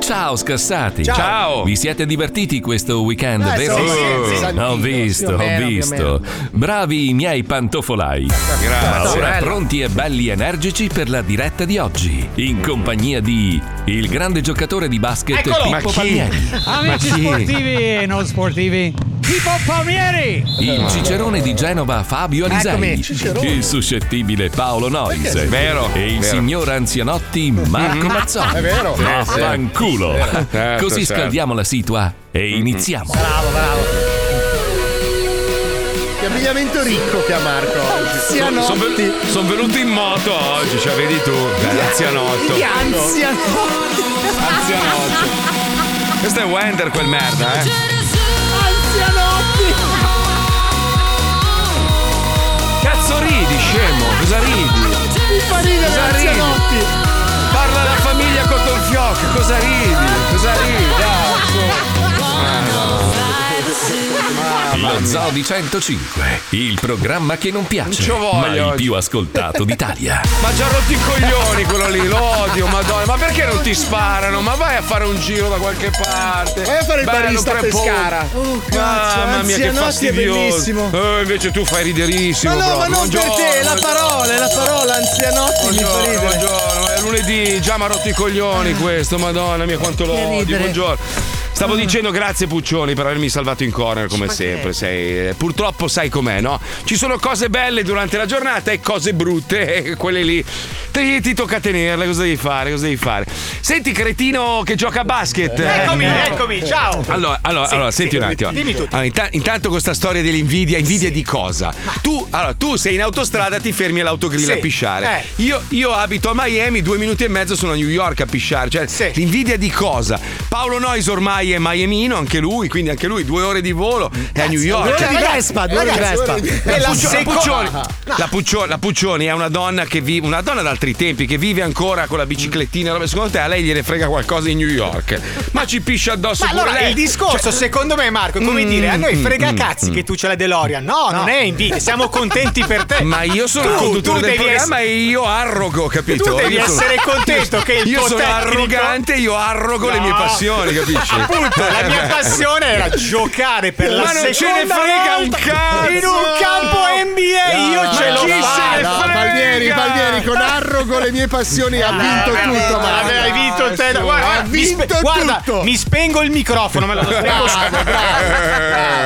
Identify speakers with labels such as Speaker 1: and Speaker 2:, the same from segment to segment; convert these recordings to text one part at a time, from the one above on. Speaker 1: Ciao scassati.
Speaker 2: Ciao. Ciao.
Speaker 1: Vi siete divertiti questo weekend,
Speaker 2: Eh,
Speaker 1: vero?
Speaker 2: sì, sì, sì, sì.
Speaker 1: Ho visto,
Speaker 2: Più o meno,
Speaker 1: ho
Speaker 2: più o
Speaker 1: visto. Bravi i miei pantofolai.
Speaker 2: Grazie.
Speaker 1: Ora
Speaker 2: Bello.
Speaker 1: pronti e belli energici per la diretta di oggi, in compagnia di il grande giocatore di basket
Speaker 3: Eccolo!
Speaker 1: Pippo Palmieri.
Speaker 3: Amici sportivi e non sportivi, Pippo Palmieri!
Speaker 1: Il cicerone di Genova Fabio Alisei,
Speaker 3: Eccomi, cicerone.
Speaker 1: il suscettibile Paolo Nois,
Speaker 3: Perché?
Speaker 4: Vero,
Speaker 1: e il
Speaker 4: vero.
Speaker 1: signor anzianotti Marco Mazzotti.
Speaker 4: Mm-hmm. È vero. Eh, sì.
Speaker 1: Vaffanculo.
Speaker 4: Sì, certo,
Speaker 1: Così
Speaker 4: certo.
Speaker 1: scaldiamo la situa e iniziamo.
Speaker 5: Bravo, bravo.
Speaker 6: Che abbigliamento ricco che ha Marco oggi.
Speaker 4: Sono venuto in moto oggi, cioè vedi tu, eh, anzianotto. Questo è Wender quel merda, eh. Cazzo ridi, scemo, cosa ridi?
Speaker 6: Mi fa ridere
Speaker 4: Cosa ridi?
Speaker 6: Anzianotti.
Speaker 4: Parla la famiglia cotto il fiocco, cosa ridi? Cosa ridi? Dai, su.
Speaker 1: Lo Zoo di 105, il programma che non piace,
Speaker 4: Non ci voglio
Speaker 1: ma il
Speaker 4: oggi.
Speaker 1: più ascoltato d'Italia.
Speaker 4: Ma già rotti i coglioni quello lì, lo odio, madonna, ma perché non ti sparano? Ma vai a fare un giro da qualche parte.
Speaker 6: Vai a fare il
Speaker 4: Bello,
Speaker 6: barista a
Speaker 4: tre punti.
Speaker 6: Pescara. Oh, cazzo,
Speaker 4: Mamma mia, che
Speaker 6: Anzianotti è
Speaker 4: fastidioso.
Speaker 6: bellissimo.
Speaker 4: Eh, invece tu fai riderissimo.
Speaker 6: Ma no, ma
Speaker 4: proprio.
Speaker 6: non per
Speaker 4: Buongiorno.
Speaker 6: te, la parola, è la parola, anzianotti mi fa
Speaker 4: Buongiorno,
Speaker 6: ridere. Ah.
Speaker 4: buongiorno, è lunedì, già mi ha rotto i coglioni questo, madonna mia quanto lo
Speaker 6: Che
Speaker 4: odio,
Speaker 6: ridere. Mm.
Speaker 4: buongiorno. Stavo dicendo grazie Puccioni per avermi salvato in corner come sempre, sei- eh, purtroppo sai com'è, no? Ci sono cose belle durante la giornata e cose brutte, e quelle lì. Ti, ti tocca tenerle, cosa devi fare? Cosa devi fare? Senti cretino che gioca a basket. eh?
Speaker 3: Eccomi, eccomi, ciao!
Speaker 4: Allora, allora, allora, senti un attimo.
Speaker 3: Dimmi tutto.
Speaker 4: Allora, inta- intanto con sta storia dell'invidia, invidia di cosa? Tu, allora, tu sei in autostrada, ti fermi all'autogrill
Speaker 3: Sì.
Speaker 4: a pisciare.
Speaker 6: Eh.
Speaker 4: Io, io abito a Miami, due minuti e mezzo sono a New York a pisciare. Cioè, l'invidia di cosa? Paolo Nois ormai è miamino, anche lui, quindi anche lui, due ore di volo, è a New York.
Speaker 6: due
Speaker 4: Cioè,
Speaker 6: ore di Vespa, due ore di
Speaker 4: ragazzi, due
Speaker 6: Vespa.
Speaker 4: ore di- La
Speaker 6: È la
Speaker 4: Puccio- la
Speaker 6: seconda-
Speaker 4: Puccioni- la Puccio- la Puccioni è una donna che vive, una donna d'altri tempi, che vive ancora con la biciclettina. roba- Secondo te a lei gliene frega qualcosa in New York? Ma ci piscia addosso
Speaker 3: Ma
Speaker 4: pure
Speaker 3: allora
Speaker 4: lei.
Speaker 3: il discorso,
Speaker 4: Cioè-
Speaker 3: secondo me, Marco, è come
Speaker 4: Mm,
Speaker 3: dire a noi
Speaker 4: mm,
Speaker 3: frega
Speaker 4: mm,
Speaker 3: cazzi che tu ce l'hai DeLorean. No, non è invidia, siamo contenti per te.
Speaker 4: Ma io sono il
Speaker 3: tu,
Speaker 4: conduttore
Speaker 3: tu
Speaker 4: del
Speaker 3: devi
Speaker 4: programma
Speaker 3: essere-
Speaker 4: e io arrogo, capito?
Speaker 3: Tu devi
Speaker 4: Io sono-
Speaker 3: essere contento che il
Speaker 4: Io
Speaker 3: tuo
Speaker 4: sono
Speaker 3: tecnico-
Speaker 4: arrogante, io arrogo le mie
Speaker 3: No.
Speaker 4: passioni, capisci?
Speaker 3: Appunto, la mia passione era giocare per la
Speaker 4: Ma non ce ne
Speaker 3: seconda
Speaker 4: frega un
Speaker 3: volta
Speaker 4: cazzo!
Speaker 3: in un campo NBA.
Speaker 4: No,
Speaker 3: io ce
Speaker 4: ma
Speaker 3: l'ho
Speaker 4: chi se
Speaker 3: fatta.
Speaker 4: ne
Speaker 6: No,
Speaker 4: frega?
Speaker 6: Palmieri, Palmieri, con arrogo le mie passioni ha vinto tutto, Marco.
Speaker 3: Hai vinto te.
Speaker 4: Dai,
Speaker 3: Guarda,
Speaker 6: ha
Speaker 3: guarda, mi spe-
Speaker 6: vinto
Speaker 3: guarda,
Speaker 6: tutto.
Speaker 3: mi spengo il microfono, me lo spengo.
Speaker 7: Ah,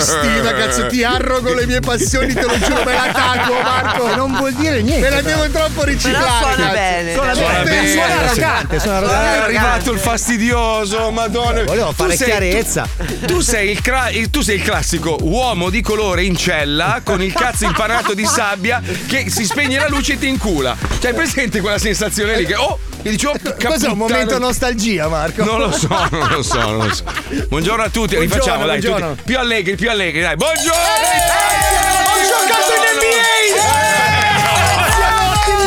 Speaker 6: stima, cazzo, ti arrogo le mie passioni, te lo giuro, me la tatuo, Marco.
Speaker 8: Non vuol dire niente.
Speaker 6: Me la devo troppo riciclare.
Speaker 9: Però suona
Speaker 6: cazzo.
Speaker 9: bene.
Speaker 3: Cioè,
Speaker 6: Suona
Speaker 4: Suona
Speaker 6: bene.
Speaker 4: bene,
Speaker 6: Suona
Speaker 4: sì.
Speaker 6: arrogante, suona
Speaker 4: Ah,
Speaker 6: arrogante.
Speaker 4: è arrivato il fastidioso, madonna.
Speaker 8: Volevo
Speaker 4: Tu
Speaker 8: fare
Speaker 4: sei-
Speaker 8: chiarezza.
Speaker 4: Tu, tu sei il cra- il- tu sei il classico uomo di colore in cella con il cazzo impanato di sabbia che si spegne la luce e ti incula. Cioè, hai presente quella sensazione lì che oh, e dici, oh,
Speaker 6: Questo è
Speaker 4: caputtana-
Speaker 6: un momento nostalgia,
Speaker 10: Ecco.
Speaker 6: Marco.
Speaker 4: Non lo so, non lo so, non lo so. Buongiorno a tutti, rifacciamo, dai, tutti.
Speaker 6: buongiorno.
Speaker 4: più allegri, più allegri, dai. Buongiorno!
Speaker 3: Ho giocato in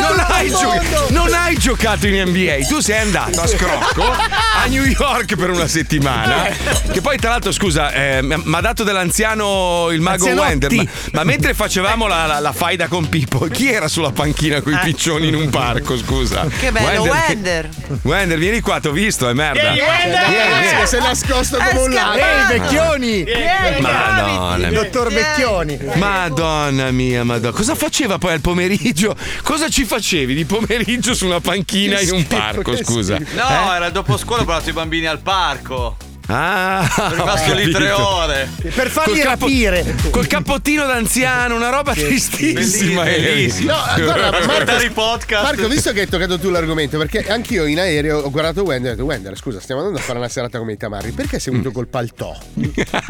Speaker 3: NBA!
Speaker 10: Eh,
Speaker 4: Non hai, gio- non hai giocato in NBA, tu sei andato a scrocco a New York per una settimana. Che poi, tra l'altro, scusa, eh, mi ha dato dell'anziano il mago
Speaker 8: Anzianotti.
Speaker 4: Wender. Ma, ma mentre facevamo la, la, la faida con Pippo, chi era sulla panchina con i piccioni in un parco? Scusa,
Speaker 9: Che bello,
Speaker 4: Wender, che-
Speaker 9: Wender.
Speaker 4: Wender, vieni qua, ti ho visto, è merda.
Speaker 6: Marco si è nascosto come un
Speaker 9: scappato.
Speaker 6: ladro.
Speaker 8: Ehi, vecchioni!
Speaker 4: Madonna mia.
Speaker 6: Dottor
Speaker 9: Vieni.
Speaker 6: Vecchioni.
Speaker 4: Madonna mia, madonna. Cosa faceva poi al pomeriggio? Cosa ci facevi di pomeriggio su una panchina in un parco, scusa? Eh?
Speaker 11: No, era dopo scuola, ho portato i bambini al parco.
Speaker 4: Ah,
Speaker 11: Sono rimasto
Speaker 4: ho
Speaker 11: lì tre
Speaker 4: capito.
Speaker 11: ore.
Speaker 6: Per farli
Speaker 4: capo-
Speaker 6: rapire.
Speaker 4: Col cappottino d'anziano, una roba tristissima.
Speaker 11: bellissimo.
Speaker 6: No, guarda, Marco,
Speaker 11: Guardare i podcast.
Speaker 6: Marco, visto che hai toccato tu l'argomento, perché anch'io in aereo ho guardato Wender e ho detto: Wender, scusa, stiamo andando a fare una serata come i tamarri, perché sei venuto col paltò?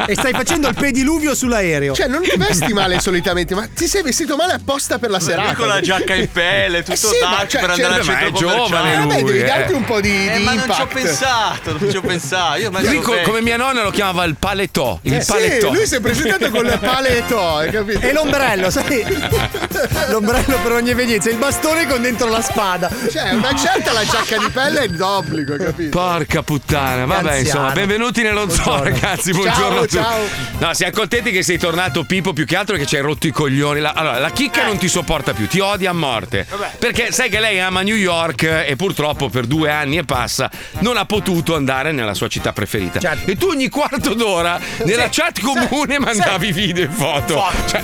Speaker 8: E stai facendo il pediluvio sull'aereo.
Speaker 6: Cioè, non ti vesti male solitamente, ma ti sei vestito male apposta per la serata.
Speaker 11: Io con la giacca in pelle, tutto
Speaker 6: Eh sì, ma
Speaker 11: dark
Speaker 6: cioè,
Speaker 11: per
Speaker 6: cioè,
Speaker 11: andare
Speaker 4: ma
Speaker 11: al
Speaker 4: è
Speaker 11: centro
Speaker 4: giovane
Speaker 11: commerciale.
Speaker 4: lui.
Speaker 6: Vabbè, devi
Speaker 4: eh.
Speaker 6: darti un po' di,
Speaker 11: Eh,
Speaker 6: di
Speaker 11: ma non ci ho
Speaker 6: impact.
Speaker 11: pensato, non ci ho pensato. Io ormai sono
Speaker 4: co-
Speaker 11: vecchio.
Speaker 4: come mia nonna lo chiamava il paletò. Il
Speaker 6: Eh sì,
Speaker 4: paletò.
Speaker 6: lui si è presentato con il paletò, hai capito?
Speaker 8: E l'ombrello, sai? L'ombrello per ogni evenienza, il bastone con dentro la spada.
Speaker 6: Cioè, una certa la giacca di pelle è d'obbligo, capito?
Speaker 4: Porca puttana, vabbè,
Speaker 8: Anziano.
Speaker 4: insomma, benvenuti nello zoo, ragazzi. Buongiorno a tutti.
Speaker 6: ciao.
Speaker 4: No, siamo contenti che sei tornato Pippo più che altro che ci hai rotto i coglioni. La- allora, la chicca non ti sopporta più, ti odia a morte. Perché sai che lei ama New York e purtroppo per due anni e passa non ha potuto andare nella sua città preferita.
Speaker 8: Certo.
Speaker 4: E tu ogni quarto d'ora nella chat comune mandavi video e foto.
Speaker 2: Foto.
Speaker 4: Cioè,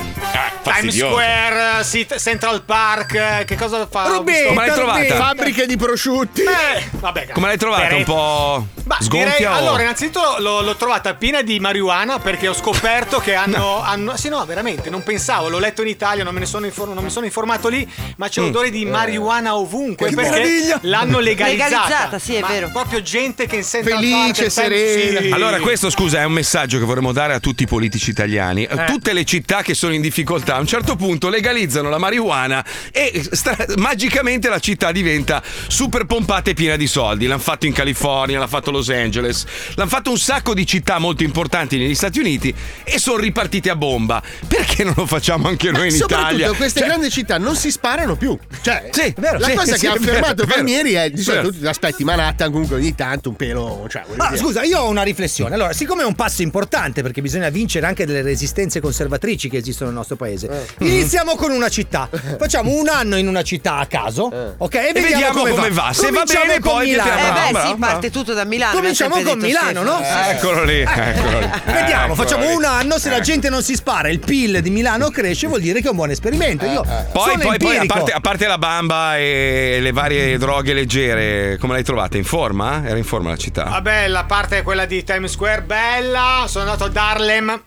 Speaker 2: Times
Speaker 3: eh,
Speaker 2: Square, Sit- Central Park, eh, che cosa fa? Ho
Speaker 8: Rubin,
Speaker 2: visto-
Speaker 4: Come l'hai
Speaker 8: Tardi.
Speaker 4: trovata?
Speaker 6: Fabbriche di prosciutti.
Speaker 2: Eh, vabbè,
Speaker 4: Come l'hai trovata? Un po'
Speaker 2: Ma
Speaker 4: sgonfia
Speaker 2: direi,
Speaker 4: o-
Speaker 2: allora, innanzitutto l'ho, l'ho trovata piena di marijuana perché ho scoperto che hanno, hanno- Sì, no, veramente, non pensavo. L'ho letto in Italia, non, me ne sono infor- non mi sono informato lì, ma c'è odore di marijuana ovunque
Speaker 8: Che
Speaker 2: perché
Speaker 8: meraviglia!
Speaker 2: l'hanno legalizzata.
Speaker 5: Legalizzata, sì, è
Speaker 2: Ma
Speaker 5: vero.
Speaker 2: Proprio gente che in Central
Speaker 6: Felice,
Speaker 2: Park, Times-
Speaker 6: serena.
Speaker 2: sì.
Speaker 4: Allora, questo scusa è un messaggio che vorremmo dare a tutti i politici italiani.
Speaker 6: Eh.
Speaker 4: Tutte le città che sono in difficoltà a un certo punto legalizzano la marijuana e stra- magicamente la città diventa super pompata e piena di soldi. L'hanno fatto in California, l'hanno fatto Los Angeles, l'hanno fatto un sacco di città molto importanti negli Stati Uniti e sono ripartite a bomba. Perché non lo facciamo anche noi in
Speaker 6: Soprattutto
Speaker 4: Italia?
Speaker 6: queste
Speaker 4: Cioè,
Speaker 6: grandi città non si sparano più. Cioè,
Speaker 4: Sì, è vero,
Speaker 6: la
Speaker 4: sì,
Speaker 6: cosa
Speaker 4: sì,
Speaker 6: che ha
Speaker 4: è vero,
Speaker 6: affermato
Speaker 4: è vero.
Speaker 6: Palmieri è di solito
Speaker 4: Vero.
Speaker 6: tu ti aspetti Manhattan comunque ogni tanto un pelo. Cioè, voglio
Speaker 8: Allora,
Speaker 6: dire.
Speaker 8: scusa, io ho una riflessione. Allora, siccome è un passo importante perché bisogna vincere anche delle resistenze conservatrici che esistono nel nostro paese, iniziamo con una città. Facciamo un anno in una città a caso, ok? E
Speaker 4: E
Speaker 8: vediamo, come, va.
Speaker 4: Se va
Speaker 8: Cominciamo
Speaker 4: bene,
Speaker 8: con
Speaker 4: poi
Speaker 8: Milano.
Speaker 4: mettiamo-
Speaker 5: Eh
Speaker 4: Bravo,
Speaker 5: beh,
Speaker 4: bravo,
Speaker 5: sì, parte
Speaker 4: bravo.
Speaker 5: tutto da Milano. mi ha
Speaker 8: Cominciamo
Speaker 5: sempre
Speaker 8: con
Speaker 5: detto
Speaker 8: Milano,
Speaker 5: Stefano.
Speaker 8: no?
Speaker 5: Eh,
Speaker 4: Cioè, Eccolo lì, eccolo lì.
Speaker 8: Vediamo,
Speaker 4: Eccolo
Speaker 8: facciamo
Speaker 4: lì.
Speaker 8: un anno, se la
Speaker 4: Ecco.
Speaker 8: gente non si spara, il PIL di Milano cresce, vuol dire che è un buon esperimento. Io
Speaker 4: Poi,
Speaker 8: sono
Speaker 4: poi, poi, a,
Speaker 8: empirico.
Speaker 4: parte, a parte la bamba e le varie droghe leggere, come l'hai trovata? In forma? Era in forma la
Speaker 8: Ah,
Speaker 4: città?
Speaker 2: Vabbè, la parte è quella di Times Square, bella. Sono andato ad Harlem.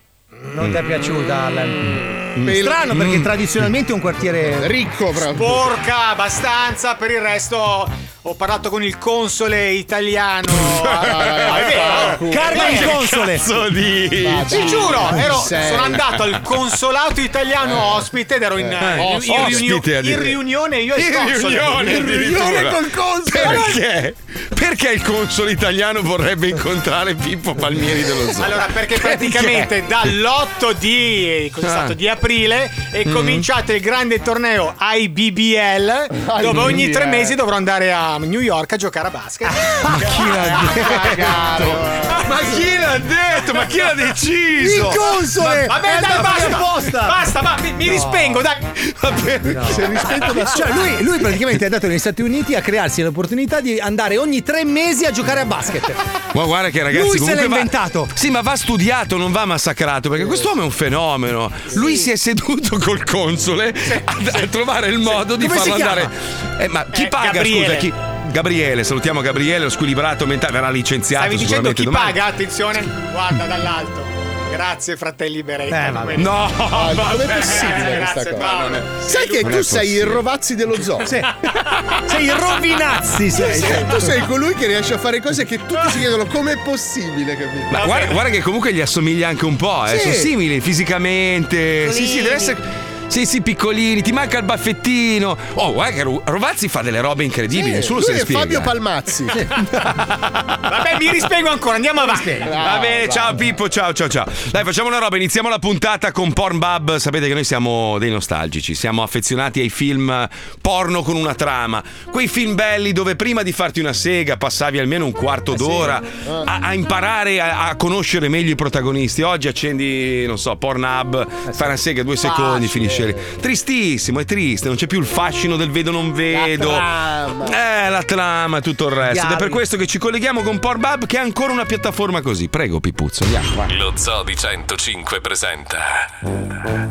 Speaker 8: Non ti è piaciuta, Alan? Strano perché tradizionalmente è un quartiere
Speaker 6: Ricco proprio.
Speaker 2: Porca abbastanza, per il resto ho parlato con il console italiano. Ah, è vero.
Speaker 8: Carlo il console.
Speaker 4: Cazzo di...
Speaker 2: Ti giuro, ero-
Speaker 6: Sei.
Speaker 2: sono andato al consolato italiano ospite ed ero in, eh, in- in
Speaker 4: Eh. Ospite,
Speaker 2: riunione-
Speaker 4: a
Speaker 2: in
Speaker 4: dire.
Speaker 2: riunione io e il
Speaker 4: In
Speaker 2: console.
Speaker 4: riunione, addirittura. Perché? Perché il console italiano vorrebbe incontrare Pippo Palmieri dello Zoo?
Speaker 2: Allora, perché praticamente dall'8 di, cos'è
Speaker 4: Ah.
Speaker 2: stato, di aprile è
Speaker 4: Mm.
Speaker 2: cominciato il grande torneo IBBL, dove ogni tre mesi dovrò andare a New York a giocare a basket.
Speaker 4: Ma Ah, chi l'ha
Speaker 2: Ah,
Speaker 4: detto? Ma chi l'ha detto? Ma chi l'ha deciso?
Speaker 8: Il console!
Speaker 2: Vabbè,
Speaker 8: È
Speaker 2: dai,
Speaker 8: andato
Speaker 2: basta,
Speaker 8: apposta!
Speaker 2: basta, ma mi, mi rispengo, dai.
Speaker 4: Ma perché?
Speaker 8: Cioè, lui, lui praticamente è andato negli Stati Uniti a crearsi l'opportunità di andare ogni tre mesi a giocare a basket.
Speaker 4: Ma guarda che ragazzi
Speaker 8: Lui se
Speaker 4: comunque
Speaker 8: l'ha
Speaker 4: va-
Speaker 8: inventato.
Speaker 4: Sì ma va studiato Non va massacrato Perché quest'uomo è un fenomeno Lui si è seduto col console a, a trovare il modo di
Speaker 8: Come si
Speaker 4: farlo
Speaker 8: chiama?
Speaker 4: andare Eh, Ma chi
Speaker 2: Eh,
Speaker 4: paga scusa
Speaker 2: Gabriele.
Speaker 4: chi... Gabriele Salutiamo Gabriele Lo squilibrato mentale Verrà licenziato
Speaker 2: Stavi dicendo
Speaker 4: sicuramente
Speaker 2: chi
Speaker 4: domani.
Speaker 2: paga? Attenzione, guarda dall'alto. Grazie, fratelli Beretta.
Speaker 8: Eh, vabbè.
Speaker 4: No ma-
Speaker 6: Ah, com'è possibile questa
Speaker 2: Eh, grazie,
Speaker 6: cosa?
Speaker 2: Paolo.
Speaker 6: Sai che
Speaker 4: Non
Speaker 6: tu
Speaker 4: è
Speaker 6: sei
Speaker 4: possibile.
Speaker 6: il Rovazzi dello zoo.
Speaker 8: Sì. Sei rovinazzi, sei.
Speaker 6: Sei- Tu sei colui che riesce a fare cose che tutti si chiedono com'è possibile, capito?
Speaker 4: Ma guarda, guarda che comunque gli assomiglia anche un po', eh.
Speaker 6: Sì.
Speaker 4: sono simili fisicamente. Sì, sì,
Speaker 5: Piccolini.
Speaker 4: deve essere. Sì, sì, piccolini, ti manca il baffettino. Oh, guarda che Ru- Rovazzi fa delle robe incredibili,
Speaker 6: Eh,
Speaker 4: nessuno
Speaker 6: lui
Speaker 4: se ne
Speaker 6: è
Speaker 4: spiega.
Speaker 6: Fabio Palmazzi.
Speaker 2: Vabbè, mi rispengo ancora, andiamo avanti.
Speaker 4: Va bene, ciao Pippo, ciao ciao ciao. Dai, facciamo una roba, iniziamo la puntata con Pornbub. Sapete che noi siamo dei nostalgici, siamo affezionati ai film porno con una trama. Quei film belli dove prima di farti una sega passavi almeno un quarto d'ora a, a imparare a, a conoscere meglio i protagonisti. Oggi accendi, non so, Pornhub, fai una sega due secondi, finisce lì. Tristissimo, è triste, non c'è più il fascino del vedo non vedo. Eh, la trama e tutto il resto. Ed è per questo che ci colleghiamo con Pornhub, che è ancora una piattaforma così. Prego, Pipuzzo, andiamo. vai.
Speaker 1: Lo Zoo di 105 presenta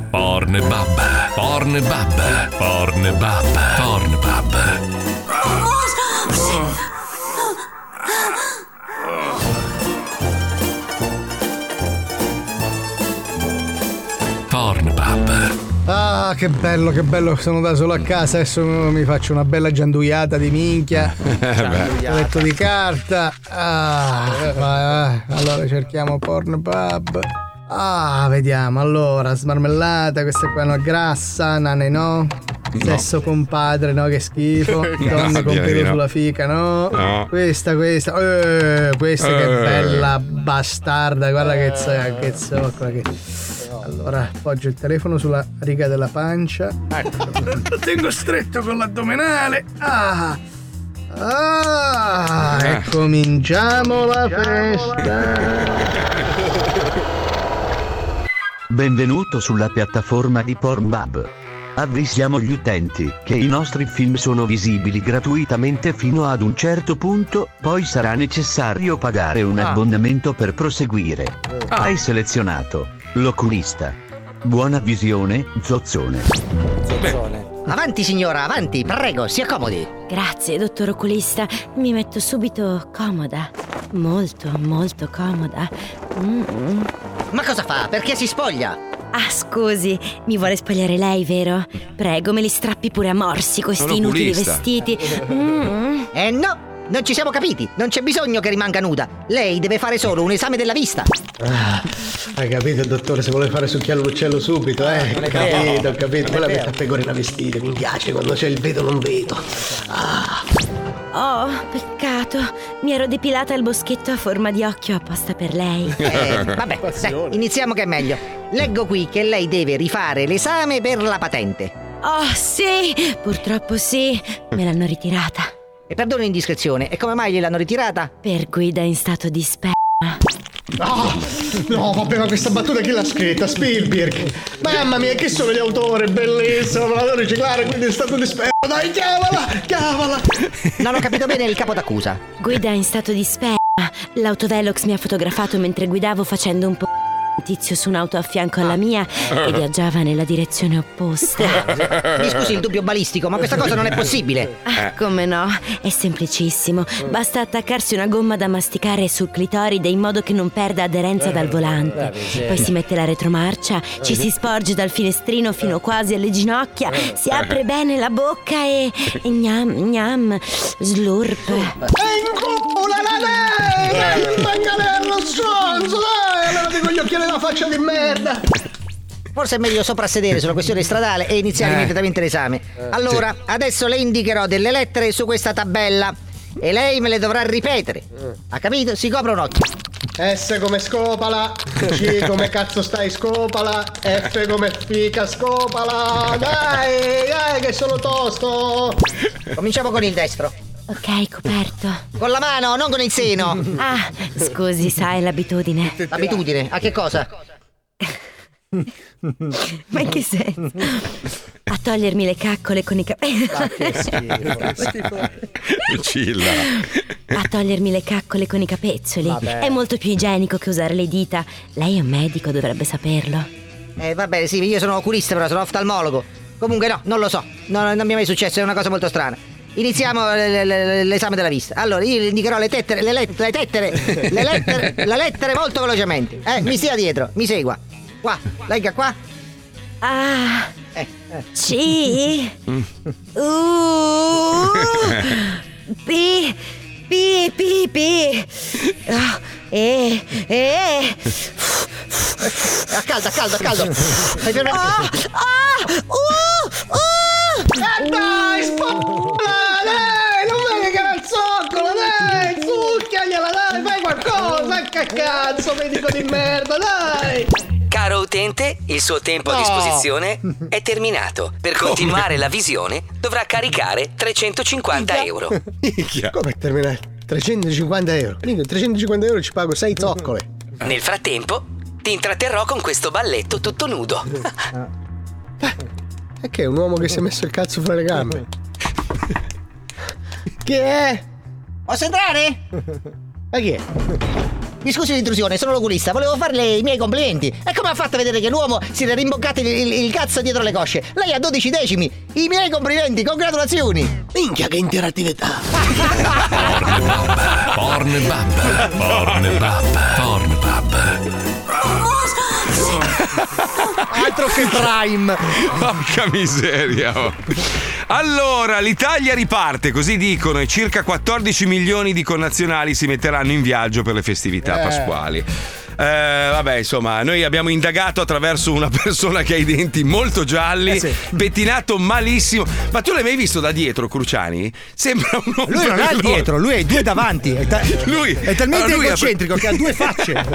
Speaker 1: Pornbub, Pornbub, Pornbub, Pornbub. Pornbub.
Speaker 9: Ah, che bello, che bello, sono da solo a casa, adesso mi faccio una bella gianduiata di minchia.
Speaker 4: Eh
Speaker 9: Letto di carta. Ah, va- allora cerchiamo Pornhub. Ah, vediamo, allora, smarmellata, questa qua no grassa, nane no. Sesso compadre, no? Che schifo. Donne con
Speaker 4: direi
Speaker 9: pelo
Speaker 4: no.
Speaker 9: sulla fica, no?
Speaker 4: No.
Speaker 9: Questa, questa. Eh, questa che
Speaker 4: Eh.
Speaker 9: bella bastarda. Guarda che, z- che zoccola. Che... Allora, appoggio il telefono sulla riga della pancia.
Speaker 2: Ecco.
Speaker 9: Lo tengo stretto con l'addominale. Ah! Ah, e cominciamo la festa.
Speaker 12: Benvenuto sulla piattaforma di Pornhub. Avvisiamo gli utenti che i nostri film sono visibili gratuitamente fino ad un certo punto, poi sarà necessario pagare un abbonamento per proseguire. Hai selezionato l'oculista. Buona visione, zozzone.
Speaker 13: Avanti signora, avanti, prego, si accomodi.
Speaker 14: Grazie, dottor oculista. Mi metto subito comoda. Molto, molto comoda. Mm.
Speaker 13: Ma cosa fa? Perché si spoglia?
Speaker 14: Ah, scusi, mi vuole spogliare lei, vero? Prego, me li strappi pure a morsi
Speaker 4: Sono
Speaker 14: questi inutili
Speaker 4: oculista.
Speaker 14: vestiti. Mm.
Speaker 13: Eh no! Non ci siamo capiti, non c'è bisogno che rimanga nuda. Lei deve fare solo un esame della vista.
Speaker 6: Ah, Hai capito il dottore se vuole fare succhiare l'uccello subito, eh? Ho capito, ho capito. Quella
Speaker 13: vero.
Speaker 6: mette a pecorina vestita, mi piace quando c'è il vedo non vedo.
Speaker 14: Oh, peccato. Mi ero depilata al boschetto a forma di occhio apposta per lei.
Speaker 13: Eh, vabbè, dai, iniziamo che è meglio. Leggo qui che lei deve rifare l'esame per la patente.
Speaker 14: Oh, sì, purtroppo sì. Me l'hanno ritirata.
Speaker 13: E perdono l'indiscrezione, e come mai gliel'hanno ritirata?
Speaker 14: Per guida in stato di sperma.
Speaker 6: No, vabbè, ma questa battuta chi l'ha scritta? Spielberg! Mamma mia, che sono gli autori, bellissimo, me la devo riciclare, quindi è stato disperato. Dai, chiavala, chiavala!
Speaker 13: Non ho capito bene il capo d'accusa.
Speaker 14: Guida in stato di sperma. L'autovelox mi ha fotografato mentre guidavo facendo un po' di tizio su un'auto a fianco alla mia e viaggiava nella direzione opposta.
Speaker 13: Mi scusi il dubbio balistico, ma questa cosa non è possibile.
Speaker 14: Ah, come no? È semplicissimo. Basta attaccarsi una gomma da masticare sul clitoride in modo che non perda aderenza dal volante. Poi si mette la retromarcia, ci si sporge dal finestrino fino quasi alle ginocchia, si apre bene la bocca e. e gnam gnam, slurp.
Speaker 6: Manganello stronzo, dai! Allora dico gli occhiali alla faccia di merda!
Speaker 13: Forse è meglio soprassedere sulla questione stradale e iniziare immediatamente l'esame. Allora, adesso le indicherò delle lettere su questa tabella. E lei me le dovrà ripetere. Ha capito? Si copre un occhio.
Speaker 6: S come scopala, C come cazzo stai scopala, F come fica scopala, Ah, dai, dai che sono tosto!
Speaker 13: Cominciamo con il destro.
Speaker 14: Ok, coperto.
Speaker 13: Con la mano, non con il seno.
Speaker 14: Ah, scusi, sai è l'abitudine.
Speaker 13: Abitudine, a che cosa?
Speaker 14: Ma in che senso? A togliermi le caccole con i capelli.
Speaker 4: Lucilla.
Speaker 14: A togliermi le caccole con i capezzoli. È molto più igienico che usare le dita. Lei è un medico, dovrebbe saperlo.
Speaker 13: Eh, vabbè, sì, io sono oculista, però sono oftalmologo. Comunque, no, non lo so. No, no, non mi è mai successo, è una cosa molto strana. Iniziamo l- l- l'esame della vista. Allora, io le indicherò le tettere, le, let- le tettere, le lettere, le lettere molto velocemente. Eh, mi stia dietro, mi segua. Qua, legga qua.
Speaker 14: Ah,
Speaker 13: Eh, eh.
Speaker 14: C. U. P. P. P. P. Ah, E. E.
Speaker 10: Eh,
Speaker 13: A caldo, a caldo, a caldo. Hai fermato?
Speaker 14: Ah, ah, uh, uh.
Speaker 6: E Eh, dai, spoppola, dai, non vedi che era il zoccolo, dai, succhiagliela, dai, fai qualcosa, che cazzo, medico di merda, dai!
Speaker 15: Caro utente, il suo tempo a
Speaker 6: No.
Speaker 15: disposizione è terminato. Per continuare la visione dovrà caricare 350 euro.
Speaker 6: Come terminare? 350 euro, quindi 350 euro ci pago 6 zoccole.
Speaker 15: Nel frattempo, ti intratterrò con questo balletto tutto nudo.
Speaker 6: E che è un uomo che si è messo il cazzo fra le gambe? Chi è?
Speaker 13: Posso entrare?
Speaker 6: Ma chi è?
Speaker 13: Mi scusi l'intrusione, sono l'oculista, volevo farle i miei complimenti. E come ha fatto a vedere che l'uomo si era rimboccato il, il- il cazzo dietro le cosce? Lei ha 12 decimi. I miei complimenti, congratulazioni. Ah,
Speaker 6: Minchia che interattività!
Speaker 1: Pornbub, Pornbub, Pornbub.
Speaker 10: Altro che prime.
Speaker 4: Porca miseria. oh. Allora, l'Italia riparte, così dicono, e circa 14 milioni di connazionali si metteranno in viaggio per le festività pasquali. Eh, vabbè, insomma, noi abbiamo indagato attraverso una persona che ha i denti molto gialli, pettinato malissimo. Ma tu l'hai mai visto da dietro, Cruciani? Sembra un
Speaker 8: Lui non ha il
Speaker 4: ombrellone.
Speaker 8: dietro, lui ha i due davanti. È, ta-
Speaker 4: Lui-
Speaker 8: è talmente
Speaker 4: allora lui ha-
Speaker 8: egocentrico che ha due facce.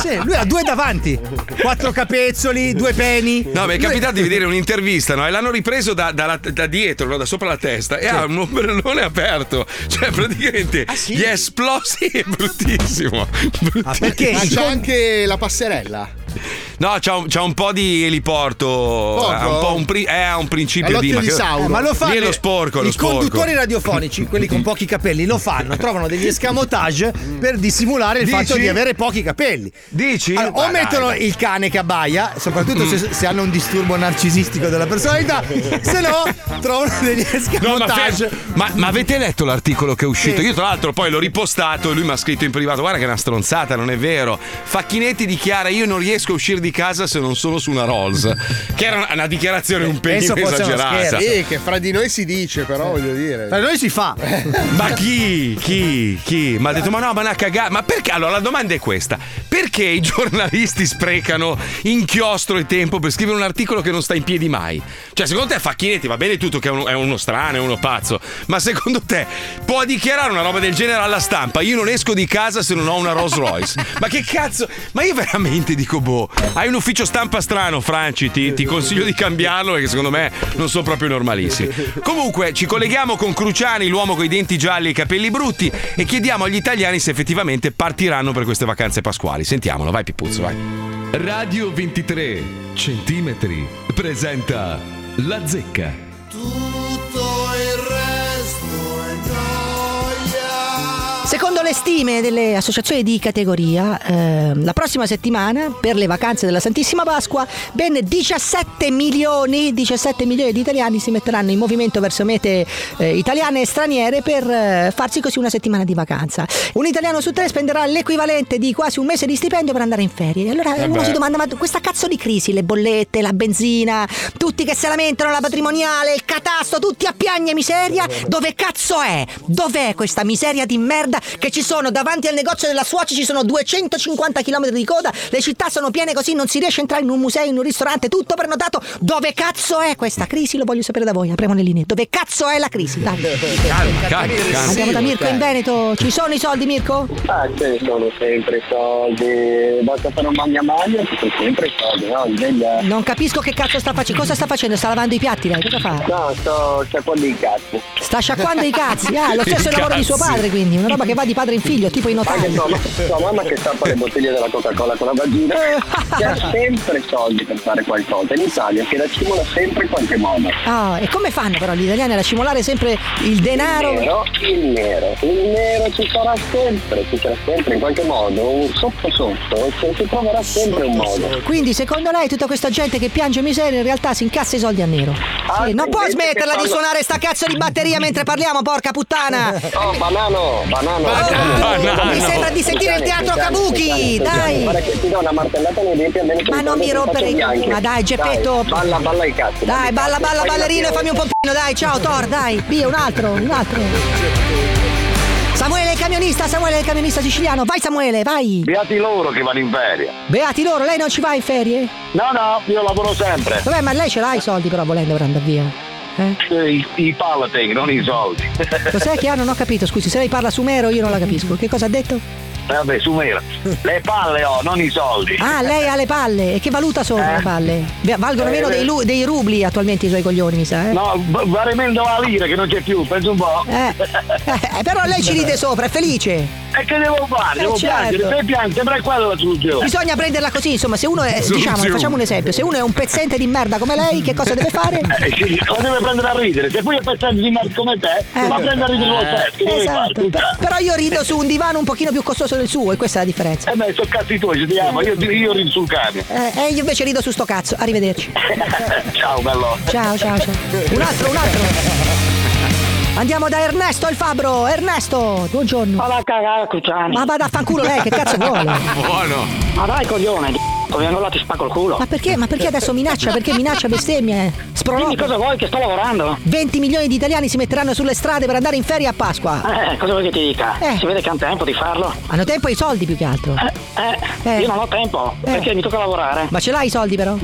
Speaker 8: sì, lui ha due davanti, quattro capezzoli, due peni.
Speaker 4: No, mi è
Speaker 8: Lui-
Speaker 4: capitato di vedere un'intervista, no? E l'hanno ripreso da, dalla- da dietro, no? da sopra la testa, e ha un ombrellone aperto. Cioè, praticamente
Speaker 8: Ah,
Speaker 4: gli è esploso. Sì, è bruttissimo.
Speaker 13: Ah,
Speaker 6: perché? Ma c'è anche la passerella.
Speaker 4: No, c'ha un, c'ha un po' di eliporto. Ha un po' un, pri- eh, ha un
Speaker 8: È
Speaker 4: principio
Speaker 8: l'occhio
Speaker 4: ma
Speaker 8: di
Speaker 4: che-
Speaker 8: Sauro. Eh, ma lo fanno
Speaker 4: Lì è lo sporco, lo
Speaker 8: I
Speaker 4: sporco.
Speaker 8: conduttori radiofonici, quelli con pochi capelli, lo fanno, trovano degli escamotage per dissimulare il
Speaker 4: Dici?
Speaker 8: fatto di avere pochi capelli.
Speaker 4: Dici?
Speaker 8: Allora, o
Speaker 4: Ma dai,
Speaker 8: mettono
Speaker 4: dai. Mm.
Speaker 8: il cane che abbaia, soprattutto se, se hanno un disturbo narcisistico della personalità, se no trovano degli
Speaker 4: No, ma,
Speaker 8: escamotage.
Speaker 4: fermo. Ma- ma avete letto l'articolo che è uscito?
Speaker 8: Sì.
Speaker 4: Io, tra l'altro, poi l'ho ripostato e lui mi ha scritto in privato: Guarda, che è una stronzata, non è vero. Facchinetti dichiara: Io non riesco a uscire di casa se non sono su una Rolls. Che era una, una dichiarazione un
Speaker 6: Penso
Speaker 4: pelino
Speaker 6: fosse uno
Speaker 4: esagerata.
Speaker 13: esatto.
Speaker 6: scherzo. Sì, che fra di noi si dice, però voglio dire.
Speaker 8: Fra noi si fa.
Speaker 4: Ma chi? Chi? Chi? Ma ha detto: Ma no, ma una cagata. Ma perché? Allora la domanda è questa: perché i giornalisti sprecano inchiostro e tempo per scrivere un articolo che non sta in piedi mai? Cioè, secondo te Facchinetti va bene tutto che è uno, è uno strano, è uno pazzo. Ma secondo te può dichiarare una roba del genere alla stampa? Io non esco di casa se non ho una Rolls Royce. ma che cazzo? Ma io veramente dico: boh, hai un ufficio stampa strano, Franci. Ti, ti consiglio di cambiarlo, perché secondo me non sono proprio normalissimi. Comunque, ci colleghiamo con Cruciani, l'uomo con i denti gialli e i capelli brutti, e chiediamo agli italiani se effettivamente partiranno per queste vacanze pasquali. Sentiamolo, vai Pipuzzo, vai.
Speaker 16: Radio 23 centimetri presenta La zecca.
Speaker 17: Tutto il resto è gioia.
Speaker 13: Secondo le stime delle associazioni di categoria, ehm, la prossima settimana, per le vacanze della Santissima Pasqua, ben 17 milioni, 17 milioni di italiani si metteranno in movimento verso mete eh, italiane e straniere per eh, farsi così una settimana di vacanza. Un italiano su tre spenderà l'equivalente di quasi un mese di stipendio per andare in ferie. E Allora
Speaker 17: Eh
Speaker 13: uno
Speaker 17: beh.
Speaker 13: si domanda, ma questa cazzo di crisi, le bollette, la benzina, tutti che se lamentano, la patrimoniale, il catasto, tutti a piagne miseria, dove cazzo è? Dov'è questa miseria di merda che ci sono davanti al negozio della Swatch ci sono 250 km di coda, le città sono piene così, non si riesce a entrare in un museo, in un ristorante, tutto prenotato. Dove cazzo è questa crisi? Lo voglio sapere da voi, apriamo le linee. Dove cazzo è la crisi? Dai.
Speaker 4: Calma, calma,
Speaker 13: Andiamo da Mirko in Veneto, ci sono i soldi Mirko?
Speaker 10: Ah, ce ne sono sempre i soldi, basta fare un magna maglia, ci sono sempre i soldi, no? Sveglia.
Speaker 13: Non capisco che cazzo sta facendo, cosa sta facendo? Sta lavando i piatti, dai, cosa fa?
Speaker 10: No, sto sciacquando i cazzo.
Speaker 13: Sta sciacquando i cazzi, ah, lo stesso
Speaker 10: I
Speaker 13: lavoro di suo
Speaker 10: cazzi.
Speaker 13: padre, quindi, una roba che va di padre in figlio, tipo i
Speaker 10: Anche
Speaker 13: notai.
Speaker 10: tua, ma- tua mamma che stappa le bottiglie della Coca-Cola con la vagina, che ha sempre soldi per fare qualcosa. In Italia si raccimola sempre in qualche modo.
Speaker 13: Ah, e come fanno però gli italiani a racimolare sempre il
Speaker 10: Il
Speaker 13: denaro?
Speaker 10: nero, il nero, il nero ci sarà sempre, ci sarà sempre in qualche modo, un sotto sotto, ci si troverà sempre un modo.
Speaker 13: Quindi secondo lei tutta questa gente che piange miseria in realtà si incassa i soldi a nero? Sì, non può
Speaker 10: Ah, invece che
Speaker 13: smetterla di
Speaker 10: fanno-
Speaker 13: suonare sta cazzo di batteria mentre parliamo, porca puttana!
Speaker 10: Oh, banano, banano.
Speaker 13: Banano. Mi sembra di sentire il teatro Kabuki, dai.
Speaker 10: Guarda che ti do una martellata nei denti almeno
Speaker 13: Ma non mi rompere i
Speaker 10: cazzi.
Speaker 13: cazzi, ma dai, Geppetto.
Speaker 10: balla, balla i cazzi.
Speaker 13: Dai, balla, balla, ballerino e fammi un pompino, dai, ciao Thor, dai, via, un altro, un altro. Samuele è il camionista, Samuele è il camionista siciliano, vai Samuele, vai!
Speaker 10: Beati loro che vanno in ferie.
Speaker 13: Beati loro, lei non ci va in ferie?
Speaker 10: No, no, io lavoro sempre.
Speaker 13: Vabbè, ma lei ce l'ha i soldi però volendo per andare via. Eh?
Speaker 10: Eh, I, i palatine, non i soldi.
Speaker 13: Cos'è che ha? Non ho capito, scusi, se lei parla sumero io non la capisco. Che cosa ha detto?
Speaker 10: Vabbè, su mera. Le palle ho, non i soldi.
Speaker 13: Ah, lei ha le palle. E che valuta sono le palle? Beh, Valgono
Speaker 10: Eh,
Speaker 13: meno dei, lu- dei rubli attualmente i suoi coglioni, mi sa. Eh?
Speaker 10: No, v- vale meno la lira che non c'è più, penso un po'.
Speaker 13: Eh, eh, però lei ci ride sopra, è felice.
Speaker 10: E che devo fare?
Speaker 13: Eh,
Speaker 10: Devo
Speaker 13: certo.
Speaker 10: piangere, se piangere, però è quella la soluzione.
Speaker 13: Bisogna prenderla così, insomma, se uno è. Diciamo,
Speaker 10: Soluzione.
Speaker 13: facciamo un esempio, se uno è un pezzente di merda come lei, che cosa deve fare?
Speaker 10: Eh sì, lo deve prendere a ridere, se poi è pensando di merda come te, va a prendere a ridere lo stesso, che
Speaker 15: cioè,
Speaker 10: devi fare? Eh,
Speaker 13: Ecco. Eh. Esatto.
Speaker 10: Scusa.
Speaker 13: Però io rido su un divano un pochino più costoso del suo, e questa è la differenza.
Speaker 10: Eh beh, sono cazzi tuoi, ci ti amo, io, io rido sul cane.
Speaker 13: Eh, E io invece rido su sto cazzo. Arrivederci.
Speaker 10: Ciao bello.
Speaker 13: Ciao, ciao, ciao. Un altro, un altro. Andiamo da Ernesto il Fabbro. Ernesto, buongiorno. Ma va a cagare, Cruciani. Ma vada a fanculo lei, che cazzo vuole?
Speaker 15: Buono.
Speaker 13: Ma
Speaker 15: dai, coglione, d***o, vengo là ti spacco il culo.
Speaker 13: Ma perché, ma perché adesso minaccia? Perché minaccia bestemmie? Sproloco.
Speaker 15: Dimmi cosa vuoi che sto lavorando.
Speaker 13: 20 milioni di italiani si metteranno sulle strade per andare in ferie a Pasqua.
Speaker 15: Eh, cosa vuoi che ti dica?
Speaker 13: Eh.
Speaker 15: Si vede che hanno tempo di farlo.
Speaker 13: Hanno tempo e i soldi più che altro.
Speaker 15: Eh, io non ho tempo,
Speaker 13: Eh.
Speaker 15: perché mi tocca lavorare.
Speaker 13: Ma ce l'hai i soldi però?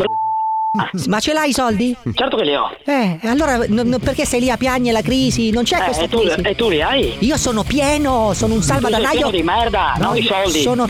Speaker 13: Ma ce l'hai i soldi?
Speaker 15: Ah. Certo che li ho.
Speaker 13: Eh, allora no- no, perché sei lì a piagne la crisi? Non c'è
Speaker 15: Eh,
Speaker 13: questa
Speaker 15: e tu-
Speaker 13: crisi.
Speaker 15: e tu li hai?
Speaker 13: Io sono pieno, sono un
Speaker 15: Tu
Speaker 13: salvadanaio.
Speaker 15: sei pieno di merda,
Speaker 13: No,
Speaker 15: non i
Speaker 13: io
Speaker 15: soldi.
Speaker 13: Sono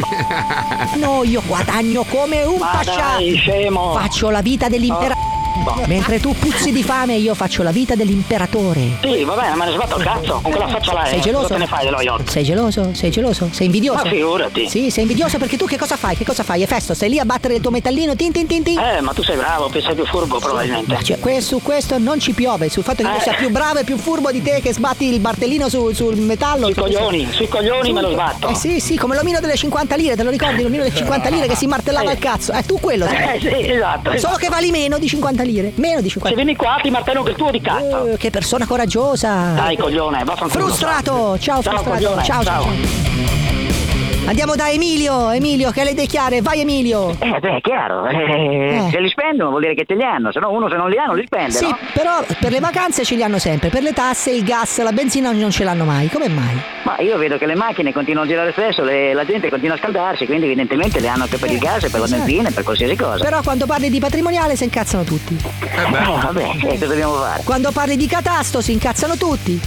Speaker 13: no, io guadagno come un
Speaker 15: Ma
Speaker 13: pascià.
Speaker 15: dai, scemo.
Speaker 13: Faccio la vita dell'imperatore.
Speaker 15: Oh.
Speaker 13: Mentre tu puzzi di fame, io faccio la vita dell'imperatore.
Speaker 15: Sì, va bene, ma ne sbatto il cazzo. Con quella faccia là. eh,
Speaker 13: Sei geloso?
Speaker 15: Cosa te ne fai dello yacht?
Speaker 13: Sei geloso? Sei geloso? Sei invidioso?
Speaker 15: Ma figurati.
Speaker 13: Sì, sei invidioso perché tu che cosa fai? Che cosa fai? Efesto, sei lì a battere il tuo metallino, tin tin tin tin.
Speaker 15: Eh, ma tu sei bravo, sei più furbo probabilmente.
Speaker 13: Cioè, que- su questo non ci piove, sul fatto che
Speaker 15: Eh.
Speaker 13: io sia più bravo e più furbo di te che sbatti il martellino su- sul metallo. Sui
Speaker 15: coglioni, sui coglioni me lo sbatto.
Speaker 13: Eh sì, sì, come l'omino delle 50 lire, te lo ricordi? L'omino delle 50 lire che si martellava il cazzo. Eh, tu quello sei.
Speaker 15: Eh, sì, esatto,
Speaker 13: Solo
Speaker 15: esatto.
Speaker 13: che vali meno di 50 lire. Meno di 50
Speaker 15: Se vieni qua ti martello che il tuo di cazzo.
Speaker 13: che persona coraggiosa.
Speaker 15: Dai, coglione, vaffanculo.
Speaker 13: Frustrato. Ciao, frustrato.
Speaker 15: coglione,
Speaker 13: Ciao, ciao.
Speaker 15: ciao.
Speaker 13: Andiamo da Emilio, Emilio, che ha le idee chiare. Vai Emilio.
Speaker 18: Eh, beh, è chiaro, eh,
Speaker 13: Eh.
Speaker 18: se li spendono vuol dire che te li hanno, se no uno se non li ha Ah, non li spende,
Speaker 13: Sì,
Speaker 18: no?
Speaker 13: però per le vacanze ce li hanno sempre, per le tasse, il gas, la benzina non ce l'hanno mai. Come mai?
Speaker 18: Ma io vedo che le macchine continuano a girare spesso, le- la gente continua a scaldarsi, quindi evidentemente le hanno anche per il gas, e per la
Speaker 13: esatto.
Speaker 18: benzina, e per qualsiasi cosa.
Speaker 13: Però quando parli di patrimoniale si incazzano tutti.
Speaker 18: Eh, vabbè, eh, cosa dobbiamo fare? Eh.
Speaker 13: Quando parli di catasto si incazzano tutti.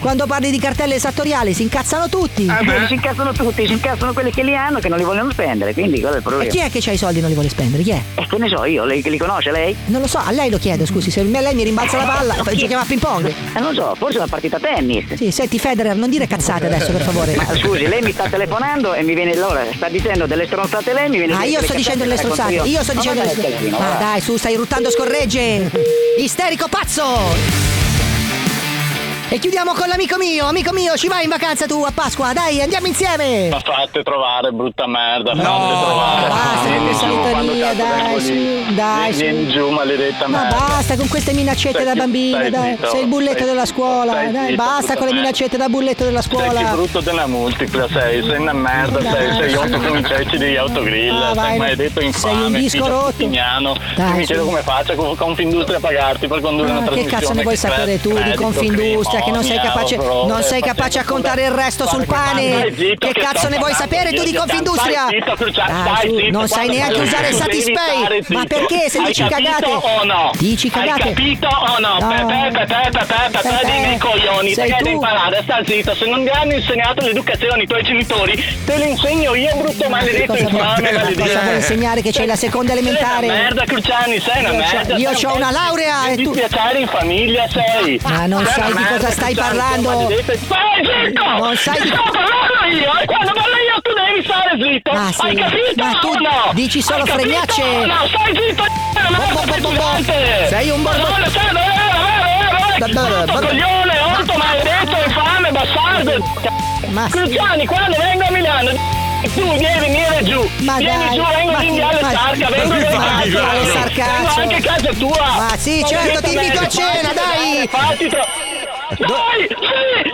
Speaker 13: Quando parli di cartelle esattoriali si incazzano tutti.
Speaker 18: Si incazzano tutti, si incazzano quelli che li hanno che non li vogliono spendere, quindi quello è il
Speaker 13: E
Speaker 18: problema.
Speaker 13: chi è che ha i soldi e non li vuole spendere? Chi è?
Speaker 18: Eh, che ne so io, lei che li conosce lei?
Speaker 13: Non lo so, a lei lo chiedo, scusi, se me- lei mi rimbalza la palla, fa- giochiamo a ping pong.
Speaker 18: Eh, non so, forse una partita a tennis.
Speaker 13: Sì, senti Federer, non dire cazzate adesso, per favore.
Speaker 18: Ma Ah, scusi, lei mi sta telefonando e mi viene allora, sta dicendo delle stronzate lei, mi viene a
Speaker 13: Ah,
Speaker 18: dire
Speaker 13: io
Speaker 18: delle
Speaker 13: sto dicendo
Speaker 18: cazzate
Speaker 13: le
Speaker 18: che racconto
Speaker 13: strozzate, io sto
Speaker 18: No,
Speaker 13: dicendo
Speaker 18: no,
Speaker 13: le
Speaker 18: no,
Speaker 13: strozzate.
Speaker 18: calmino,
Speaker 13: Ma
Speaker 18: va.
Speaker 13: dai, su, stai ruttando scorregge! Isterico pazzo! E chiudiamo con l'amico mio, amico mio, ci vai in vacanza tu a Pasqua, dai, andiamo insieme!
Speaker 10: Ma fate trovare, brutta merda, fate trovare.
Speaker 13: Basta con
Speaker 10: Vieni
Speaker 13: questa
Speaker 10: giù, quando
Speaker 13: litania,
Speaker 10: cazzo
Speaker 13: dai,
Speaker 10: vengo lì.
Speaker 13: su, dai,
Speaker 10: Vieni vieni
Speaker 13: su.
Speaker 10: giù, maledetta
Speaker 13: Ma
Speaker 10: merda.
Speaker 13: basta con queste minaccette
Speaker 10: Stai
Speaker 13: da
Speaker 10: zitto,
Speaker 13: bambino,
Speaker 10: stai
Speaker 13: dai,
Speaker 10: zitto,
Speaker 13: sei il bulletto
Speaker 10: stai
Speaker 13: della scuola,
Speaker 10: stai
Speaker 13: dai,
Speaker 10: zitto,
Speaker 13: basta con le
Speaker 10: brutta
Speaker 13: minaccette da bulletto della
Speaker 10: Sei più
Speaker 13: scuola.
Speaker 10: brutto della multipla, sei, sei una merda, sei, sei otto come i ceci di autogrill,
Speaker 13: Ah, vai,
Speaker 10: sei maledetto infame,
Speaker 13: sei un disco
Speaker 10: figlio
Speaker 13: rotto.
Speaker 10: putignano.
Speaker 13: Dai,
Speaker 10: Io mi
Speaker 13: su.
Speaker 10: chiedo come faccia con Confindustria a pagarti per condurre
Speaker 13: Ma
Speaker 10: una
Speaker 13: che
Speaker 10: trasmissione.
Speaker 13: cazzo ne vuoi
Speaker 10: crea
Speaker 13: sapere tu di
Speaker 10: credito,
Speaker 13: Confindustria che non sei
Speaker 10: crimonia,
Speaker 13: capace
Speaker 10: orrore,
Speaker 13: non sei
Speaker 10: facendo
Speaker 13: capace a
Speaker 10: eh, scusa.
Speaker 13: contare il resto sul pane?
Speaker 10: Stai zitto,
Speaker 13: Che cazzo
Speaker 10: sto
Speaker 13: ne vuoi
Speaker 10: parlando,
Speaker 13: sapere tu
Speaker 10: io
Speaker 13: di
Speaker 10: ti-
Speaker 13: Confindustria?
Speaker 10: Stai zitto, Cruciani,
Speaker 13: Dai,
Speaker 10: stai
Speaker 13: Ah, su,
Speaker 10: zitto,
Speaker 13: non sai
Speaker 10: quando
Speaker 13: neanche
Speaker 10: parlo
Speaker 13: usare
Speaker 10: tu
Speaker 13: il
Speaker 10: devi
Speaker 13: Satispay.
Speaker 10: stare
Speaker 13: Ma
Speaker 10: zitto.
Speaker 13: perché se
Speaker 10: Hai
Speaker 13: dici
Speaker 10: capito
Speaker 13: cagate?
Speaker 10: o no?
Speaker 13: Dici
Speaker 10: Hai
Speaker 13: cagate.
Speaker 10: capito o no?
Speaker 13: No.
Speaker 10: Pepe, pepe, pepe, pepe,
Speaker 13: Pepe,
Speaker 10: dimmi i coglioni,
Speaker 13: sei
Speaker 10: perché
Speaker 13: tu.
Speaker 10: devi imparare, sta zitto, se non ti hanno insegnato l'educazione i tuoi genitori, te lo insegno io, brutto maledetto
Speaker 13: Cosa vuoi-
Speaker 10: infame, maledetto.
Speaker 13: cosa vuoi insegnare che c'è la seconda elementare?
Speaker 10: Sei una merda, Cruciani, sei una
Speaker 13: Io c'ho-
Speaker 10: merda.
Speaker 13: io
Speaker 10: sei
Speaker 13: c'ho una laurea
Speaker 10: Sei
Speaker 13: e
Speaker 10: un
Speaker 13: tu-
Speaker 10: dispiacere in famiglia sei.
Speaker 13: Ma non
Speaker 10: Sei
Speaker 13: sai
Speaker 10: una
Speaker 13: di
Speaker 10: merda,
Speaker 13: cosa stai
Speaker 10: Cruciani, sei
Speaker 13: parlando.
Speaker 10: maledetto. Stai zitto!
Speaker 13: Non sai di-
Speaker 10: Sto parlando io, eh, e quando parlo io tu devi stare zitto.
Speaker 13: Ma Ah, sì,
Speaker 10: Hai capito
Speaker 13: ma tu
Speaker 10: o no?
Speaker 13: dici solo
Speaker 10: Hai capito
Speaker 13: fregnacce.
Speaker 10: o No, stai zitto, c***o, non
Speaker 13: Bo- bo- bo- bo-
Speaker 10: è
Speaker 13: Sei un borbo-
Speaker 10: Coglione, sei un
Speaker 13: Da- da- da-
Speaker 10: coglione, orto maledetto, infame, bastardo.
Speaker 13: Ma sì.
Speaker 10: Cruciani, quando vengo a Milano, tu vieni, vieni giù.
Speaker 13: Ma
Speaker 10: vieni
Speaker 13: dai,
Speaker 10: giù, vengo
Speaker 13: ma-
Speaker 10: a rinviare
Speaker 13: ma-
Speaker 10: le sarca, vengo a
Speaker 13: ma-
Speaker 10: rinviare
Speaker 13: ma- ma- le sarcazzo.
Speaker 10: Vengo anche a casa tua.
Speaker 13: Ma sì,
Speaker 10: Ma
Speaker 13: certo,
Speaker 10: vedete
Speaker 13: ti invito
Speaker 10: bene,
Speaker 13: a cena,
Speaker 10: fatti
Speaker 13: dai.
Speaker 10: vedere, Fatti tro- Dai, sì,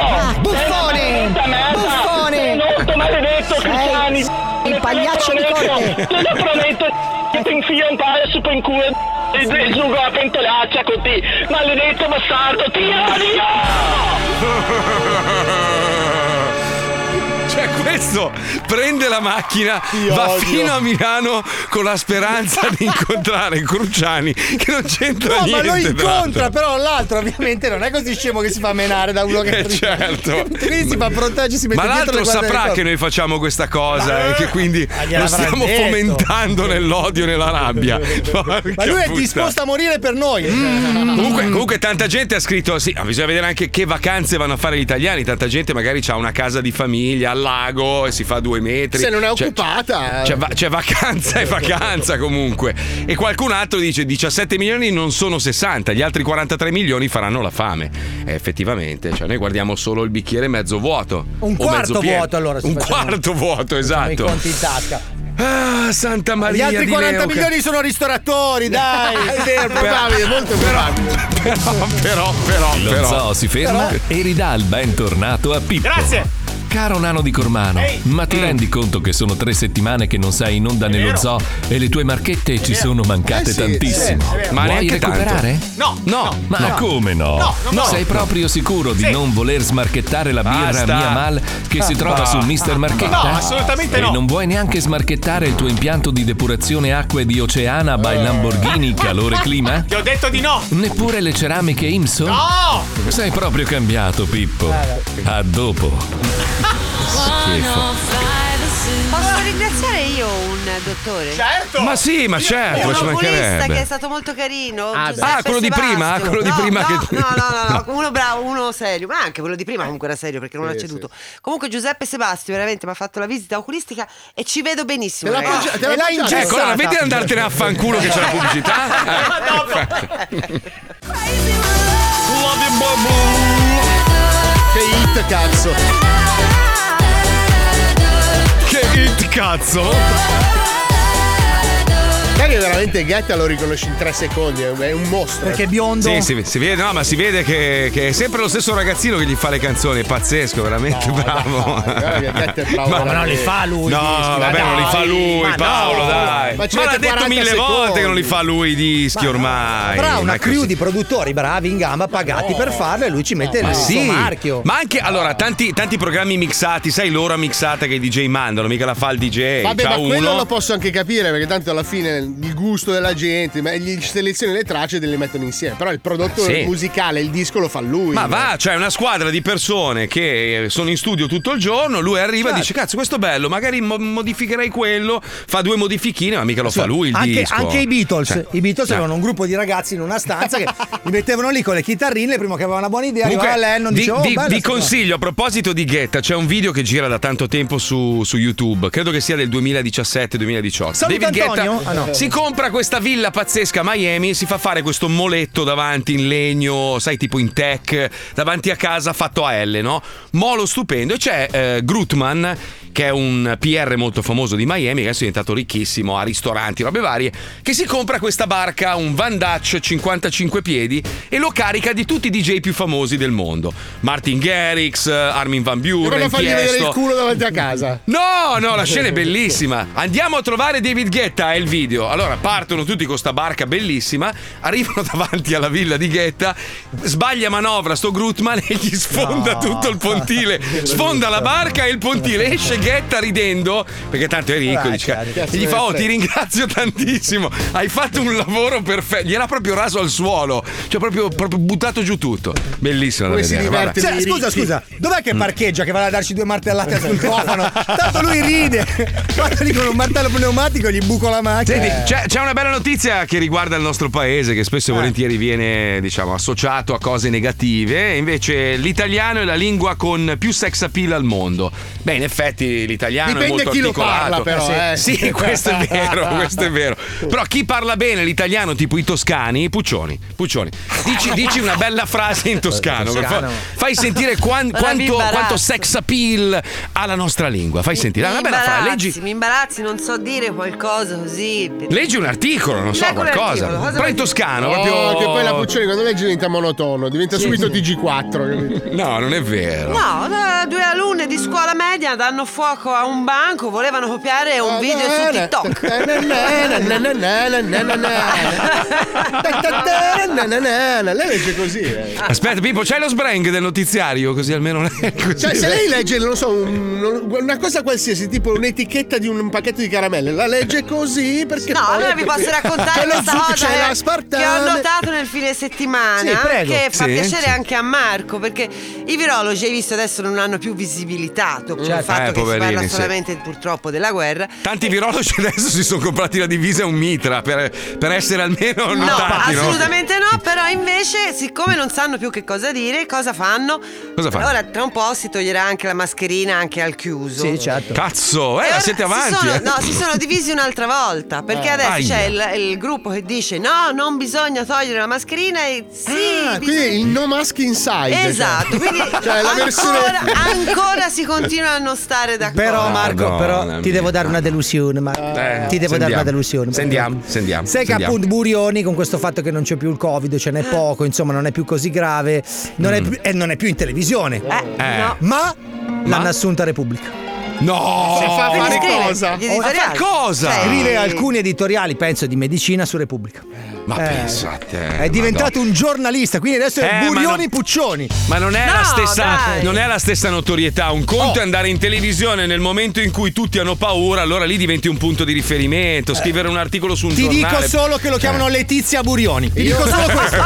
Speaker 13: Ah, buffone! Buffone!
Speaker 10: Sei maledetto, Cristiani!
Speaker 13: Il pagliaccio di corte!
Speaker 10: Te lo prometto che ti infilo un paio su in culo e e giungo la pentolaccia con te! Maledetto bastardo, ti
Speaker 4: Cioè, questo prende la macchina,
Speaker 19: Io
Speaker 4: va
Speaker 19: odio.
Speaker 4: fino a Milano con la speranza di incontrare Cruciani, che non c'entra
Speaker 8: No, ma
Speaker 4: niente.
Speaker 8: lo incontra,
Speaker 4: peraltro.
Speaker 8: però l'altro ovviamente non è così scemo che si fa menare da uno che
Speaker 4: Eh, certo.
Speaker 8: Quindi si fa proteggere, si mette
Speaker 4: Ma
Speaker 8: dietro
Speaker 4: l'altro
Speaker 8: le guardie
Speaker 4: saprà
Speaker 8: del
Speaker 4: che
Speaker 8: corpo.
Speaker 4: noi facciamo questa cosa e che quindi
Speaker 8: Ma
Speaker 4: lo
Speaker 8: gliel'avrà
Speaker 4: stiamo
Speaker 8: detto.
Speaker 4: fomentando nell'odio e nella rabbia. Porca
Speaker 8: Ma lui è
Speaker 4: puttana.
Speaker 8: disposto a morire per noi.
Speaker 4: Mm.
Speaker 8: Mm.
Speaker 4: Comunque, comunque tanta gente ha scritto, sì, ma bisogna vedere anche che vacanze vanno a fare gli italiani, tanta gente magari ha una casa di famiglia al lago e si fa due metri.
Speaker 6: Se non è
Speaker 4: Cioè,
Speaker 6: occupata.
Speaker 4: C'è, va- c'è vacanza e vacanza comunque. E qualcun altro dice 17 milioni non sono 60, gli altri 43 milioni faranno la fame. Eh, effettivamente, cioè noi guardiamo solo il bicchiere mezzo vuoto.
Speaker 8: Un
Speaker 4: o mezzo
Speaker 8: quarto
Speaker 4: pieno.
Speaker 8: vuoto allora. se
Speaker 4: Un
Speaker 8: facciamo-
Speaker 4: quarto vuoto,
Speaker 8: facciamo I
Speaker 4: esatto.
Speaker 8: conti in tasca.
Speaker 4: Ah, Ah, Santa Maria.
Speaker 8: Gli altri
Speaker 4: di
Speaker 8: 40
Speaker 4: Leuca. Ah,
Speaker 8: milioni sono ristoratori, dai!
Speaker 6: È vero, probabile, molto probabile.
Speaker 4: Però, però, però,
Speaker 1: Lo
Speaker 4: però.
Speaker 1: zoo si ferma
Speaker 4: Però-
Speaker 1: e ridà il bentornato a Pippo.
Speaker 2: Grazie.
Speaker 1: Caro nano di Cormano, ma
Speaker 4: Mm.
Speaker 1: ti rendi conto che sono tre settimane che non sei in onda nello zoo e le tue marchette ci sono mancate
Speaker 4: Eh sì,
Speaker 1: tantissimo?
Speaker 4: sì, è vero. Ma
Speaker 1: Vuoi
Speaker 4: neanche tanto.
Speaker 1: recuperare?
Speaker 2: No,
Speaker 1: no, ma
Speaker 4: no.
Speaker 1: come no?
Speaker 4: No, non voglio.
Speaker 1: Sei proprio sicuro di
Speaker 4: Sì.
Speaker 1: non voler smarchettare la birra
Speaker 4: Basta.
Speaker 1: Mia Mal che si
Speaker 4: Ah,
Speaker 1: trova
Speaker 4: no.
Speaker 1: su Mr. Marchetta?
Speaker 2: No, assolutamente
Speaker 1: e
Speaker 2: no.
Speaker 1: non vuoi neanche smarchettare il tuo impianto di depurazione acque di Oceana by Lamborghini calore clima?
Speaker 2: Eh. Ti ho detto di no.
Speaker 1: Neppure le ceramiche IMSO?
Speaker 2: No! Ah,
Speaker 1: Sei proprio cambiato, Pippo. A dopo. Schifo.
Speaker 20: Posso ringraziare io un dottore? Certo!
Speaker 4: Ma sì, ma certo,
Speaker 20: un
Speaker 4: ci
Speaker 20: oculista
Speaker 4: mancherebbe.
Speaker 20: che è stato molto carino.
Speaker 4: Ah,
Speaker 20: Giuseppe
Speaker 8: Cioè,
Speaker 4: ah, quello di
Speaker 20: Sebastio.
Speaker 4: prima, ah, quello di
Speaker 20: No,
Speaker 4: prima
Speaker 20: no,
Speaker 4: che-
Speaker 20: No, no, no, no, uno bravo, uno serio, ma anche quello di prima comunque era serio perché non ha ceduto. Comunque Giuseppe Sebastio veramente mi ha fatto la visita oculistica e ci vedo benissimo.
Speaker 6: Te l'ha
Speaker 20: ragazzi.
Speaker 6: mangi- te l'ha Te l'ha mangiata. ingessata.
Speaker 4: Ecco, allora vedi di andartene a fanculo che c'è la pubblicità. Eh,
Speaker 6: Che hit, cazzo.
Speaker 4: Che hit, cazzo.
Speaker 6: Dario veramente Gatta lo riconosci in tre secondi, è un mostro. Perché è biondo.
Speaker 4: Sì, si, si vede, no, ma si vede che, che è sempre lo stesso ragazzino che gli fa le canzoni, è pazzesco, veramente bravo.
Speaker 8: Ma non le fa lui,
Speaker 4: No,
Speaker 8: dischi, ma
Speaker 4: vabbè, non li fa
Speaker 8: dai.
Speaker 4: lui,
Speaker 8: Ma
Speaker 4: Paolo,
Speaker 8: no.
Speaker 4: dai.
Speaker 8: Ma
Speaker 4: Ma,
Speaker 8: ci
Speaker 4: l'ha
Speaker 8: mette
Speaker 4: detto
Speaker 8: 40
Speaker 4: mille volte
Speaker 8: secondi.
Speaker 4: che non li fa lui i dischi ormai.
Speaker 8: Avrà una
Speaker 4: Ma-
Speaker 8: crew di produttori bravi in gamba, pagati per farlo e lui ci mette
Speaker 4: Ma
Speaker 8: il
Speaker 4: sì,
Speaker 8: suo marchio.
Speaker 4: ma anche allora tanti, tanti programmi mixati, sai l'ora mixata che i DJ mandano, mica la fa il DJ.
Speaker 6: Vabbè,
Speaker 4: c'ha
Speaker 6: ma quello
Speaker 4: uno.
Speaker 6: lo posso anche capire, perché tanto alla fine il gusto della gente, ma gli selezioni le tracce e le mettono insieme. Però il prodotto
Speaker 4: Sì.
Speaker 6: musicale, il disco lo fa lui.
Speaker 4: Ma va, cioè una squadra di persone che eh, sono in studio tutto il giorno, lui arriva
Speaker 8: Certo.
Speaker 4: e dice cazzo questo è bello, magari mo- modificherei quello, fa due modifichine, ma mica lo fa lui il
Speaker 8: anche,
Speaker 4: disco.
Speaker 8: anche i Beatles.
Speaker 4: Cioè,
Speaker 8: I Beatles
Speaker 4: cioè,
Speaker 8: avevano un gruppo di ragazzi in una stanza che li mettevano lì con le chitarrine. Il primo che aveva una buona idea,
Speaker 4: Comunque,
Speaker 8: arrivava Lennon
Speaker 4: vi,
Speaker 8: diceva: oh,
Speaker 4: vi-
Speaker 8: bella
Speaker 4: vi
Speaker 8: sta cosa".
Speaker 4: consiglio a proposito di Ghetta, c'è un video che gira da tanto tempo su, su YouTube, credo che sia del 2017-2018.
Speaker 8: Saluta Antonio?
Speaker 4: Guetta
Speaker 8: Ah, no.
Speaker 4: si compra questa villa pazzesca a Miami e si fa fare questo moletto davanti in legno, sai, tipo in tech, davanti a casa fatto a L, no? Molo stupendo. E c'è eh, Grutman, che è un PR molto famoso di Miami, che adesso è diventato ricchissimo, ha ristoranti, robe varie, che si compra questa barca, un Van Dutch 55 piedi, e lo carica di tutti i DJ più famosi del mondo. Martin Garrix, eh, Armin Van
Speaker 6: E
Speaker 4: Buren,
Speaker 6: voglio fargli vedere il
Speaker 4: Tiesto.
Speaker 6: culo davanti a casa.
Speaker 4: No, no, la scena è bellissima. Andiamo a trovare David Guetta, è il video. Allora partono tutti con sta barca bellissima, arrivano davanti alla villa di Guetta, sbaglia manovra sto Grutman e gli sfonda
Speaker 21: No.
Speaker 4: tutto il pontile. Sfonda la barca e il pontile. Esce Guetta ridendo, perché tanto è ricco, dice,
Speaker 21: cazzo cioè,
Speaker 4: e gli fa
Speaker 21: me ne
Speaker 4: "Oh, ti
Speaker 21: frega."
Speaker 4: ringrazio tantissimo. Hai fatto un lavoro perfetto." Gli era proprio raso al suolo, cioè proprio, proprio buttato giù tutto. Bellissimo da
Speaker 8: Come si
Speaker 4: vedere.
Speaker 8: diverte
Speaker 4: guarda.
Speaker 8: Cioè, scusa, scusa, dov'è
Speaker 4: Mm.
Speaker 8: che parcheggia che va a darci due martellate sul cofano? Tanto lui ride. Quando gli con un martello pneumatico gli buco la macchina.
Speaker 4: Senti, c'è, c'è una bella notizia che riguarda il nostro paese, che
Speaker 6: Eh.
Speaker 4: spesso e volentieri viene diciamo, associato a cose negative. Invece, l'italiano è la lingua con più sex appeal al mondo. Beh, in effetti, l'italiano è
Speaker 6: Dipende
Speaker 4: molto
Speaker 6: chi lo
Speaker 4: articolato.
Speaker 6: parla, però, eh.
Speaker 4: Sì, sì, questo è vero, questo è vero. Però chi parla bene l'italiano, tipo i toscani, Puccioni, Puccioni, dici, dici una bella frase in toscano. per fa- fai sentire quan-
Speaker 20: Ma mi
Speaker 4: quanto,
Speaker 20: imbarazzo.
Speaker 4: quanto sex appeal ha la nostra lingua. Fai sentire,
Speaker 20: Mi
Speaker 4: una bella frase.
Speaker 20: imbarazzi,
Speaker 4: Leggi,
Speaker 20: Mi imbarazzi, non so dire qualcosa così.
Speaker 4: Leggi un articolo, non so,
Speaker 20: Leggo un
Speaker 4: qualcosa.
Speaker 20: articolo, cosa Oh.
Speaker 4: Però in
Speaker 20: vuoi-
Speaker 4: toscano,
Speaker 6: No,
Speaker 4: proprio.
Speaker 6: che poi la Puccioni quando legge diventa monotono, diventa
Speaker 4: Sì.
Speaker 6: subito TG4. capito?
Speaker 4: No, non è vero.
Speaker 20: No, eh, due alunne di scuola media danno fuoco a un banco, volevano copiare un video su TikTok.
Speaker 6: Eh, Na, na, na, na. Lei legge così. eh.
Speaker 4: Aspetta, Pippo, c'hai lo sbrang del notiziario? Così almeno non è così.
Speaker 6: Cioè, se lei legge, non lo so, un- non- una cosa qualsiasi, tipo un'etichetta di un pacchetto di caramelle, la legge così perché.
Speaker 20: No,
Speaker 6: poi-
Speaker 20: allora vi posso raccontare
Speaker 6: C'è lo
Speaker 20: questa
Speaker 6: zucchero,
Speaker 20: cosa
Speaker 6: c'è
Speaker 20: che-
Speaker 6: la
Speaker 20: che ho
Speaker 6: spartana.
Speaker 20: notato nel fine settimana
Speaker 6: Sì, prego.
Speaker 20: che fa
Speaker 6: Sì,
Speaker 20: piacere
Speaker 6: sì.
Speaker 20: anche a Marco perché i virologi hai visto adesso non hanno più visibilità dopo il
Speaker 4: Certo.
Speaker 20: fatto
Speaker 4: Eh,
Speaker 20: che si
Speaker 4: poverini,
Speaker 20: parla
Speaker 4: sì.
Speaker 20: solamente purtroppo della guerra
Speaker 4: Tanti virologi adesso si sono comprati la divisa e un mitra per, per essere almeno
Speaker 20: No,
Speaker 4: notati, no?
Speaker 20: assolutamente no, però invece, siccome non sanno più che cosa dire, cosa fanno?
Speaker 4: Cosa fanno?
Speaker 20: Ora, tra un po' si toglierà anche la mascherina, anche al chiuso.
Speaker 4: Sì, certo. Cazzo, eh, la siete avanti.
Speaker 20: Si sono,
Speaker 4: eh.
Speaker 20: no, si sono divisi un'altra volta. Perché
Speaker 4: Eh.
Speaker 20: adesso
Speaker 4: Aia.
Speaker 20: c'è il, il gruppo che dice: No, non bisogna togliere la mascherina. E sì,
Speaker 6: Ah,
Speaker 20: bisogna-
Speaker 6: quindi il no mask inside.
Speaker 20: Esatto,
Speaker 6: cioè.
Speaker 20: quindi
Speaker 6: Cioè, la versione.
Speaker 20: ancora, ancora si continua a non stare d'accordo.
Speaker 8: Però Marco,
Speaker 4: Madonna
Speaker 8: però
Speaker 4: mia.
Speaker 8: ti devo dare una delusione, Marco.
Speaker 4: Eh,
Speaker 8: ti devo dare
Speaker 4: sentiamo.
Speaker 8: una delusione.
Speaker 4: Sentiamo, sentiamo.
Speaker 8: Sai che
Speaker 4: sentiamo.
Speaker 8: appunto Burioni con questo fatto che non c'è più il Covid, ce
Speaker 6: Eh.
Speaker 8: n'è poco, insomma non è più così grave, non, è, più, e non è più in televisione.
Speaker 4: Mm. Eh. no.
Speaker 8: Ma l'hanno assunta Repubblica.
Speaker 4: No!
Speaker 6: Se fa fare Scrive, cosa? Cioè. gli
Speaker 8: Oh,
Speaker 6: editoriali.
Speaker 4: cosa?
Speaker 8: Scrive
Speaker 4: Sì.
Speaker 8: alcuni editoriali, penso, di medicina su Repubblica.
Speaker 4: Ma
Speaker 8: Eh,
Speaker 4: pensa a te.
Speaker 8: È diventato
Speaker 4: Madonna.
Speaker 8: un giornalista, quindi adesso
Speaker 4: Eh,
Speaker 8: è
Speaker 4: ma
Speaker 8: Burioni
Speaker 4: no-
Speaker 8: Puccioni.
Speaker 4: Ma non è,
Speaker 8: No,
Speaker 4: la stessa,
Speaker 8: dai.
Speaker 4: non è la stessa notorietà. Un
Speaker 8: Oh.
Speaker 4: conto è andare in televisione nel momento in cui tutti hanno paura, allora lì diventi un punto di riferimento. Scrivere un articolo su un
Speaker 8: Eh. Ti
Speaker 4: giornale. Eh.
Speaker 8: dico solo che lo chiamano Letizia Burioni. Ti dico solo questo.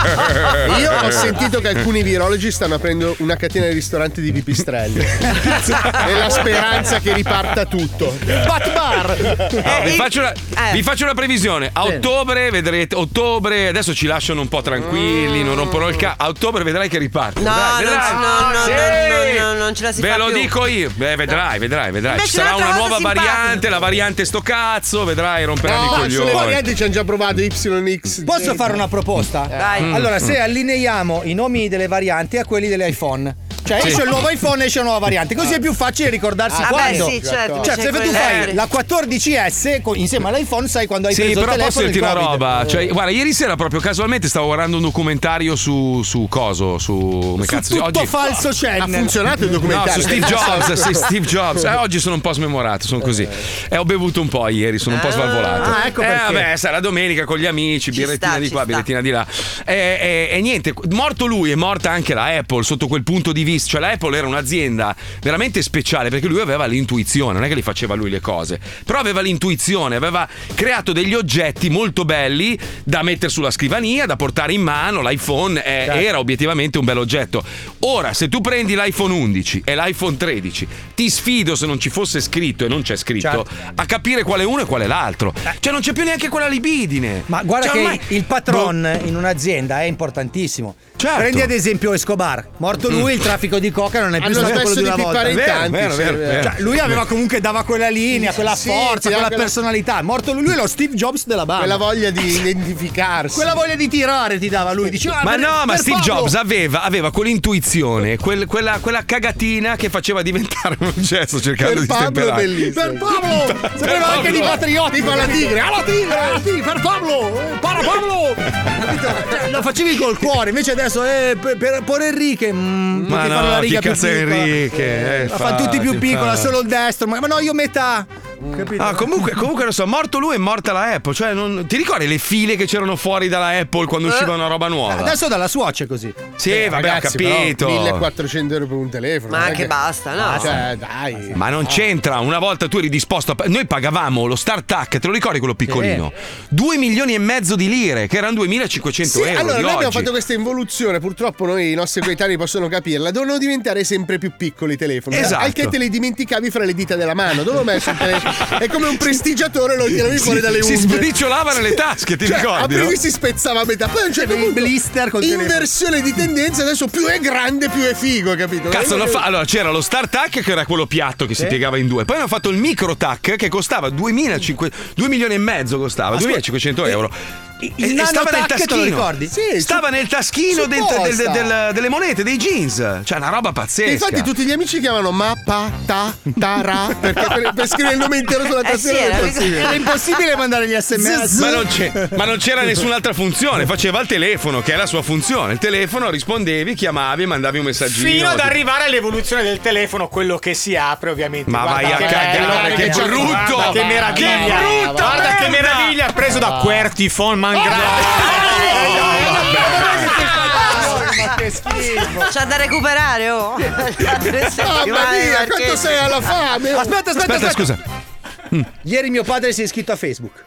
Speaker 6: Io ho sentito che alcuni virologi stanno aprendo una catena di ristoranti di pipistrelli. Nella speranza che riparta tutto. Bat bar!
Speaker 4: No, vi, faccio una,
Speaker 6: eh.
Speaker 4: vi faccio una previsione. A
Speaker 6: Bene.
Speaker 4: ottobre vedrete. Ottobre, adesso ci lasciano un po' tranquilli, non rompono il ca. A ottobre vedrai che riparte.
Speaker 20: No,
Speaker 4: Vedrai,
Speaker 20: non,
Speaker 4: vedrai.
Speaker 20: ci- no, no,
Speaker 4: Sì!
Speaker 20: no, no, no, non ce la si
Speaker 4: Ve
Speaker 20: fa
Speaker 4: lo
Speaker 20: più.
Speaker 4: dico io. Beh, vedrai, vedrai, vedrai.
Speaker 20: Invece
Speaker 4: Ci sarà
Speaker 20: un'altra
Speaker 4: una
Speaker 20: cosa
Speaker 4: nuova
Speaker 20: simpatica.
Speaker 4: variante, la variante sto cazzo, vedrai, romperanno i
Speaker 6: No, sulle
Speaker 4: coglioni.
Speaker 6: varianti ci hanno già provato YX.
Speaker 8: Posso fare una proposta?
Speaker 20: Eh.
Speaker 6: Dai.
Speaker 4: Mm.
Speaker 8: Allora, se
Speaker 4: Mm.
Speaker 8: allineiamo i nomi delle varianti a quelli dell'iPhone. Cioè,
Speaker 4: Sì.
Speaker 8: esce il nuovo iPhone, esce una nuova variante. Così è più facile ricordarsi
Speaker 20: Ah, beh,
Speaker 8: quando.
Speaker 20: sì, certo,
Speaker 8: Cioè,
Speaker 20: c'è
Speaker 8: se tu
Speaker 20: quella-
Speaker 8: fai
Speaker 20: eh.
Speaker 8: la 14S co- insieme all'iPhone, sai quando hai
Speaker 4: Sì,
Speaker 8: preso
Speaker 4: però
Speaker 8: il
Speaker 4: posso
Speaker 8: telefono e
Speaker 4: dirti
Speaker 8: il
Speaker 4: una
Speaker 8: Covid. Eh.
Speaker 4: roba. Cioè, guarda, ieri sera proprio casualmente stavo guardando un documentario su, su Coso, su. come cazzo,
Speaker 8: tutto
Speaker 4: oggi-
Speaker 8: falso channel.
Speaker 6: Ha funzionato il
Speaker 4: No,
Speaker 6: documentario.
Speaker 4: su Steve
Speaker 8: Esatto.
Speaker 4: Jobs, sì, Steve Jobs. Eh, oggi sono un po' smemorato, sono così. E ho bevuto un po' ieri, sono un po' svalvolato.
Speaker 8: ah, ecco
Speaker 4: eh,
Speaker 8: perché.
Speaker 4: vabbè, sarà domenica con gli amici, birrettina
Speaker 8: sta,
Speaker 4: di
Speaker 8: ci
Speaker 4: qua,
Speaker 8: sta.
Speaker 4: birrettina di là. E, e- e niente, morto lui è morta anche la Apple sotto quel punto di vista. Cioè la Apple era un'azienda veramente speciale perché lui aveva l'intuizione, non è che li faceva lui le cose, però aveva l'intuizione, aveva creato degli oggetti molto belli da mettere sulla scrivania, da portare in mano, l'iPhone è-
Speaker 8: Certo.
Speaker 4: era obiettivamente un bel oggetto. Ora, se tu prendi l'iPhone 11 e l'iPhone 13, ti sfido se non ci fosse scritto e non c'è scritto
Speaker 8: Certo.
Speaker 4: a capire quale uno e quale l'altro.
Speaker 8: Eh.
Speaker 4: Cioè non c'è più neanche quella libidine.
Speaker 8: Ma guarda
Speaker 4: Cioè,
Speaker 8: che
Speaker 4: ormai-
Speaker 8: il patron
Speaker 6: boh.
Speaker 8: in un'azienda è importantissimo.
Speaker 4: Certo.
Speaker 8: Prendi ad esempio Escobar. Morto lui,
Speaker 4: Mm.
Speaker 8: il traffico di coca non è più
Speaker 6: Hanno
Speaker 8: stato
Speaker 6: smesso
Speaker 8: quello di
Speaker 6: di
Speaker 8: una volta.
Speaker 6: pippare in Vero, tanti, vero, sì, vero, vero.
Speaker 8: Cioè, lui aveva comunque dava quella linea, quella
Speaker 6: Sì, sì,
Speaker 8: forza, quella
Speaker 6: anche la-
Speaker 8: personalità. Morto lui, lui è lo Steve Jobs della banda.
Speaker 6: Quella voglia di identificarsi.
Speaker 8: Quella voglia di tirare ti dava lui. Diceva, "Ah,
Speaker 6: Ah,
Speaker 4: Ma
Speaker 8: "Per-
Speaker 4: no, ma
Speaker 8: per
Speaker 4: Steve
Speaker 8: Pablo".
Speaker 4: Jobs aveva, aveva quell'intuizione, quel- quella, quella cagatina che faceva diventare un gesto cercando
Speaker 6: Per
Speaker 4: di
Speaker 6: Pablo è
Speaker 4: stemperare.
Speaker 6: bellissimo. Per Pablo!
Speaker 8: Sapeva anche di patrioti.
Speaker 6: Tipo la tigre. Alla tigre! Alla tigre! Per Pablo! eh, Para Pablo!
Speaker 8: Cioè, Lo facevi col cuore, invece adesso eh, per, per Por Enrique. mm,
Speaker 4: Ma
Speaker 8: ti
Speaker 4: no,
Speaker 8: fanno la
Speaker 4: chi
Speaker 8: riga più
Speaker 4: cazzo è
Speaker 8: piccola.
Speaker 4: Enrique? Eh,
Speaker 8: la fanno tutti più
Speaker 4: infatti,
Speaker 8: piccola,
Speaker 4: infatti.
Speaker 8: solo il destro. Ma, ma no, io metà. Capito?
Speaker 4: Ah, comunque, comunque non so, morto lui è morta la Apple. Cioè, non- ti ricordi le file che c'erano fuori dalla Apple
Speaker 6: Eh.
Speaker 4: quando usciva una roba nuova?
Speaker 8: Adesso dalla suocera così.
Speaker 4: Sì, vabbè,
Speaker 6: Ragazzi,
Speaker 4: ho
Speaker 6: però,
Speaker 4: capito.
Speaker 6: 1400 euro per un telefono.
Speaker 20: Ma
Speaker 6: non è
Speaker 20: anche basta, no?
Speaker 6: Cioè, dai.
Speaker 4: Ma non c'entra, una volta tu eri disposto a. pa- Noi pagavamo lo Star Tac, te lo ricordi quello piccolino? 2 milioni e mezzo di lire, che erano 2500
Speaker 6: Sì,
Speaker 4: euro.
Speaker 6: allora
Speaker 4: di
Speaker 6: noi abbiamo
Speaker 4: oggi.
Speaker 6: fatto questa involuzione, purtroppo noi i nostri coetanei possono capirla, dovevano diventare sempre più piccoli i telefoni,
Speaker 4: Esatto.
Speaker 6: al che te li dimenticavi fra le dita della mano, dove ho messo il telefono? È come un prestigiatore lo tiravi fuori
Speaker 4: Si-
Speaker 6: dalle
Speaker 4: si
Speaker 6: unghie.
Speaker 4: sbriciolava nelle tasche, ti
Speaker 6: Cioè,
Speaker 4: ricordi,
Speaker 6: Aprivi
Speaker 4: no?
Speaker 6: si spezzava a metà, poi a un certo punto
Speaker 8: blister col telefono.
Speaker 6: inversione di tendenza, adesso più è grande più è figo, capito? Eh,
Speaker 4: Cazzo,
Speaker 6: lo
Speaker 4: hanno fa- allora c'era lo Star Tac che era quello piatto che si
Speaker 6: Sì.
Speaker 4: piegava in due, poi hanno fatto il Micro Tac che costava 2.500 2 milioni e mezzo costava, 2.500 euro. Eh,
Speaker 8: il nano tac, te lo ricordi? Sì,
Speaker 4: stava
Speaker 8: su-
Speaker 4: nel taschino
Speaker 8: su
Speaker 4: del- del-
Speaker 8: posta.
Speaker 4: del- delle monete, dei jeans. Cioè, una roba pazzesca.
Speaker 6: Infatti tutti gli amici chiamano Mappa Ta Tara perché per, per scrivere il nome intero sulla tastiera è impossibile.
Speaker 8: Eh Era impossibile mandare gli sms.
Speaker 4: Ma non, c'è- ma non c'era nessun'altra funzione, faceva il telefono, che è la sua funzione. Il telefono rispondevi, chiamavi, mandavi un messaggino.
Speaker 2: Fino ad
Speaker 4: Ti-
Speaker 2: arrivare all'evoluzione del telefono, quello che si apre ovviamente.
Speaker 4: Ma
Speaker 2: Guarda
Speaker 4: vai a
Speaker 2: bello,
Speaker 4: cagare, che
Speaker 2: guarda,
Speaker 4: brutto!
Speaker 2: guarda che meraviglia!
Speaker 4: Che brutto,
Speaker 2: guarda che meraviglia! Preso
Speaker 8: Ah.
Speaker 2: da Quertifon
Speaker 8: Oh,
Speaker 2: Mangrave.
Speaker 6: Ma che schifo!
Speaker 20: C'ha da recuperare, oh!
Speaker 6: Mamma mia, Ah, quanto sei alla fame!
Speaker 8: Ah, Aspetta, aspetta, aspetta.
Speaker 4: scusa. Mm.
Speaker 8: Ieri mio padre si è iscritto a Facebook.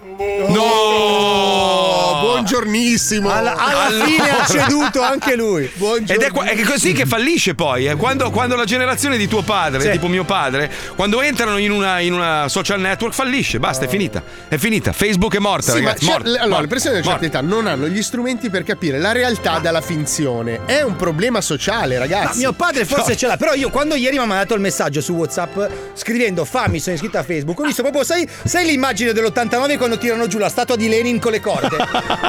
Speaker 4: No!
Speaker 6: Buongiornissimo.
Speaker 8: Alla, alla fine ha ceduto anche lui.
Speaker 4: Ed è, qua- è così che fallisce poi. eh. Quando, quando la generazione di tuo padre,
Speaker 8: Sì.
Speaker 4: tipo mio padre, quando entrano in una, in una social network fallisce. Basta, è finita. È finita. Facebook è morta,
Speaker 6: Sì, ma
Speaker 4: ragazzi.
Speaker 6: c'è-
Speaker 4: morta,
Speaker 6: le- allora,
Speaker 4: morta,
Speaker 6: le persone di una
Speaker 4: morta.
Speaker 6: certa età non hanno gli strumenti per capire la realtà dalla finzione. È un problema sociale,
Speaker 4: Eh,
Speaker 8: Ma
Speaker 6: ragazzi.
Speaker 8: mio padre forse
Speaker 6: No.
Speaker 8: ce l'ha, però io quando ieri mi ha mandato il messaggio su WhatsApp scrivendo fammi, sono iscritto a Facebook, ho visto proprio, sai, sai l'immagine dell'89 quando tirano giù la statua di Lenin con le corde?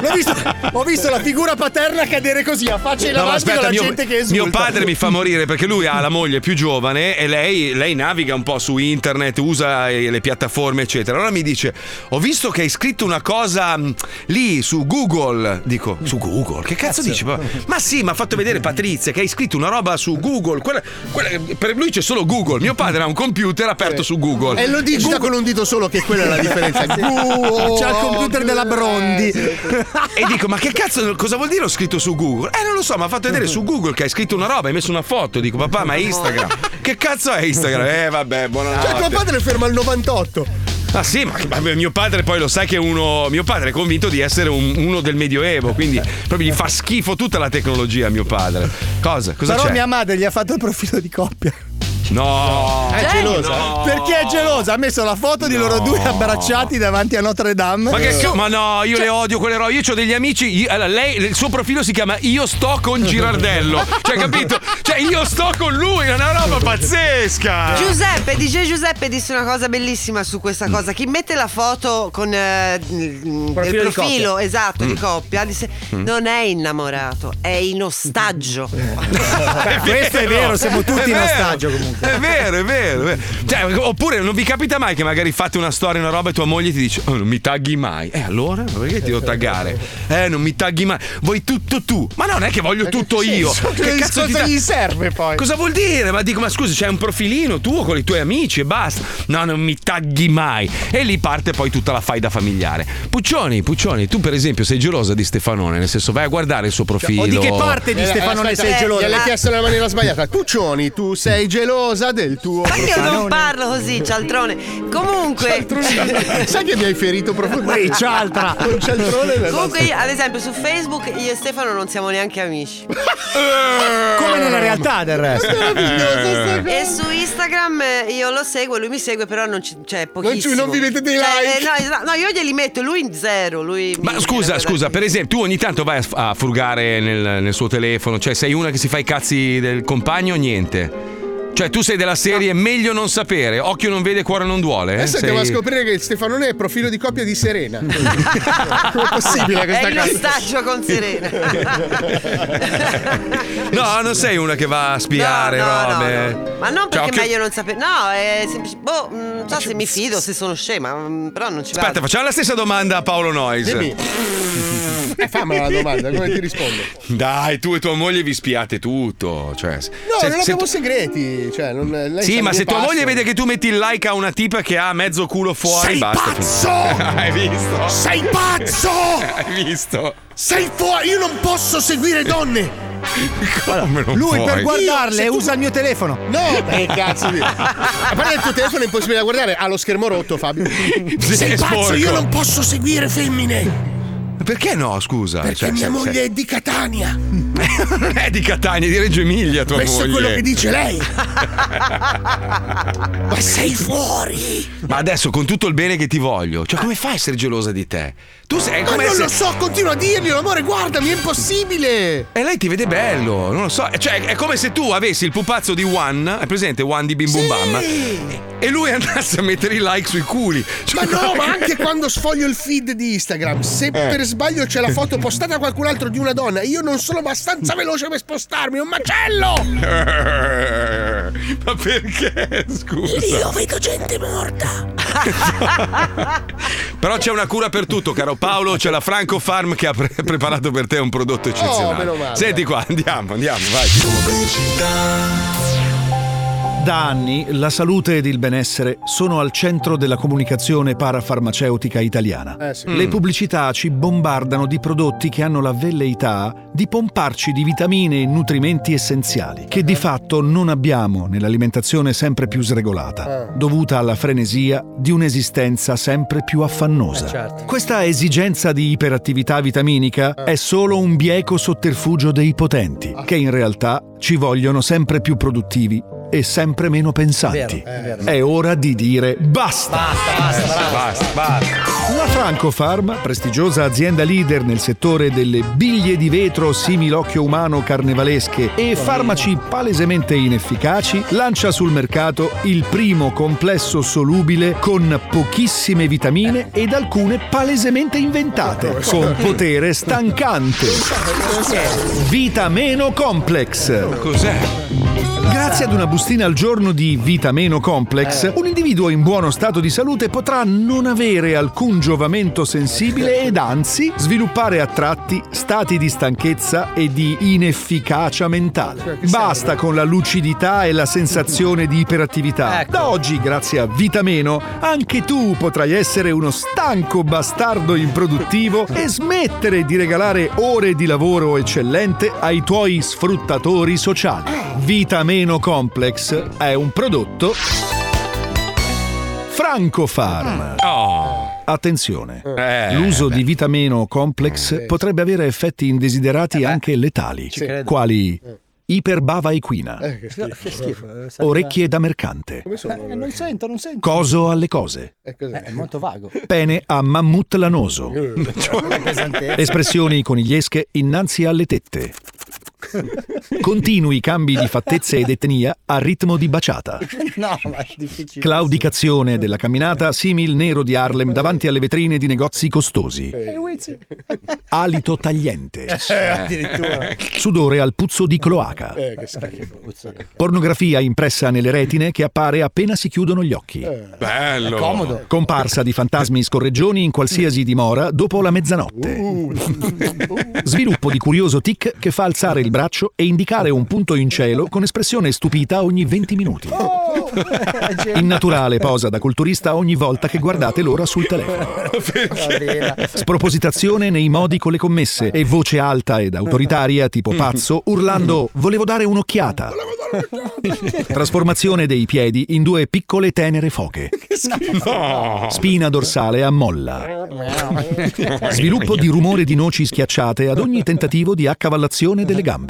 Speaker 8: L'ho visto, ho visto la figura paterna cadere così a faccia in
Speaker 4: No, ma
Speaker 8: avanti con
Speaker 4: aspetta,
Speaker 8: la
Speaker 4: mio,
Speaker 8: gente che esulta.
Speaker 4: mio padre mi fa morire perché lui ha la moglie più giovane e lei, lei naviga un po' su internet, usa eh, le piattaforme, eccetera. Allora mi dice: Ho visto che hai scritto una cosa mh, lì su Google. Dico, su Google? Che cazzo, dici? papà?" Ma sì, mi ha fatto vedere Patrizia che hai scritto una roba su Google. Quella- quella- per lui c'è solo Google. Mio padre ha un computer aperto su Google.
Speaker 6: E lo digita con un dito solo che quella è la differenza.
Speaker 4: Sì.
Speaker 6: Google. Eh,
Speaker 4: C'ha il computer della
Speaker 8: Brondi.
Speaker 4: e
Speaker 6: Ah.
Speaker 4: dico, ma che cazzo, cosa vuol dire ho scritto su Google? Eh, non lo so, mi ha fatto vedere su Google che hai scritto una roba, hai messo una foto. Dico, papà, ma è Instagram. che cazzo è Instagram? Eh, vabbè, buonanotte.
Speaker 6: Cioè, tuo padre ferma il 98.
Speaker 4: Ah sì, ma, ma mio padre poi lo sai che è uno. Mio padre è convinto di essere un- uno del Medioevo, quindi proprio gli fa schifo tutta la tecnologia, mio padre. Cosa? Cosa
Speaker 8: Però
Speaker 4: c'è?
Speaker 8: mia madre gli ha fatto il profilo di coppia.
Speaker 4: Cioè? No,
Speaker 8: È gelosa. Perché è gelosa, ha messo la foto di loro due abbracciati davanti a Notre Dame.
Speaker 4: Ma, che, ca- ma no, io le odio quelle robe. Io ho degli amici. io- allora, lei, il suo profilo si chiama Io sto con Girardello. Cioè, capito? Cioè, io sto con lui, è una roba pazzesca.
Speaker 20: Giuseppe, DJ Giuseppe disse una cosa bellissima su questa cosa. Chi mette la foto con eh, mm, del
Speaker 8: Mm. Profilo di
Speaker 20: profilo
Speaker 8: coppia.
Speaker 20: esatto di
Speaker 8: Mm.
Speaker 20: coppia disse
Speaker 8: Mm.
Speaker 20: non è innamorato, è in ostaggio.
Speaker 8: Beh, Cioè, questo è vero, siamo tutti in
Speaker 4: vero,
Speaker 8: ostaggio comunque.
Speaker 4: È vero, è vero. è vero. Cioè, oppure non vi capita mai che magari fate una storia, una roba e tua moglie ti dice: "Oh, Non mi tagli mai. Eh, allora? Ma perché ti devo taggare? Eh, non mi tagli mai. Vuoi tutto tu. Ma non è che
Speaker 6: Eh,
Speaker 4: voglio tutto io. Che cazzo ti
Speaker 6: cosa
Speaker 4: ta-
Speaker 6: gli serve poi?
Speaker 4: Cosa vuol dire? Ma dico, ma scusa, c'è un profilino tuo con i tuoi amici e basta. No, non mi tagghi mai. E lì parte poi tutta la faida familiare. Puccioni, Puccioni, tu per esempio sei gelosa di Stefanone, nel senso vai a guardare il suo
Speaker 8: Cioè,
Speaker 4: profilo.
Speaker 6: Eh,
Speaker 8: Stefanone
Speaker 6: aspetta,
Speaker 8: sei gelosa?
Speaker 6: Gliel'hai chiesto nella maniera sbagliata. Puccioni, tu sei gelosa del tuo.
Speaker 20: Ma io non
Speaker 6: profilo.
Speaker 20: parlo così, cialtrone. Comunque.
Speaker 6: Sai che mi hai ferito profondamente? Con cialtrone nella-
Speaker 20: Comunque, io, ad esempio, su Facebook io e Stefano non siamo neanche amici.
Speaker 8: Come nella realtà del resto. Eh.
Speaker 20: E su Instagram eh, io lo seguo, lui mi segue, però non ci- cioè,
Speaker 6: ci-
Speaker 20: pochissimo.
Speaker 6: non vi vedete i like.
Speaker 20: eh, no, esatto, no, io glieli metto, lui in zero. Lui
Speaker 4: Ma scusa, scusa, per esempio, tu ogni tanto vai a, f- a furgare nel, nel suo telefono, cioè sei una che si fa i cazzi del compagno o niente? Cioè, tu sei della serie meglio non sapere, occhio non vede, cuore non duole. eh?
Speaker 6: Adesso andiamo a
Speaker 4: Sei-
Speaker 6: scoprire che il Stefanone è il profilo di coppia di Serena.
Speaker 4: ah,
Speaker 6: Come è possibile questa
Speaker 20: È in
Speaker 6: cosa?
Speaker 20: ostaggio con Serena.
Speaker 6: Eh,
Speaker 4: No, non sei una che va a spiare robe.
Speaker 20: Ma
Speaker 4: Cioè,
Speaker 20: non perché
Speaker 4: occhio-
Speaker 20: meglio non sapere. No, è semplice. Boh, mm, non so se mi fido, se sono scema, mm, però non ci vado.
Speaker 4: Aspetta, facciamo la stessa domanda a Paolo Noyes.
Speaker 6: Dimmi.
Speaker 4: mm,
Speaker 6: Eh, Fammi la domanda, come ti rispondo?
Speaker 4: Dai, tu e tua moglie vi spiate tutto. Cioè, se-
Speaker 6: No,
Speaker 4: se-
Speaker 6: non
Speaker 4: se-
Speaker 6: abbiamo segreti. Cioè, non, lei
Speaker 4: Sì,
Speaker 6: sa
Speaker 4: ma
Speaker 6: il mio
Speaker 4: se tua
Speaker 6: passo.
Speaker 4: moglie vede che tu metti il like a una tipa che ha mezzo culo fuori,
Speaker 6: Sei
Speaker 4: basta.
Speaker 6: pazzo!
Speaker 4: Hai visto?
Speaker 6: Sei pazzo!
Speaker 4: Hai visto?
Speaker 6: Sei fuori, io non posso seguire donne!
Speaker 4: Come non
Speaker 8: Lui
Speaker 4: puoi?
Speaker 8: per
Speaker 6: Io,
Speaker 8: guardarle
Speaker 6: se tu-
Speaker 8: usa il mio telefono.
Speaker 6: No, che Eh, cazzo di... A parte il tuo telefono è impossibile da guardare, ha lo schermo rotto, Fabio.
Speaker 4: Sei è pazzo, sporco. io non
Speaker 6: posso seguire femmine!
Speaker 4: Perché no, scusa?
Speaker 6: Perché
Speaker 4: Cioè,
Speaker 6: mia
Speaker 4: se-
Speaker 6: moglie
Speaker 4: se-
Speaker 6: è di Catania!
Speaker 4: non è di Catania, è di Reggio Emilia tua
Speaker 6: Questo è
Speaker 4: moglie.
Speaker 6: quello che dice lei!
Speaker 4: ma
Speaker 6: sei fuori!
Speaker 4: Ma adesso con tutto il bene che ti voglio, cioè come fai a essere gelosa di te? Tu sei
Speaker 6: Ma
Speaker 4: come
Speaker 6: non
Speaker 4: se-
Speaker 6: lo so, continua a dirglielo, amore, guardami, è impossibile!
Speaker 4: E lei ti
Speaker 6: Ah.
Speaker 4: vede bello, non lo so. Cioè, è come se tu avessi il pupazzo di One, è presente One di Bim Bum Bam? E lui andasse a mettere i like sui culi.
Speaker 6: Ma
Speaker 4: Cioè,
Speaker 6: no, ma anche quando sfoglio il feed di Instagram,
Speaker 4: Eh.
Speaker 6: se per sbaglio c'è la foto postata da qualcun altro di una donna, io non sono abbastanza
Speaker 4: Mm.
Speaker 6: veloce per spostarmi, è un
Speaker 4: Eh.
Speaker 6: macello!
Speaker 4: ma perché? Scusa.
Speaker 6: Io vedo gente morta.
Speaker 4: Però c'è una cura per tutto, caro Paolo. C'è la Franco Farm che ha pre- preparato per te un prodotto
Speaker 6: Oh,
Speaker 4: eccezionale.
Speaker 6: meno male.
Speaker 4: Senti qua, andiamo, andiamo, vai.
Speaker 22: Da anni la salute ed il benessere sono al centro della comunicazione parafarmaceutica italiana.
Speaker 6: Eh sì.
Speaker 22: Le
Speaker 6: Mm.
Speaker 22: pubblicità ci bombardano di prodotti che hanno la velleità di pomparci di vitamine e nutrimenti essenziali, che di fatto non abbiamo nell'alimentazione sempre più
Speaker 4: Ah.
Speaker 22: sregolata, dovuta alla frenesia di un'esistenza sempre più
Speaker 4: Eh,
Speaker 22: affannosa.
Speaker 4: certo.
Speaker 22: Questa esigenza di iperattività vitaminica
Speaker 4: Ah.
Speaker 22: è solo un bieco sotterfugio dei potenti, che in realtà ci vogliono sempre più produttivi e sempre meno pensanti.
Speaker 4: È vero, è vero.
Speaker 22: È ora di dire basta!
Speaker 4: Basta, basta, basta.
Speaker 22: La Francofarm, prestigiosa azienda leader nel settore delle biglie di vetro similocchio umano carnevalesche e farmaci palesemente inefficaci, lancia sul mercato il primo complesso solubile con pochissime vitamine ed alcune palesemente inventate, con potere stancante. Vitameno Complex.
Speaker 4: Cos'è?
Speaker 22: Grazie
Speaker 9: Eh,
Speaker 22: ad una bustina al giorno di Vitameno Complex, un individuo in buono stato di salute potrà non avere alcun giovamento sensibile ed anzi sviluppare a tratti stati di stanchezza e di inefficacia mentale. Basta con la lucidità e la sensazione di iperattività. Da oggi, grazie a Vitameno, anche tu potrai essere uno stanco bastardo improduttivo e smettere di regalare ore di lavoro eccellente ai tuoi sfruttatori sociali. Vitameno Complex è un prodotto Francofarm.
Speaker 1: Ah.
Speaker 22: Attenzione,
Speaker 6: Eh,
Speaker 22: l'uso di vitameno complex potrebbe avere effetti indesiderati anche letali,
Speaker 6: Eh, Ci credo.
Speaker 22: quali iperbava equina,
Speaker 6: Eh, che schifo.
Speaker 8: Che
Speaker 9: Eh,
Speaker 8: schifo.
Speaker 22: orecchie da mercante,
Speaker 6: Come sono?
Speaker 8: Eh, non sento, non sento.
Speaker 22: coso alle cose,
Speaker 8: Eh, cos'è? è molto vago.
Speaker 22: pene a mammut lanoso,
Speaker 6: Eh,
Speaker 8: È
Speaker 6: Cioè,
Speaker 8: pesante.
Speaker 22: espressioni conigliesche innanzi alle tette, continui cambi di fattezza ed etnia a ritmo di baciata.
Speaker 8: No, ma è difficile.
Speaker 22: Claudicazione della camminata simil nero di Harlem davanti alle vetrine di negozi costosi.
Speaker 8: Eh, Wizzy.
Speaker 22: Alito tagliente.
Speaker 8: Eh, addirittura.
Speaker 22: Sudore al puzzo di cloaca.
Speaker 6: Eh, che schifo.
Speaker 22: Pornografia impressa nelle retine che appare appena si chiudono gli occhi.
Speaker 6: Eh.
Speaker 10: Eh.
Speaker 4: Bello.
Speaker 22: Comparsa di fantasmi scorreggioni in qualsiasi dimora dopo la mezzanotte.
Speaker 4: Uh,
Speaker 22: Sviluppo di curioso tic che fa alzare il braccio e indicare un punto in cielo con espressione stupita ogni 20 minuti. In naturale posa da culturista ogni volta che guardate l'ora sul telefono. Spropositazione nei modi con le commesse e voce alta ed autoritaria tipo pazzo urlando volevo dare un'occhiata. Trasformazione dei piedi in due piccole tenere foche.
Speaker 4: No.
Speaker 22: Spina dorsale a molla. Sviluppo di rumore di noci schiacciate ad ogni tentativo di accavallazione delle gambe.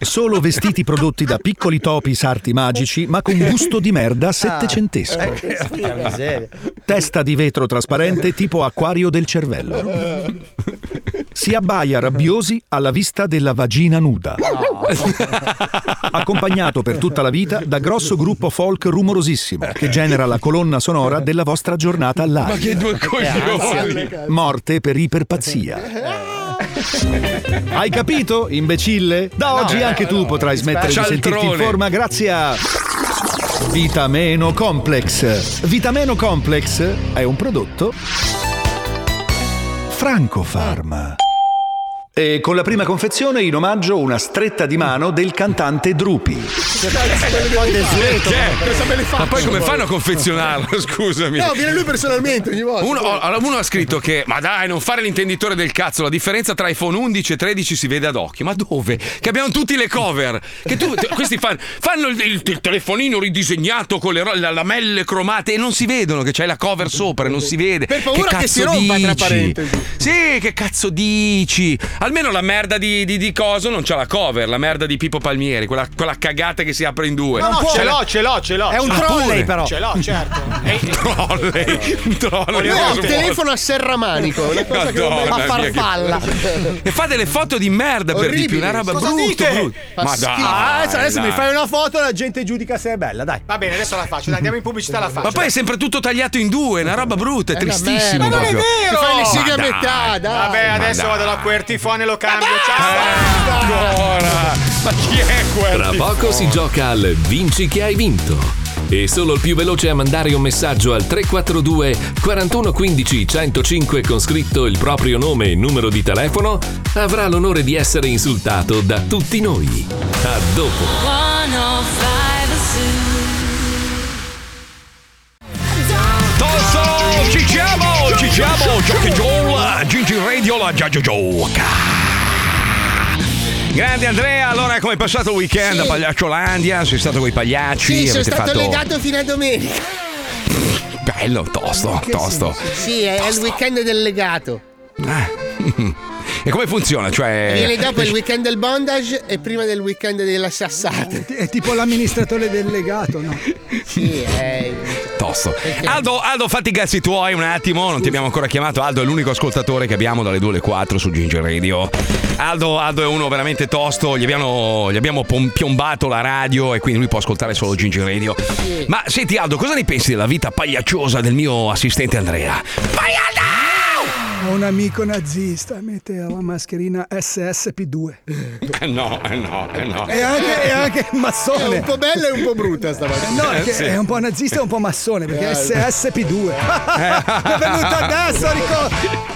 Speaker 22: Solo vestiti prodotti da piccoli topi sarti magici, ma con gusto di merda settecentesco.
Speaker 8: Eh, che schifo. miseria.
Speaker 22: Testa di vetro trasparente tipo acquario del cervello.
Speaker 4: Eh.
Speaker 22: Si abbaia rabbiosi alla vista della vagina nuda. Accompagnato per tutta la vita da grosso gruppo folk rumorosissimo che genera la colonna sonora della vostra giornata live.
Speaker 4: Ma che due coglioni.
Speaker 22: Morte per iperpazzia. Hai capito, imbecille? Da
Speaker 4: No,
Speaker 22: oggi
Speaker 4: eh,
Speaker 22: anche tu
Speaker 4: no.
Speaker 22: potrai smettere di sentirti in
Speaker 4: Cialtrone.
Speaker 22: forma grazie a Vitameno Complex. Vitameno Complex è un prodotto Francofarm. E con la prima confezione in omaggio una stretta di mano del cantante Drupi.
Speaker 4: Perché?
Speaker 6: Cosa me le Certo, faccio
Speaker 4: Ma poi come
Speaker 6: poi?
Speaker 4: fanno a confezionarlo? Scusami.
Speaker 6: No, viene lui personalmente ogni volta.
Speaker 4: Uno, oh, allora, uno ha scritto che, ma dai, non fare l'intenditore del cazzo, la differenza tra iPhone 11 e 13 si vede ad occhio. Ma dove? Che abbiamo tutti le cover. Che tu, te- questi fan- fanno il, il- il telefonino ridisegnato con le ro- la- lamelle cromate e non si vedono che c'è la cover sopra, non si vede.
Speaker 6: Per paura che
Speaker 4: cazzo
Speaker 6: si rompa, tra
Speaker 4: dici?
Speaker 6: parentesi.
Speaker 4: Sì, che cazzo dici? Almeno la merda di, di, di Coso non c'ha la cover, la merda di Pippo Palmieri, quella, quella cagata che si apre in due.
Speaker 2: No, no,
Speaker 4: C'è
Speaker 2: ce
Speaker 4: la-
Speaker 2: l'ho, ce l'ho, ce l'ho.
Speaker 4: È un
Speaker 2: ce l'ho.
Speaker 4: trolley,
Speaker 2: Pure.
Speaker 4: però.
Speaker 2: Ce l'ho, certo.
Speaker 4: Trolley, un trolley.
Speaker 6: No, il telefono a serramanico, una cosa che non
Speaker 4: Madonna
Speaker 6: a
Speaker 4: mia, che-
Speaker 6: farfalla.
Speaker 4: E fa delle foto di merda per di più, una roba brutta. brutta. Ma dai,
Speaker 8: Ah, adesso, adesso mi
Speaker 4: dai.
Speaker 8: fai una foto e la gente giudica se è bella, dai.
Speaker 2: Va bene, adesso la faccio, dai, andiamo in pubblicità la faccio.
Speaker 4: Ma poi è sempre tutto tagliato in due, una roba
Speaker 8: Eh,
Speaker 4: brutta, è tristissimo.
Speaker 2: Ma non è
Speaker 4: proprio.
Speaker 2: vero!
Speaker 4: Ti fai le sighe a
Speaker 2: Ma
Speaker 4: metà, dai.
Speaker 2: Vabbè,
Speaker 4: Ma
Speaker 2: adesso
Speaker 4: dai.
Speaker 2: vado alla QWERTY e lo cambio. Ciao!
Speaker 4: Ancora! Ma chi è quel?
Speaker 1: Tra poco si gioca al Vinci che hai vinto. E solo il più veloce a mandare un messaggio al 342 4115 105 con scritto il proprio nome e numero di telefono avrà l'onore di essere insultato da tutti noi. A dopo.
Speaker 3: 105
Speaker 4: Tosso, ci siamo, ci siamo, Jockey Joel, Gigi Radio, la Giagio Joca. Grande Andrea, allora come è passato il weekend a Pagliacciolandia? Sei stato con i pagliacci?
Speaker 6: Sì, sono
Speaker 4: avete
Speaker 6: stato
Speaker 4: fatto...
Speaker 6: legato fino a domenica.
Speaker 4: Bello, tosto, tosto.
Speaker 6: Sì, è il weekend del legato.
Speaker 4: Eh. E come funziona? Cioè...
Speaker 6: Viene dopo il weekend del bondage e prima del weekend della sassata.
Speaker 9: È tipo l'amministratore del legato, no?
Speaker 6: Sì, eh, è.
Speaker 4: Tosto. Aldo, Aldo, fatti i cazzi tuoi un attimo, non ti abbiamo ancora chiamato. Aldo è l'unico ascoltatore che abbiamo dalle 2 alle 4 su Ginger Radio. Aldo, Aldo è uno veramente tosto, gli abbiamo, gli abbiamo pom- piombato la radio e quindi lui può ascoltare solo Ginger Radio. Ma senti Aldo, cosa ne pensi della vita pagliacciosa del mio assistente Andrea?
Speaker 9: Ho un amico nazista, metteva la mascherina SSP2.
Speaker 4: Eh no, eh no, eh no.
Speaker 9: È anche, è anche un massone.
Speaker 6: È un po' bella e un po' brutta stamattina.
Speaker 9: No, è, che
Speaker 6: Sì.
Speaker 9: è un po' nazista e un po' massone perché è SSP2. È venuto adesso,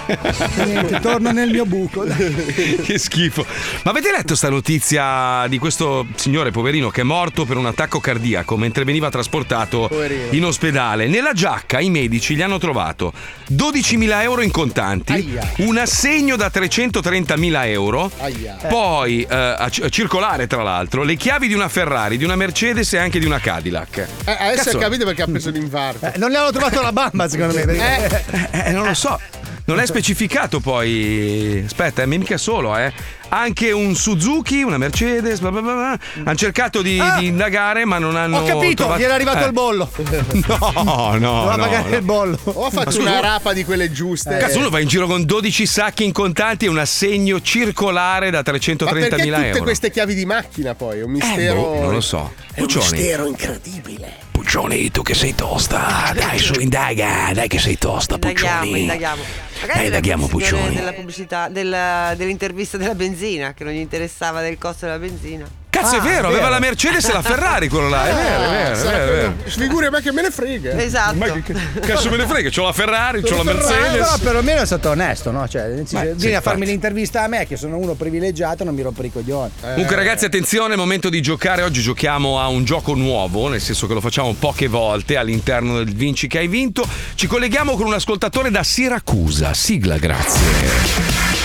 Speaker 9: ricordo. Niente, torno nel mio buco.
Speaker 4: Che schifo. Ma avete letto sta notizia di questo signore poverino che è morto per un attacco cardiaco mentre veniva trasportato
Speaker 6: Poverino.
Speaker 4: in ospedale? Nella giacca i medici gli hanno trovato 12.000 euro in contanti,
Speaker 6: Aia.
Speaker 4: un assegno da 330.000 euro,
Speaker 6: Aia.
Speaker 4: poi eh, a ci- a circolare tra l'altro le chiavi di una Ferrari, di una Mercedes e anche di una Cadillac.
Speaker 6: Eh, adesso
Speaker 4: Cazzo.
Speaker 6: ho capito perché ha preso l'infarto.
Speaker 9: non le hanno trovato la bamba, secondo me. perché-
Speaker 4: Eh,
Speaker 6: Ah.
Speaker 4: non lo so. Non è specificato poi. Aspetta, eh, mica solo, eh. Anche un Suzuki, una Mercedes, bla bla bla. bla. Hanno cercato di, di indagare, ma non hanno.
Speaker 6: Ah. Ho capito,
Speaker 4: trovato-
Speaker 6: gli era arrivato
Speaker 4: Eh.
Speaker 6: il bollo.
Speaker 4: No, no, no. no.
Speaker 9: bollo.
Speaker 6: Ho
Speaker 4: Ma
Speaker 6: fatto
Speaker 4: scusa,
Speaker 6: una
Speaker 4: uno-
Speaker 6: rapa di quelle giuste.
Speaker 4: Cazzo, uno va in giro con 12 sacchi in contanti e un assegno circolare da
Speaker 6: Ma perché
Speaker 4: 330.000
Speaker 6: tutte
Speaker 4: euro.
Speaker 6: queste chiavi di macchina poi? È un mistero.
Speaker 4: Boh, non lo so. Puccioni,
Speaker 6: incredibile.
Speaker 4: Puccioni, tu che sei tosta. Dai, su, indaga. Dai, che sei tosta,
Speaker 20: Indaghiamo,
Speaker 4: Puccioni.
Speaker 20: indaghiamo.
Speaker 4: Dai, indaghiamo,
Speaker 20: era il signore
Speaker 4: Puccioni.
Speaker 20: Della pubblicità, della- dell'intervista della benzina, che non gli interessava del costo della benzina. Ah,
Speaker 4: Cazzo, è Ah, vero, aveva la Mercedes e la Ferrari quello là. È vero, è vero, è vero, è vero.
Speaker 6: Figure, ma che me ne frega.
Speaker 20: Esatto.
Speaker 4: Ma che cazzo me ne frega? C'ho la Ferrari, c'ho la
Speaker 8: Però
Speaker 4: Mercedes.
Speaker 8: perlomeno è stato onesto, no? Cioè, nel senso,
Speaker 4: Beh,
Speaker 8: vieni
Speaker 4: sì,
Speaker 8: a farmi
Speaker 4: infatti.
Speaker 8: l'intervista a me, che sono uno privilegiato, non mi rompere i coglioni.
Speaker 4: Comunque ragazzi attenzione, è momento di giocare, oggi giochiamo a un gioco nuovo, nel senso che lo facciamo poche volte all'interno del Vinci che hai vinto, ci colleghiamo con un ascoltatore da Siracusa, sigla grazie.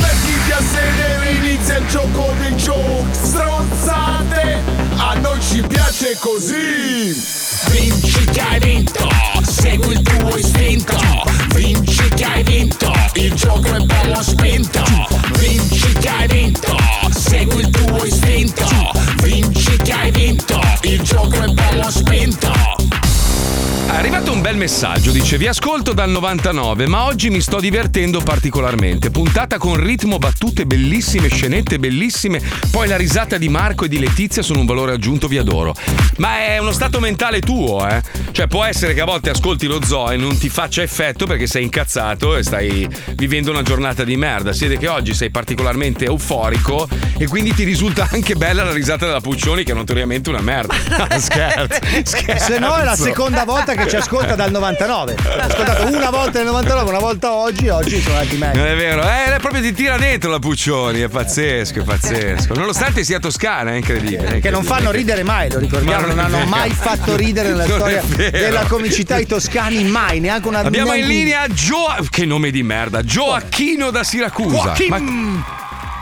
Speaker 23: Mettiti a sedere, inizia il gioco dei giochi Strozzate, a noi ci piace così Vinci che hai vinto, segui il tuo istinto Vinci che hai vinto, il gioco è bello spinto Vinci che hai vinto, segui il tuo istinto Vinci che hai vinto, il gioco è bello spinto
Speaker 4: È arrivato un bel messaggio, dice vi ascolto dal 99 ma oggi mi sto divertendo particolarmente, puntata con ritmo, battute bellissime, scenette bellissime, poi la risata di Marco e di Letizia sono un valore aggiunto, vi adoro. Ma è uno stato mentale tuo, eh? Cioè può essere che a volte ascolti lo zoo e non ti faccia effetto perché sei incazzato e stai vivendo una giornata di merda, siete che oggi sei particolarmente euforico e quindi ti risulta anche bella la risata della Puccioni che è notoriamente una merda. scherzo, Eh. scherzo.
Speaker 8: Se no è la seconda volta che ci ascolta dal 99. Ho ascoltato una volta nel 99, una volta oggi, oggi sono andati meglio.
Speaker 4: Non è vero, eh, proprio ti tira dentro la Puccioni, è pazzesco, è pazzesco. Nonostante sia toscana, è incredibile.
Speaker 8: Che non fanno ridere mai, lo ricordiamo,
Speaker 4: Ma
Speaker 8: non
Speaker 4: non è
Speaker 8: hanno
Speaker 4: vero.
Speaker 8: mai fatto ridere nella
Speaker 4: Non è
Speaker 8: storia
Speaker 4: vero.
Speaker 8: della comicità i toscani, mai, neanche una
Speaker 4: Abbiamo in
Speaker 8: neanche-
Speaker 4: linea Gio... Che nome di merda, Gioacchino da Siracusa.
Speaker 8: Joachim!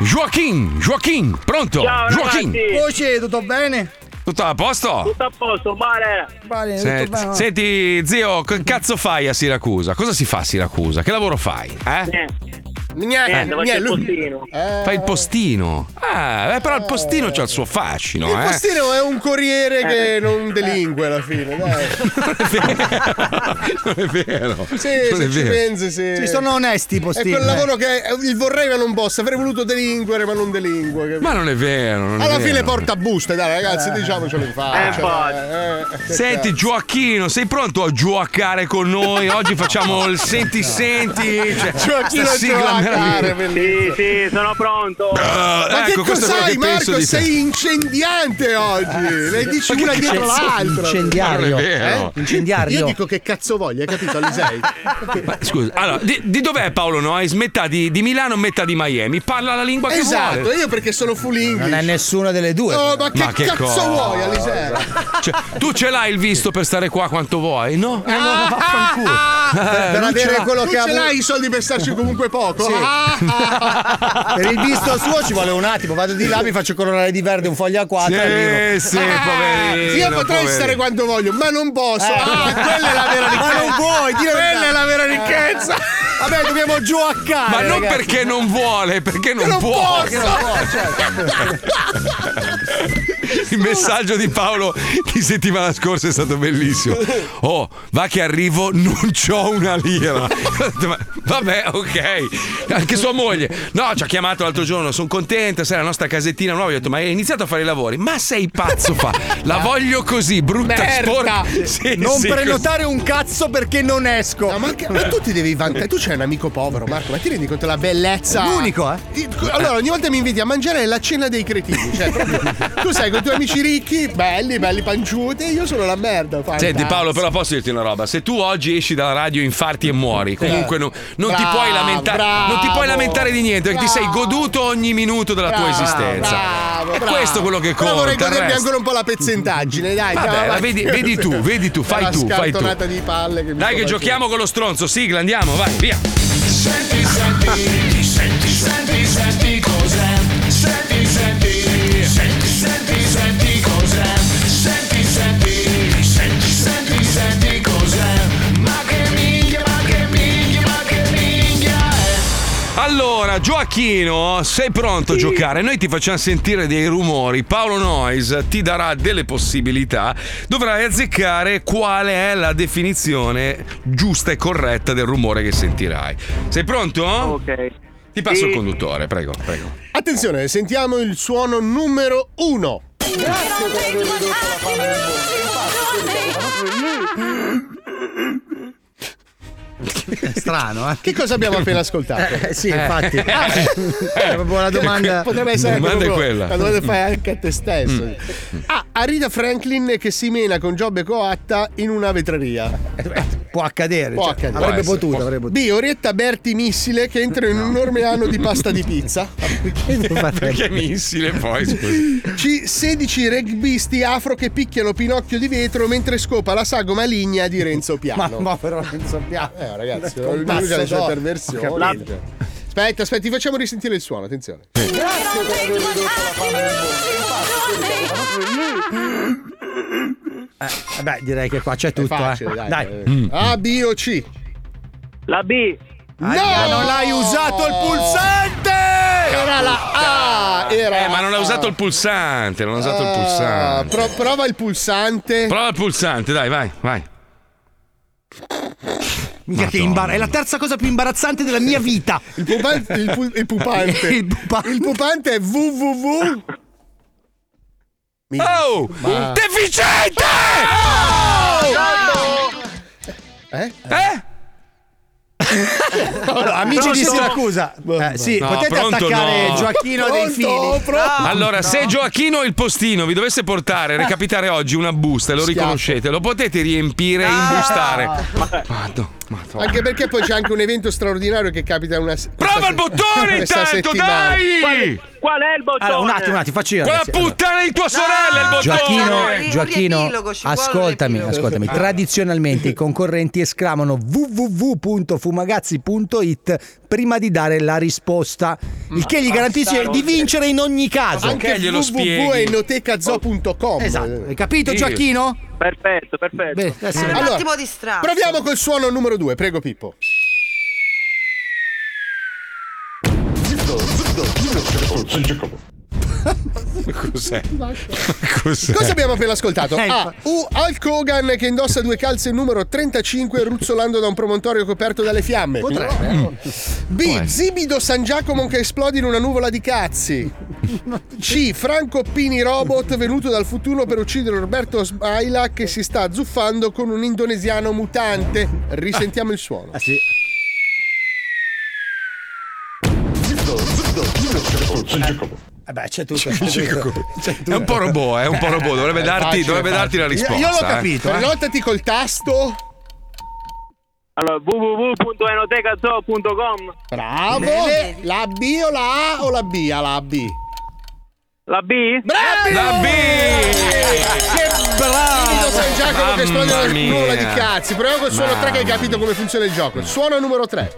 Speaker 4: Joachim, Joachim, pronto? Joachim.
Speaker 9: Voce, tutto bene?
Speaker 4: Tutto a posto?
Speaker 9: a posto, male. Vale,
Speaker 4: Se-
Speaker 9: tutto bene.
Speaker 4: senti, zio, che cazzo fai a Siracusa? Cosa si fa a Siracusa? Che lavoro fai? Eh?
Speaker 6: Niente, Eh,
Speaker 4: faccio il
Speaker 6: postino.
Speaker 4: Fai il postino. Ah, eh, però il postino c'ha il suo fascino,
Speaker 6: Il
Speaker 4: eh.
Speaker 6: postino è un corriere
Speaker 4: Eh.
Speaker 6: che non delinque alla fine, dai.
Speaker 4: Non è vero.
Speaker 6: Sì,
Speaker 4: non è
Speaker 6: se ci
Speaker 4: vero.
Speaker 6: pensi, sì.
Speaker 8: Sì, sono onesti i postini,
Speaker 6: È quel
Speaker 8: eh.
Speaker 6: lavoro che eh, il vorrei ma non posso, avrei voluto delinquere ma non delingue. capito?
Speaker 4: Ma non è vero. non è
Speaker 6: Alla
Speaker 4: vero.
Speaker 6: fine porta buste, dai ragazzi, diciamocelo in
Speaker 4: Eh,
Speaker 6: faccia. dai, eh.
Speaker 4: Senti Gioacchino, sei pronto a giuaccare con noi? Oggi facciamo il senti senti, cioè,
Speaker 6: Gioacchino
Speaker 4: sta sigla
Speaker 6: Gioacca. Meraviglioso.
Speaker 24: Sì, sì, sono pronto.
Speaker 4: Ah,
Speaker 6: Ma
Speaker 4: ecco,
Speaker 6: che cos'hai, Marco? Sei incendiante oggi. Le dici
Speaker 24: Ma che
Speaker 6: una
Speaker 24: dice-
Speaker 6: dietro
Speaker 24: sei
Speaker 6: l'altra.
Speaker 24: incendiario. Ma non è vero.
Speaker 6: Eh?
Speaker 24: Incendiario.
Speaker 6: Io dico che cazzo voglio, hai capito, Alisei?
Speaker 4: Ma scusa, allora, di, di dov'è Paolo Noyes? Metà di, di Milano, metà di Miami. Parla la lingua che
Speaker 6: Esatto,
Speaker 4: vuole.
Speaker 6: io perché sono full English.
Speaker 4: Non è
Speaker 8: nessuna delle due.
Speaker 6: Oh, ma che,
Speaker 4: Ma che
Speaker 6: cazzo
Speaker 4: cosa?
Speaker 6: vuoi, Alisei?
Speaker 4: Cioè, tu ce l'hai il visto per stare qua quanto vuoi, no? Eh, ma vaffanculo. Eh,
Speaker 6: Ah, per
Speaker 4: lui ce
Speaker 6: avere
Speaker 4: l'ha.
Speaker 6: quello
Speaker 4: Tu
Speaker 6: che
Speaker 4: ce
Speaker 6: ha
Speaker 4: l'hai
Speaker 6: i soldi per starci comunque poco.
Speaker 4: Ah,
Speaker 8: Per il visto suo ci vuole un attimo, vado di là, mi faccio colorare di verde un foglio a Ah, 4
Speaker 6: Io potrei stare quando voglio, ma non posso.
Speaker 8: Eh.
Speaker 6: Ah, quella è la vera
Speaker 8: Ma
Speaker 6: ricchezza.
Speaker 8: non vuoi, di la verità.
Speaker 6: quella è la vera eh, ricchezza.
Speaker 8: Vabbè, dobbiamo gioccare.
Speaker 4: Ma non
Speaker 8: ragazzi.
Speaker 4: perché non vuole, perché non,
Speaker 6: non
Speaker 4: può. certo.
Speaker 6: posso. Perché non può, certo.
Speaker 4: Il messaggio di Paolo di settimana scorsa è stato bellissimo. Oh, va che arrivo, non c'ho una lira. Ma- Vabbè, ok. Anche sua moglie. No, ci ha chiamato l'altro giorno, sono contenta, sai la nostra casettina nuova. Gli ho detto, ma hai iniziato a fare i lavori? Ma sei pazzo, fa. La voglio così, brutta
Speaker 8: Merda.
Speaker 4: sporca. Sì,
Speaker 8: non
Speaker 4: sì,
Speaker 8: prenotare un cazzo perché non esco.
Speaker 6: ma, che- ma tu ti devi vantare. Tu c'hai un amico povero, Marco, ma ti rendi conto della bellezza?
Speaker 8: L'unico, eh?
Speaker 6: Ti- Allora, ogni volta mi inviti a mangiare la cena dei cretini. Cioè, proprio, tu sai, con i tuoi amici ricchi, belli, belli panciuti, io sono la merda. fai
Speaker 4: Senti
Speaker 6: un cazzo.
Speaker 4: Paolo, però posso dirti una roba? Se tu oggi esci dalla radio, infarti e muori, comunque non, non ti
Speaker 6: Bravo,
Speaker 4: puoi lamentare, non ti
Speaker 6: bravo.
Speaker 4: puoi lamentare di niente, perché ti sei goduto ogni minuto della tua esistenza.
Speaker 6: Bravo,
Speaker 4: è
Speaker 6: bravo.
Speaker 4: questo quello che
Speaker 6: Però
Speaker 4: conta.
Speaker 6: vorrei
Speaker 4: il resto-
Speaker 6: godermi ancora un po' la pezzentaggine, dai.
Speaker 4: Vabbè,
Speaker 6: andiamo
Speaker 4: la
Speaker 6: avanti.
Speaker 4: vedi- vedi tu, vedi tu, fai
Speaker 6: Una
Speaker 4: tu, fai tu.
Speaker 6: scartonata di palle mi
Speaker 4: Dai,
Speaker 6: sto
Speaker 4: che giochiamo con lo stronzo, sigla, andiamo, vai, via.
Speaker 23: Senti, senti, senti, senti, senti cos'è. Senti, senti, senti, senti, senti cos'è. Senti, senti, senti, senti, senti cos'è. Ma che minchia, ma che minchia, ma che minchia è.
Speaker 4: Allora, Gioacchino, sei pronto a giocare? Noi ti facciamo sentire dei rumori. Paolo Noyes ti darà delle possibilità. Dovrai azzeccare qual è la definizione giusta e corretta del rumore che sentirai. Sei pronto? Ok. Ti passo
Speaker 6: Sì.
Speaker 4: il conduttore, prego, prego.
Speaker 6: Attenzione, sentiamo il suono numero uno.
Speaker 8: Strano, eh?
Speaker 6: Che cosa abbiamo appena ascoltato?
Speaker 8: Eh, sì, infatti.
Speaker 6: Ah,
Speaker 8: È proprio una domanda.
Speaker 6: Potrebbe essere
Speaker 8: La domanda
Speaker 6: anche proprio-
Speaker 8: è quella.
Speaker 6: La domanda fai anche a te stesso.
Speaker 8: Mm.
Speaker 6: Ah, Arita Franklin che si mena con Giobbe Coatta in una vetreria.
Speaker 8: Può accadere.
Speaker 6: Può
Speaker 8: cioè,
Speaker 6: accadere.
Speaker 8: Avrebbe
Speaker 6: Può essere,
Speaker 8: potuto,
Speaker 6: può-
Speaker 8: avrebbe potuto.
Speaker 6: B. Orietta Berti Missile che entra in un enorme anno di pasta di pizza.
Speaker 4: Perché missile poi, scusi.
Speaker 6: C. 16 rugbyisti afro che picchiano Pinocchio di vetro mentre scopa la sagoma ligna di Renzo Piano.
Speaker 8: Ma- ma però Renzo Piano.
Speaker 6: Eh, ragazzi,
Speaker 8: Con
Speaker 6: lui
Speaker 8: passo
Speaker 6: ha le sue
Speaker 8: d'oro. Ho
Speaker 6: perversioni.
Speaker 8: capito.
Speaker 6: Aspetta, aspetta, ti facciamo risentire il suono, attenzione.
Speaker 8: Eh, vabbè, direi che qua c'è tutto.
Speaker 6: facile,
Speaker 8: eh.
Speaker 6: dai. Ah,
Speaker 8: Mm.
Speaker 6: A, B o C?
Speaker 24: La B.
Speaker 8: Ah, non hai usato il pulsante!
Speaker 6: Era la A! Ah, Era
Speaker 4: Eh, ma non ha
Speaker 6: la
Speaker 4: usato
Speaker 6: A.
Speaker 4: il pulsante, non ha usato il
Speaker 6: Ah,
Speaker 4: pulsante.
Speaker 6: pro- prova il pulsante.
Speaker 4: Prova il pulsante, dai, vai, vai.
Speaker 8: Mica che imbar- è la terza cosa più imbarazzante della mia vita.
Speaker 6: il, pulpante- il pul- il pupante.
Speaker 8: Il
Speaker 6: Il pupante è www.
Speaker 4: Oh!
Speaker 6: Ma-
Speaker 4: Deficiente!
Speaker 6: Eh?
Speaker 4: Eh?
Speaker 8: Allora, amici di Siracusa, eh, sì,
Speaker 4: No,
Speaker 8: potete
Speaker 4: pronto
Speaker 8: attaccare
Speaker 4: no.
Speaker 8: Gioacchino dei
Speaker 6: Pronto,
Speaker 8: fili. Ah,
Speaker 6: pronto.
Speaker 4: Allora, se Gioacchino il postino vi dovesse
Speaker 6: Eh.
Speaker 4: portare, recapitare oggi una busta e lo riconoscete, lo potete riempire e
Speaker 6: Ah.
Speaker 4: imbustare. Maddo- madonna.
Speaker 6: Anche perché poi c'è anche un evento straordinario che capita una. se-
Speaker 4: Prova il bottone
Speaker 6: questa
Speaker 4: intanto,
Speaker 6: settimana.
Speaker 4: dai!
Speaker 24: Qual è il bottone?
Speaker 8: Allora, un attimo, un attimo, faccio io.
Speaker 4: Quella
Speaker 8: adesso.
Speaker 4: puttana di tua sorella il bottone!
Speaker 8: Gioacchino, Gioacchino,
Speaker 20: riepilogo, ci vuole un
Speaker 8: ascoltami,
Speaker 20: riepilogo.
Speaker 8: ascoltami.
Speaker 20: Ah.
Speaker 8: Tradizionalmente i concorrenti esclamano www.fumagazzi.it prima di dare la risposta, il che gli garantisce di vincere in ogni caso.
Speaker 6: Anche Eh.
Speaker 4: glielo spieghi.
Speaker 6: www.enotecazo.com.
Speaker 8: Esatto, hai capito
Speaker 6: Sì.
Speaker 8: Gioacchino?
Speaker 24: Perfetto, perfetto.
Speaker 8: Beh, adesso-
Speaker 20: Eh, Un
Speaker 6: Allora,
Speaker 20: attimo di strappo.
Speaker 6: Proviamo col suono numero due, prego Pippo.
Speaker 4: Cos'è? Cos'è?
Speaker 6: Cosa abbiamo appena ascoltato?
Speaker 4: Eh,
Speaker 6: A. U. Hulk Hogan che indossa due calze numero 35 ruzzolando da un promontorio coperto dalle fiamme.
Speaker 8: Potrebbe. eh.
Speaker 6: Mm. B. Zibido San Giacomo che esplode in una nuvola di cazzi. C. Franco Pini Robot venuto dal futuro per uccidere Roberto Smaila che si sta azzuffando con un indonesiano mutante. Risentiamo il suono.
Speaker 8: Ah, sì. Eh beh, c'è tutto.
Speaker 4: È un po' robot, è un po' robot, dovrebbe
Speaker 6: Eh,
Speaker 4: darti,
Speaker 6: facile,
Speaker 4: dovrebbe darti la
Speaker 6: facile.
Speaker 4: risposta.
Speaker 6: Io, io l'ho
Speaker 4: eh.
Speaker 6: capito.
Speaker 4: Eh.
Speaker 6: Prenotati col tasto.
Speaker 5: Allora, www.enotecazo.com
Speaker 6: Bravo. La B o la A o la B? Ah, La B.
Speaker 5: La B?
Speaker 6: Bravi!
Speaker 5: La B!
Speaker 6: Che bravo! Vito San Giacomo
Speaker 4: Mamma
Speaker 6: che esplode la
Speaker 4: mia.
Speaker 6: nuvola di cazzi. Proviamo col suono
Speaker 4: Mamma.
Speaker 6: 3 che hai capito come funziona il gioco. Suono numero 3.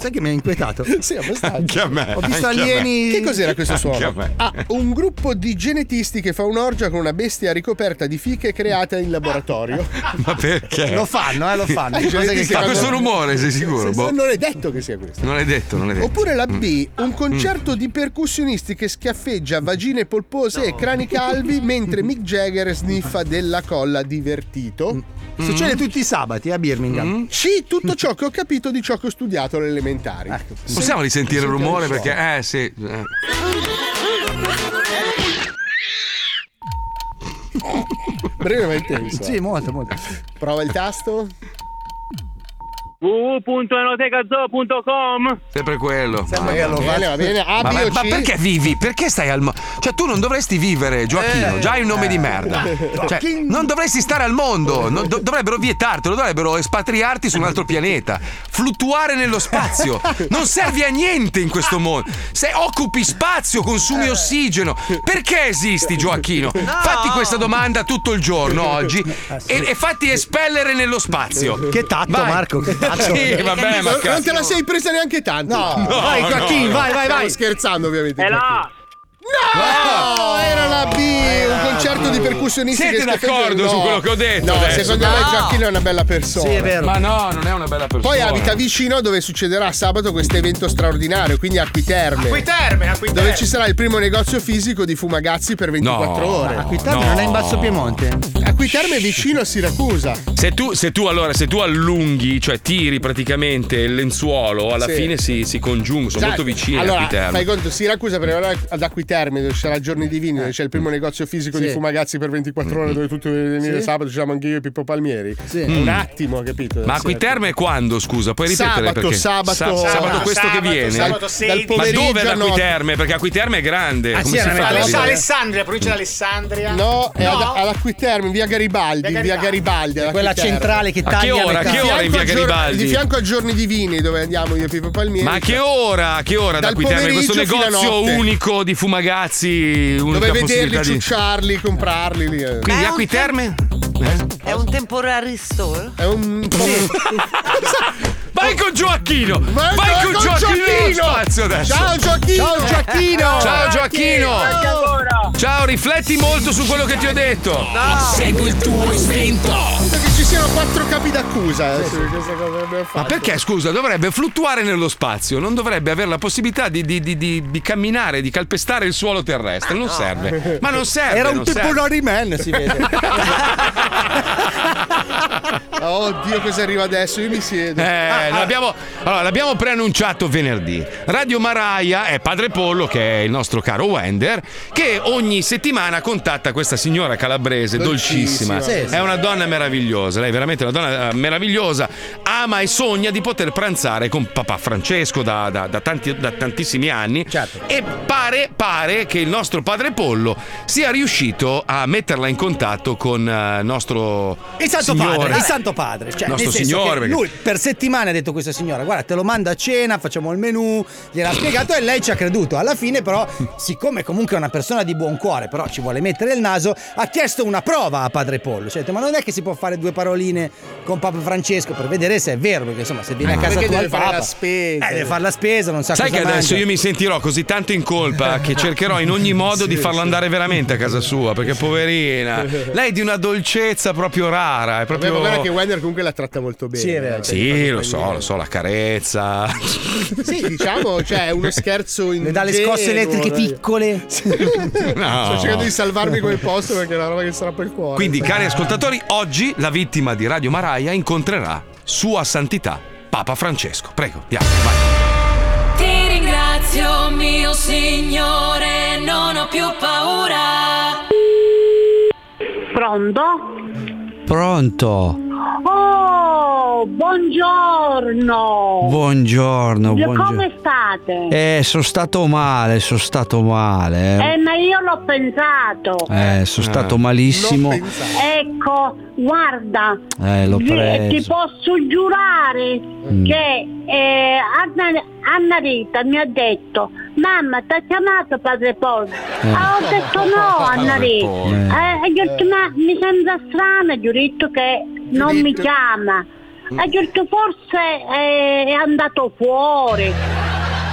Speaker 8: Sai che mi ha inquietato?
Speaker 6: sì, abbastanza.
Speaker 4: Anche a me.
Speaker 6: Ho visto
Speaker 4: anche a me.
Speaker 6: alieni. Che cos'era questo
Speaker 4: Anche
Speaker 6: suono?
Speaker 4: a me.
Speaker 6: Ah, un gruppo di genetisti che fa un'orgia con una bestia ricoperta di fiche creata in laboratorio.
Speaker 4: Ma perché?
Speaker 6: Lo fanno, eh, lo fanno.
Speaker 4: Fa
Speaker 6: Cose che fanno-
Speaker 4: questo rumore, sei sicuro?
Speaker 6: Se-
Speaker 4: Boh. Eh.
Speaker 6: se- Non è detto che sia questo.
Speaker 4: Non è detto, non è detto. Mm.
Speaker 6: Oppure la B, un concerto di percussionisti che schiaffeggia vagine polpose e crani calvi mentre Mick Jagger sniffa della colla divertito.
Speaker 8: Mm. Succede tutti i sabati a Birmingham.
Speaker 6: C, tutto ciò che ho capito di ciò che ho studiato alle elementari.
Speaker 8: Ecco.
Speaker 4: Possiamo risentire il
Speaker 6: Sentite
Speaker 4: rumore?
Speaker 6: suono.
Speaker 4: Perché, eh, sì. eh.
Speaker 6: Breve ma intenso.
Speaker 8: Sì, molto, molto.
Speaker 6: Prova il tasto.
Speaker 5: www.enotecazo.com
Speaker 4: Sempre quello.
Speaker 5: Sembra
Speaker 4: Mamma
Speaker 5: che lo
Speaker 4: mia.
Speaker 5: faccia. Va bene, va bene. A,
Speaker 4: Ma,
Speaker 5: B
Speaker 4: ma-
Speaker 5: o
Speaker 4: ma
Speaker 5: C?
Speaker 4: perché vivi? Perché stai al. mo- Cioè, tu non dovresti vivere, Gioacchino.
Speaker 5: Eh.
Speaker 4: già hai un nome di
Speaker 5: Eh.
Speaker 4: merda. Cioè,
Speaker 5: Gioacchino.
Speaker 4: non dovresti stare al mondo. non do- dovrebbero vietartelo, dovrebbero espatriarti su un altro pianeta. Fluttuare nello spazio. Non servi a niente in questo mondo. Se occupi spazio, consumi
Speaker 5: Eh.
Speaker 4: ossigeno. Perché esisti, Gioacchino? Fatti questa domanda tutto il giorno oggi
Speaker 5: Ah,
Speaker 4: e, e fatti espellere nello spazio.
Speaker 8: Che tatto,
Speaker 4: Vai.
Speaker 8: Marco, che tatto.
Speaker 4: Ah, Sì, vabbè, ma
Speaker 6: non, non te
Speaker 4: cazzo.
Speaker 6: la sei presa neanche tanto.
Speaker 8: No, No, vai, Joaquin, no. vai, vai,
Speaker 6: Stiamo
Speaker 8: vai.
Speaker 6: scherzando, ovviamente.
Speaker 8: È la
Speaker 6: No, era la B, un concerto di percussionisti
Speaker 4: Siete
Speaker 6: che schiaffeggia-
Speaker 4: d'accordo
Speaker 6: no.
Speaker 4: su quello che ho detto
Speaker 6: No,
Speaker 4: adesso?
Speaker 6: secondo me
Speaker 4: No.
Speaker 6: Gioacchino è una bella persona.
Speaker 4: Ma no, non è una bella persona.
Speaker 6: Poi abita vicino dove succederà sabato questo evento straordinario, quindi a Quiterme.
Speaker 2: Acquiterme, acquiterme.
Speaker 6: Dove ci sarà il primo negozio fisico di fumagazzi per
Speaker 4: No.
Speaker 6: 24 ore.
Speaker 4: Ma Acquiterme No. non è in Basso Piemonte?
Speaker 6: Acquiterme è vicino a Siracusa.
Speaker 4: Se tu, se tu allora, se tu allunghi, cioè tiri praticamente il lenzuolo, alla
Speaker 6: Sì.
Speaker 4: fine si, si congiungono, sono
Speaker 6: Sai,
Speaker 4: molto vicini a
Speaker 6: allora,
Speaker 4: Quiterme.
Speaker 6: Fai conto, Siracusa per arrivare ad Acquiterme, dove ci sarà Giorni Divini,
Speaker 4: Eh.
Speaker 6: dove c'è il primo negozio fisico
Speaker 8: Sì.
Speaker 6: di fumagazzi per 24 ore, dove tutti venite venire
Speaker 8: Sì.
Speaker 6: sabato, ci siamo anche io e Pippo Palmieri.
Speaker 8: Sì.
Speaker 6: Un
Speaker 4: Mm.
Speaker 6: attimo, capito?
Speaker 4: Ma a
Speaker 6: Sì.
Speaker 4: Quiterme quando, scusa? Puoi ripetere
Speaker 6: Sabato,
Speaker 4: perché?
Speaker 6: sabato.
Speaker 4: Sa- sabato,
Speaker 6: Sabato,
Speaker 4: questo che
Speaker 6: sabato,
Speaker 4: viene.
Speaker 6: sabato
Speaker 4: Ma
Speaker 6: 16.
Speaker 4: dove ad
Speaker 6: Pomeriggio, no.
Speaker 4: Acquiterme? Perché Acquiterme è grande.
Speaker 6: Ah,
Speaker 4: Come si
Speaker 6: sì, era
Speaker 4: fa?
Speaker 6: una
Speaker 4: a
Speaker 6: cosa-
Speaker 4: capire?
Speaker 2: Alessandria, provincia di Alessandria.
Speaker 6: No, è ad- all'Acquiterme, via Garibaldi,
Speaker 2: Via
Speaker 6: via Garibaldi.
Speaker 2: Garibaldi.
Speaker 6: alla
Speaker 8: Quella
Speaker 6: Acquiterme.
Speaker 8: centrale che
Speaker 4: A che taglia le ora? A che case. ora in
Speaker 6: Di fianco
Speaker 4: via
Speaker 6: a Gior-
Speaker 4: Garibaldi?
Speaker 6: Di fianco a Giorni Divini, dove andiamo io e Pippo Palmieri.
Speaker 4: Ma a che ora? A che ora ad
Speaker 6: Dal
Speaker 4: Acquiterme? Questo
Speaker 6: pomeriggio fino a
Speaker 4: negozio
Speaker 6: notte.
Speaker 4: unico di fumagazzi, unica
Speaker 6: Dove
Speaker 4: possibilità
Speaker 6: vederli,
Speaker 4: di...
Speaker 6: ciucciarli, comprarli. Lì. eh.
Speaker 4: Quindi Acquiterme? Eh?
Speaker 20: È un temporary store?
Speaker 6: È un.
Speaker 4: Vai con Gioacchino!
Speaker 20: Vai
Speaker 4: Vai, con,
Speaker 20: con
Speaker 4: Gioacchino! nello
Speaker 20: Gioacchino!
Speaker 4: Spazio adesso.
Speaker 20: Ciao, Gioacchino!
Speaker 4: Ciao Gioacchino! Ciao
Speaker 20: Anche ancora.
Speaker 4: Gioacchino! Ciao, rifletti molto su quello che ti ho detto!
Speaker 6: Segui il tuo istinto! Che ci siano quattro capi d'accusa. eh, su questa cosa che abbiamo
Speaker 4: Ma
Speaker 6: fatto.
Speaker 4: perché, scusa, dovrebbe fluttuare nello spazio, non dovrebbe avere la possibilità di, di- di- di- di camminare, di calpestare il suolo terrestre, non serve. Ma non serve.
Speaker 8: Era un
Speaker 4: non serve.
Speaker 8: Pepponori Man, si vede.
Speaker 6: Oddio, cosa arriva adesso? Io mi siedo.
Speaker 8: Ah,
Speaker 4: Eh, l'abbiamo, allora, l'abbiamo preannunciato venerdì. Radio Maraia è Padre Pollo, che è il nostro caro Wender, che ogni settimana contatta questa signora calabrese
Speaker 6: Dolcissima.
Speaker 4: dolcissima.
Speaker 6: Sì, sì.
Speaker 4: È una donna meravigliosa, lei è veramente una donna eh, meravigliosa. Ama e sogna di poter pranzare con papà Francesco da, da- da tanti- da tantissimi anni.
Speaker 8: Certo.
Speaker 4: E pare, pare che il nostro Padre Pollo sia riuscito a metterla in contatto con eh, il nostro
Speaker 8: Il Santo
Speaker 4: signore.
Speaker 8: Padre, il Santo Padre. Cioè,
Speaker 4: Nostro
Speaker 8: nel senso
Speaker 4: signore,
Speaker 8: che
Speaker 4: perché-
Speaker 8: lui per settimane ha detto a questa signora: guarda, te lo mando a cena, facciamo il menù, gliel'ha spiegato e lei ci ha creduto. Alla fine, però, siccome comunque è una persona di buon cuore, però ci vuole mettere il naso, ha chiesto una prova a padre Pollo. Cioè, ha detto, ma non è che si può fare due paroline con Papa Francesco per vedere se è vero, perché insomma, se
Speaker 4: Eh,
Speaker 8: viene a
Speaker 6: Ah.
Speaker 8: casa
Speaker 6: Perché
Speaker 8: tua
Speaker 6: deve
Speaker 8: il
Speaker 6: fare
Speaker 8: Papa,
Speaker 6: la spesa.
Speaker 8: Eh, deve fare la spesa, non sa
Speaker 4: Sai che
Speaker 8: cosa
Speaker 4: adesso
Speaker 8: mangia.
Speaker 4: io mi sentirò così tanto in colpa che cercherò in ogni modo di farlo andare veramente a casa sua, perché poverina. Lei è di una dolcezza proprio rara, è
Speaker 6: Vabbè, ma
Speaker 4: proprio
Speaker 6: guarda che Wender comunque la tratta molto bene. eh, Cioè,
Speaker 8: Sì, è vero.
Speaker 4: Sì, lo so, lo so, la carezza.
Speaker 6: Sì, diciamo, cioè, è uno scherzo in. eh.
Speaker 8: Le dà le scosse elettriche piccole.
Speaker 4: No.
Speaker 6: Sto cercando di salvarmi quel posto perché è una roba che sarà per il cuore.
Speaker 4: Quindi, cari ascoltatori, oggi la vittima di Radio Maraia incontrerà Sua Santità Papa Francesco. Prego, andiamo, vai.
Speaker 3: Ti ringrazio mio signore, non ho più paura.
Speaker 11: Pronto?
Speaker 25: Pronto?
Speaker 11: Oh, Ciao, buongiorno.
Speaker 7: Buongiorno,
Speaker 11: Io
Speaker 7: buongiorno.
Speaker 11: Come state?
Speaker 7: Eh, sono stato male, sono stato male.
Speaker 11: Eh,
Speaker 7: eh.
Speaker 11: ma io l'ho pensato.
Speaker 7: Eh, sono stato malissimo.
Speaker 11: Ecco, guarda,
Speaker 7: Eh, l'ho
Speaker 11: vi-
Speaker 7: preso. Mm.
Speaker 11: ti posso giurare che eh, Anna, Anna Rita mi ha detto mamma ti ha chiamato padre Paolo
Speaker 7: Eh.
Speaker 11: ah, ho detto no Anna
Speaker 7: Padre
Speaker 11: Rita
Speaker 7: Paul.
Speaker 11: Eh, e gli ho detto, ma mi sembra strano gli ho detto che non mi Giuritto. chiama
Speaker 7: Mm.
Speaker 11: e gli ho detto forse eh, è andato fuori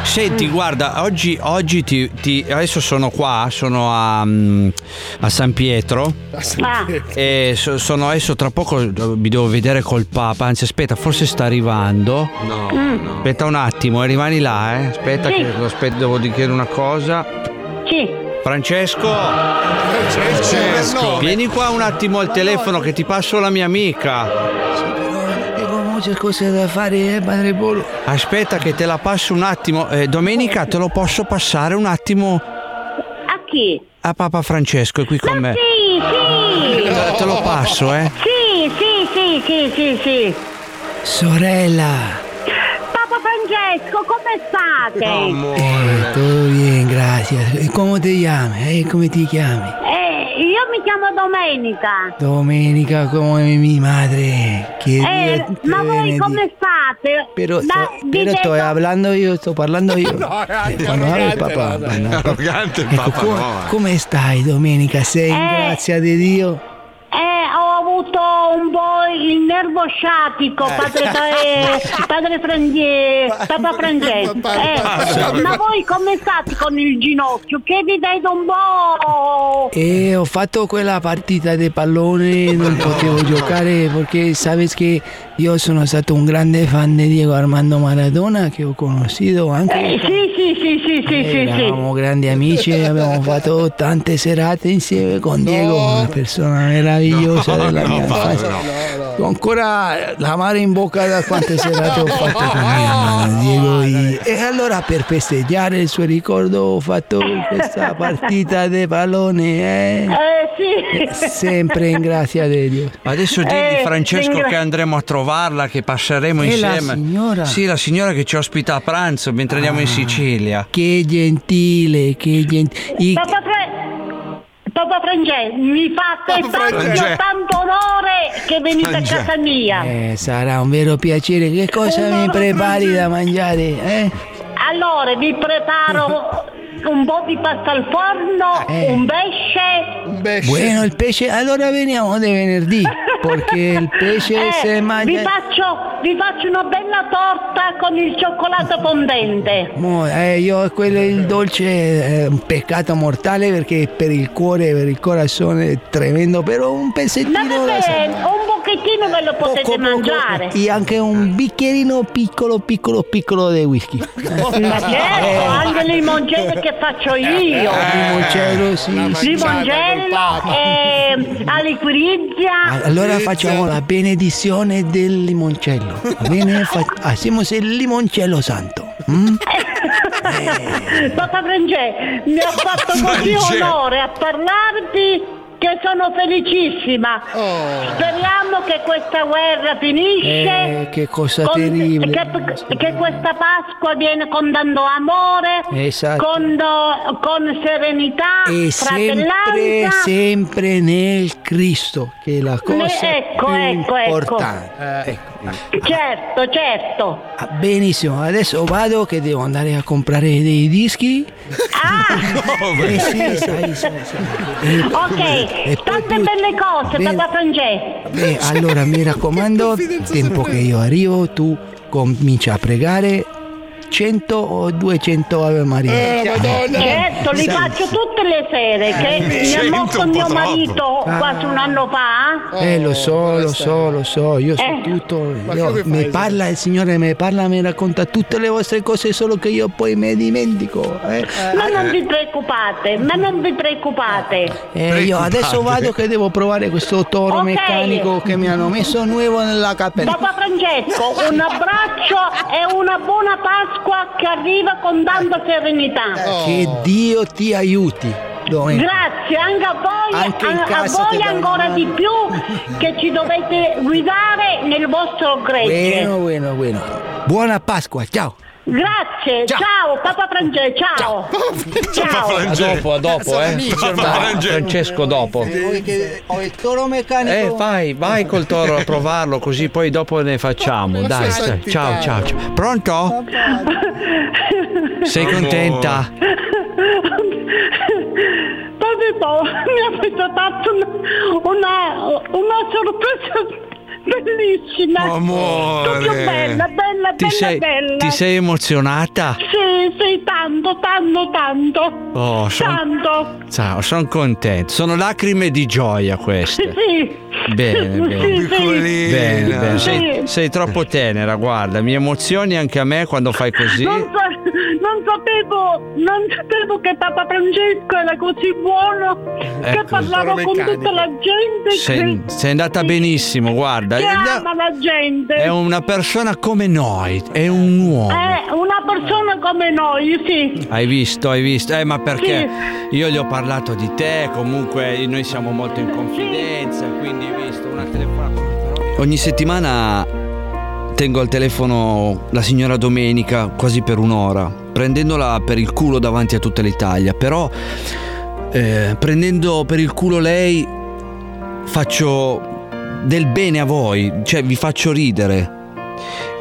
Speaker 7: Senti, guarda, oggi, oggi ti, ti- adesso sono qua, sono a, mm, a San Pietro.
Speaker 11: Ah.
Speaker 7: E so- sono adesso tra poco eh, mi devo vedere col Papa. Anzi, aspetta, forse sta arrivando. No,
Speaker 11: Mm.
Speaker 7: Aspetta un attimo, eh, rimani là, eh. Aspetta,
Speaker 11: Sì.
Speaker 7: che lo aspetta, devo dire una cosa.
Speaker 11: Sì.
Speaker 7: Francesco,
Speaker 11: Francesco.
Speaker 7: vieni qua un attimo al telefono che ti passo la mia amica. Devo molte cose da fare, eh, padre Polo. Aspetta che te la passo un attimo. Eh, domenica te lo posso passare un attimo
Speaker 11: a chi?
Speaker 7: a Papa Francesco, è qui con me.
Speaker 11: sì sì
Speaker 7: Te- te lo passo, eh.
Speaker 11: sì sì sì sì sì sì
Speaker 7: Sorella,
Speaker 11: Papa Francesco come state?
Speaker 7: tu vieni, grazie. E come ti chiami? E come ti chiami?
Speaker 11: Eh, io mi chiamo Domenica.
Speaker 7: Domenica come mia madre. Che
Speaker 11: Eh,
Speaker 7: Dio ti
Speaker 11: ma voi
Speaker 7: benedica.
Speaker 11: come state?
Speaker 7: Pero,
Speaker 11: Ma
Speaker 7: sto-
Speaker 11: vi
Speaker 7: pero
Speaker 11: vedo-
Speaker 7: sto parlando io, sto parlando io.
Speaker 11: No, è anche
Speaker 7: Quando parla il
Speaker 11: arrogante,
Speaker 7: papà,
Speaker 11: guarda.
Speaker 7: no.
Speaker 4: Arrogante il
Speaker 7: Ecco,
Speaker 4: Papa
Speaker 7: come-
Speaker 4: no, eh.
Speaker 7: Come stai domenica? Sei in
Speaker 11: Eh.
Speaker 7: grazia di Dio?
Speaker 11: Eh, ho avuto un po' il nervo sciatico, padre, eh, padre Frangie- Papa Francesco. Eh, ma voi come state con il ginocchio? Che vi vedo un po'...
Speaker 7: E ho fatto quella partita di pallone, non potevo giocare perché sapete che io sono stato un grande fan di Diego Armando Maradona che ho conosciuto
Speaker 11: Eh,
Speaker 7: anche. Eh,
Speaker 11: sì, sì, sì, sì, sì, sì, sì.
Speaker 7: Eravamo grandi amici, abbiamo fatto tante serate insieme con Diego, una persona meravigliosa della mia infanzia. Ho Ancora la mare in bocca da quante serate ho fatto con Diego. I- E allora per festeggiare il suo ricordo ho fatto questa partita di pallone. eh.
Speaker 11: Eh, sì.
Speaker 7: Sempre in grazia di Dio. Adesso
Speaker 11: digli, Eh, Francesco, ringra- che
Speaker 7: andremo a trovarla, che passeremo E la insieme. signora? Ah. Sì, la signora che ci ospita a pranzo mentre andiamo in Sicilia. Che gentile, che gentile.
Speaker 11: Papa, Fra- Papa Francesco, mi fate tanto,
Speaker 7: Francesco.
Speaker 11: tanto onore che venite a casa mia.
Speaker 7: Eh, sarà un vero piacere. Che cosa mi prepari da mangiare? Eh?
Speaker 11: Allora, vi preparo un po' di pasta al forno, un pesce. Eh. Un
Speaker 7: Buono il pesce, allora veniamo di venerdì, perché il pesce se
Speaker 11: Eh, vi,
Speaker 7: mangia...
Speaker 11: faccio, vi faccio una bella torta con il cioccolato fondente.
Speaker 7: Mo- eh, io quello il dolce è un peccato mortale perché per il cuore, per il corazone è tremendo, però un pezzettino...
Speaker 11: Ma
Speaker 7: la
Speaker 11: vabbè, Eh, un pochettino
Speaker 7: Oh,
Speaker 11: ve lo potete mangiare.
Speaker 7: E anche un bicchierino piccolo, piccolo, piccolo di whisky.
Speaker 11: Ma Eh, certo, anche il limoncello che faccio io.
Speaker 7: Eh, Limoncello, sì, sì.
Speaker 11: Limoncello e aliquirizia.
Speaker 7: Ah, Allora facciamo la benedizione del limoncello. Va bene? Fa- facciamo il limoncello santo. mm?
Speaker 11: Eh. Papa Francesco, mi ha fatto così
Speaker 7: Francesco.
Speaker 11: onore a parlarti che sono felicissima. Speriamo che questa guerra finisce.
Speaker 7: Eh, che cosa
Speaker 11: con-
Speaker 7: terribile.
Speaker 11: Che, che questa Pasqua viene con tanto amore,
Speaker 7: Esatto.
Speaker 11: Eh, con, con serenità,
Speaker 7: E sempre,
Speaker 11: fratellanza.
Speaker 7: sempre nel Cristo, che è la cosa
Speaker 11: Eh, ecco,
Speaker 7: più
Speaker 11: ecco, ecco.
Speaker 7: importante. Ecco,
Speaker 11: Certo, certo.
Speaker 7: Ah, benissimo, adesso vado che devo andare a comprare dei dischi. Eh sì, sai, sai, sai. E
Speaker 11: Ah. Ok,
Speaker 7: poi
Speaker 11: tante belle cose,
Speaker 7: Bene.
Speaker 11: Papa Francesco.
Speaker 7: Beh, allora mi raccomando, tempo che io arrivo, tu cominci a pregare 100 o 200 Ave Maria. Eh,
Speaker 11: Certo, li
Speaker 7: Sai-
Speaker 11: faccio tutte le sere che mi ha
Speaker 7: Sento
Speaker 11: morto
Speaker 7: Eh, un po'
Speaker 11: mio
Speaker 7: troppo.
Speaker 11: marito
Speaker 7: Ah.
Speaker 11: quasi un anno fa.
Speaker 7: Eh lo so, lo so, lo so, io
Speaker 11: Eh.
Speaker 7: so tutto. Io-
Speaker 11: che
Speaker 7: mi
Speaker 11: fai?
Speaker 7: parla il Signore, mi parla, mi racconta tutte le vostre cose, solo che io poi me dimentico. eh.
Speaker 11: Ma non vi preoccupate, ma non vi preoccupate.
Speaker 7: Eh, io adesso vado che devo provare questo toro meccanico che mi hanno messo nuovo nella cappella.
Speaker 11: Papa Francesco, un abbraccio e una
Speaker 7: Oh.
Speaker 11: buona Pasqua che arriva con tanta serenità.
Speaker 7: Che Dio ti aiuti. domenica.
Speaker 11: Grazie anche a voi,
Speaker 7: Anche in
Speaker 11: a- a,
Speaker 7: casa ti
Speaker 11: voi
Speaker 7: dai una
Speaker 11: ancora
Speaker 7: mano.
Speaker 11: di più che ci dovete guidare nel vostro gregge.
Speaker 7: Bueno, bueno, bueno. Buona Pasqua, ciao.
Speaker 11: Grazie, ciao, Papa Francesco, ciao.
Speaker 7: A dopo, a dopo, eh. Dai, Francesco dopo.
Speaker 13: Ho il toro meccanico.
Speaker 26: Eh, vai, vai col toro a provarlo, così poi dopo ne facciamo. Dai, sai. ciao, ciao, ciao. Pronto? Sei contenta?
Speaker 11: Papito, mi avete fatto una, una sorpresa bellissima.
Speaker 26: Amore.
Speaker 11: Proprio bella, bella,
Speaker 26: Ti
Speaker 11: bella,
Speaker 26: sei,
Speaker 11: bella.
Speaker 26: ti sei emozionata?
Speaker 11: Sì, sì, tanto, tanto, tanto.
Speaker 26: Oh, sono
Speaker 11: Tanto.
Speaker 26: contento. Sono lacrime di gioia queste.
Speaker 11: Sì.
Speaker 26: Bene, bene.
Speaker 11: Sì, sì.
Speaker 26: Bene, bene. Sei,
Speaker 11: Sì.
Speaker 26: sei troppo tenera, guarda, mi emozioni anche a me quando fai così.
Speaker 11: Non, sa- non sapevo, non sapevo che Papa Francesco era così buono che
Speaker 26: Ecco.
Speaker 11: parlava
Speaker 26: Solo
Speaker 11: con tutta
Speaker 26: meccanico.
Speaker 11: la gente
Speaker 26: Sei, sei andata benissimo, guarda.
Speaker 11: che, che
Speaker 26: È-
Speaker 11: ama la gente.
Speaker 26: È una persona come noi, è un uomo.
Speaker 11: È Eh, una persona come noi, sì.
Speaker 26: Hai visto, hai visto? Eh, ma perché io gli ho parlato di te, comunque noi siamo molto in confidenza, quindi hai visto una telefonata.
Speaker 12: Ogni settimana tengo al telefono la signora Domenica quasi per un'ora, prendendola per il culo davanti a tutta l'Italia, però eh, prendendo per il culo lei faccio del bene a voi, cioè vi faccio ridere.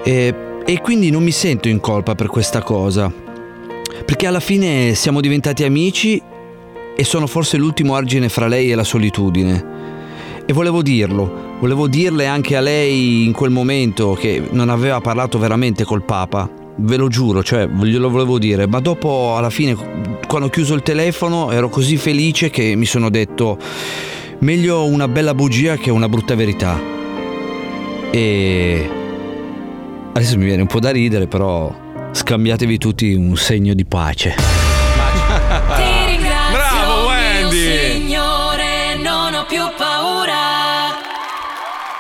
Speaker 12: E, e quindi non mi sento in colpa per questa cosa, perché alla fine siamo diventati amici e sono forse l'ultimo argine fra lei e la solitudine. E volevo dirlo, volevo dirle anche a lei in quel momento che non aveva parlato veramente col Papa. Ve lo giuro, cioè glielo volevo dire, ma dopo alla fine quando ho chiuso il telefono ero così felice che mi sono detto meglio una bella bugia che una brutta verità. E adesso mi viene un po' da ridere, però scambiatevi tutti un segno di pace.
Speaker 3: Ti ringrazio,
Speaker 12: Bravo, Wendy!
Speaker 3: mio signore, non ho più paura.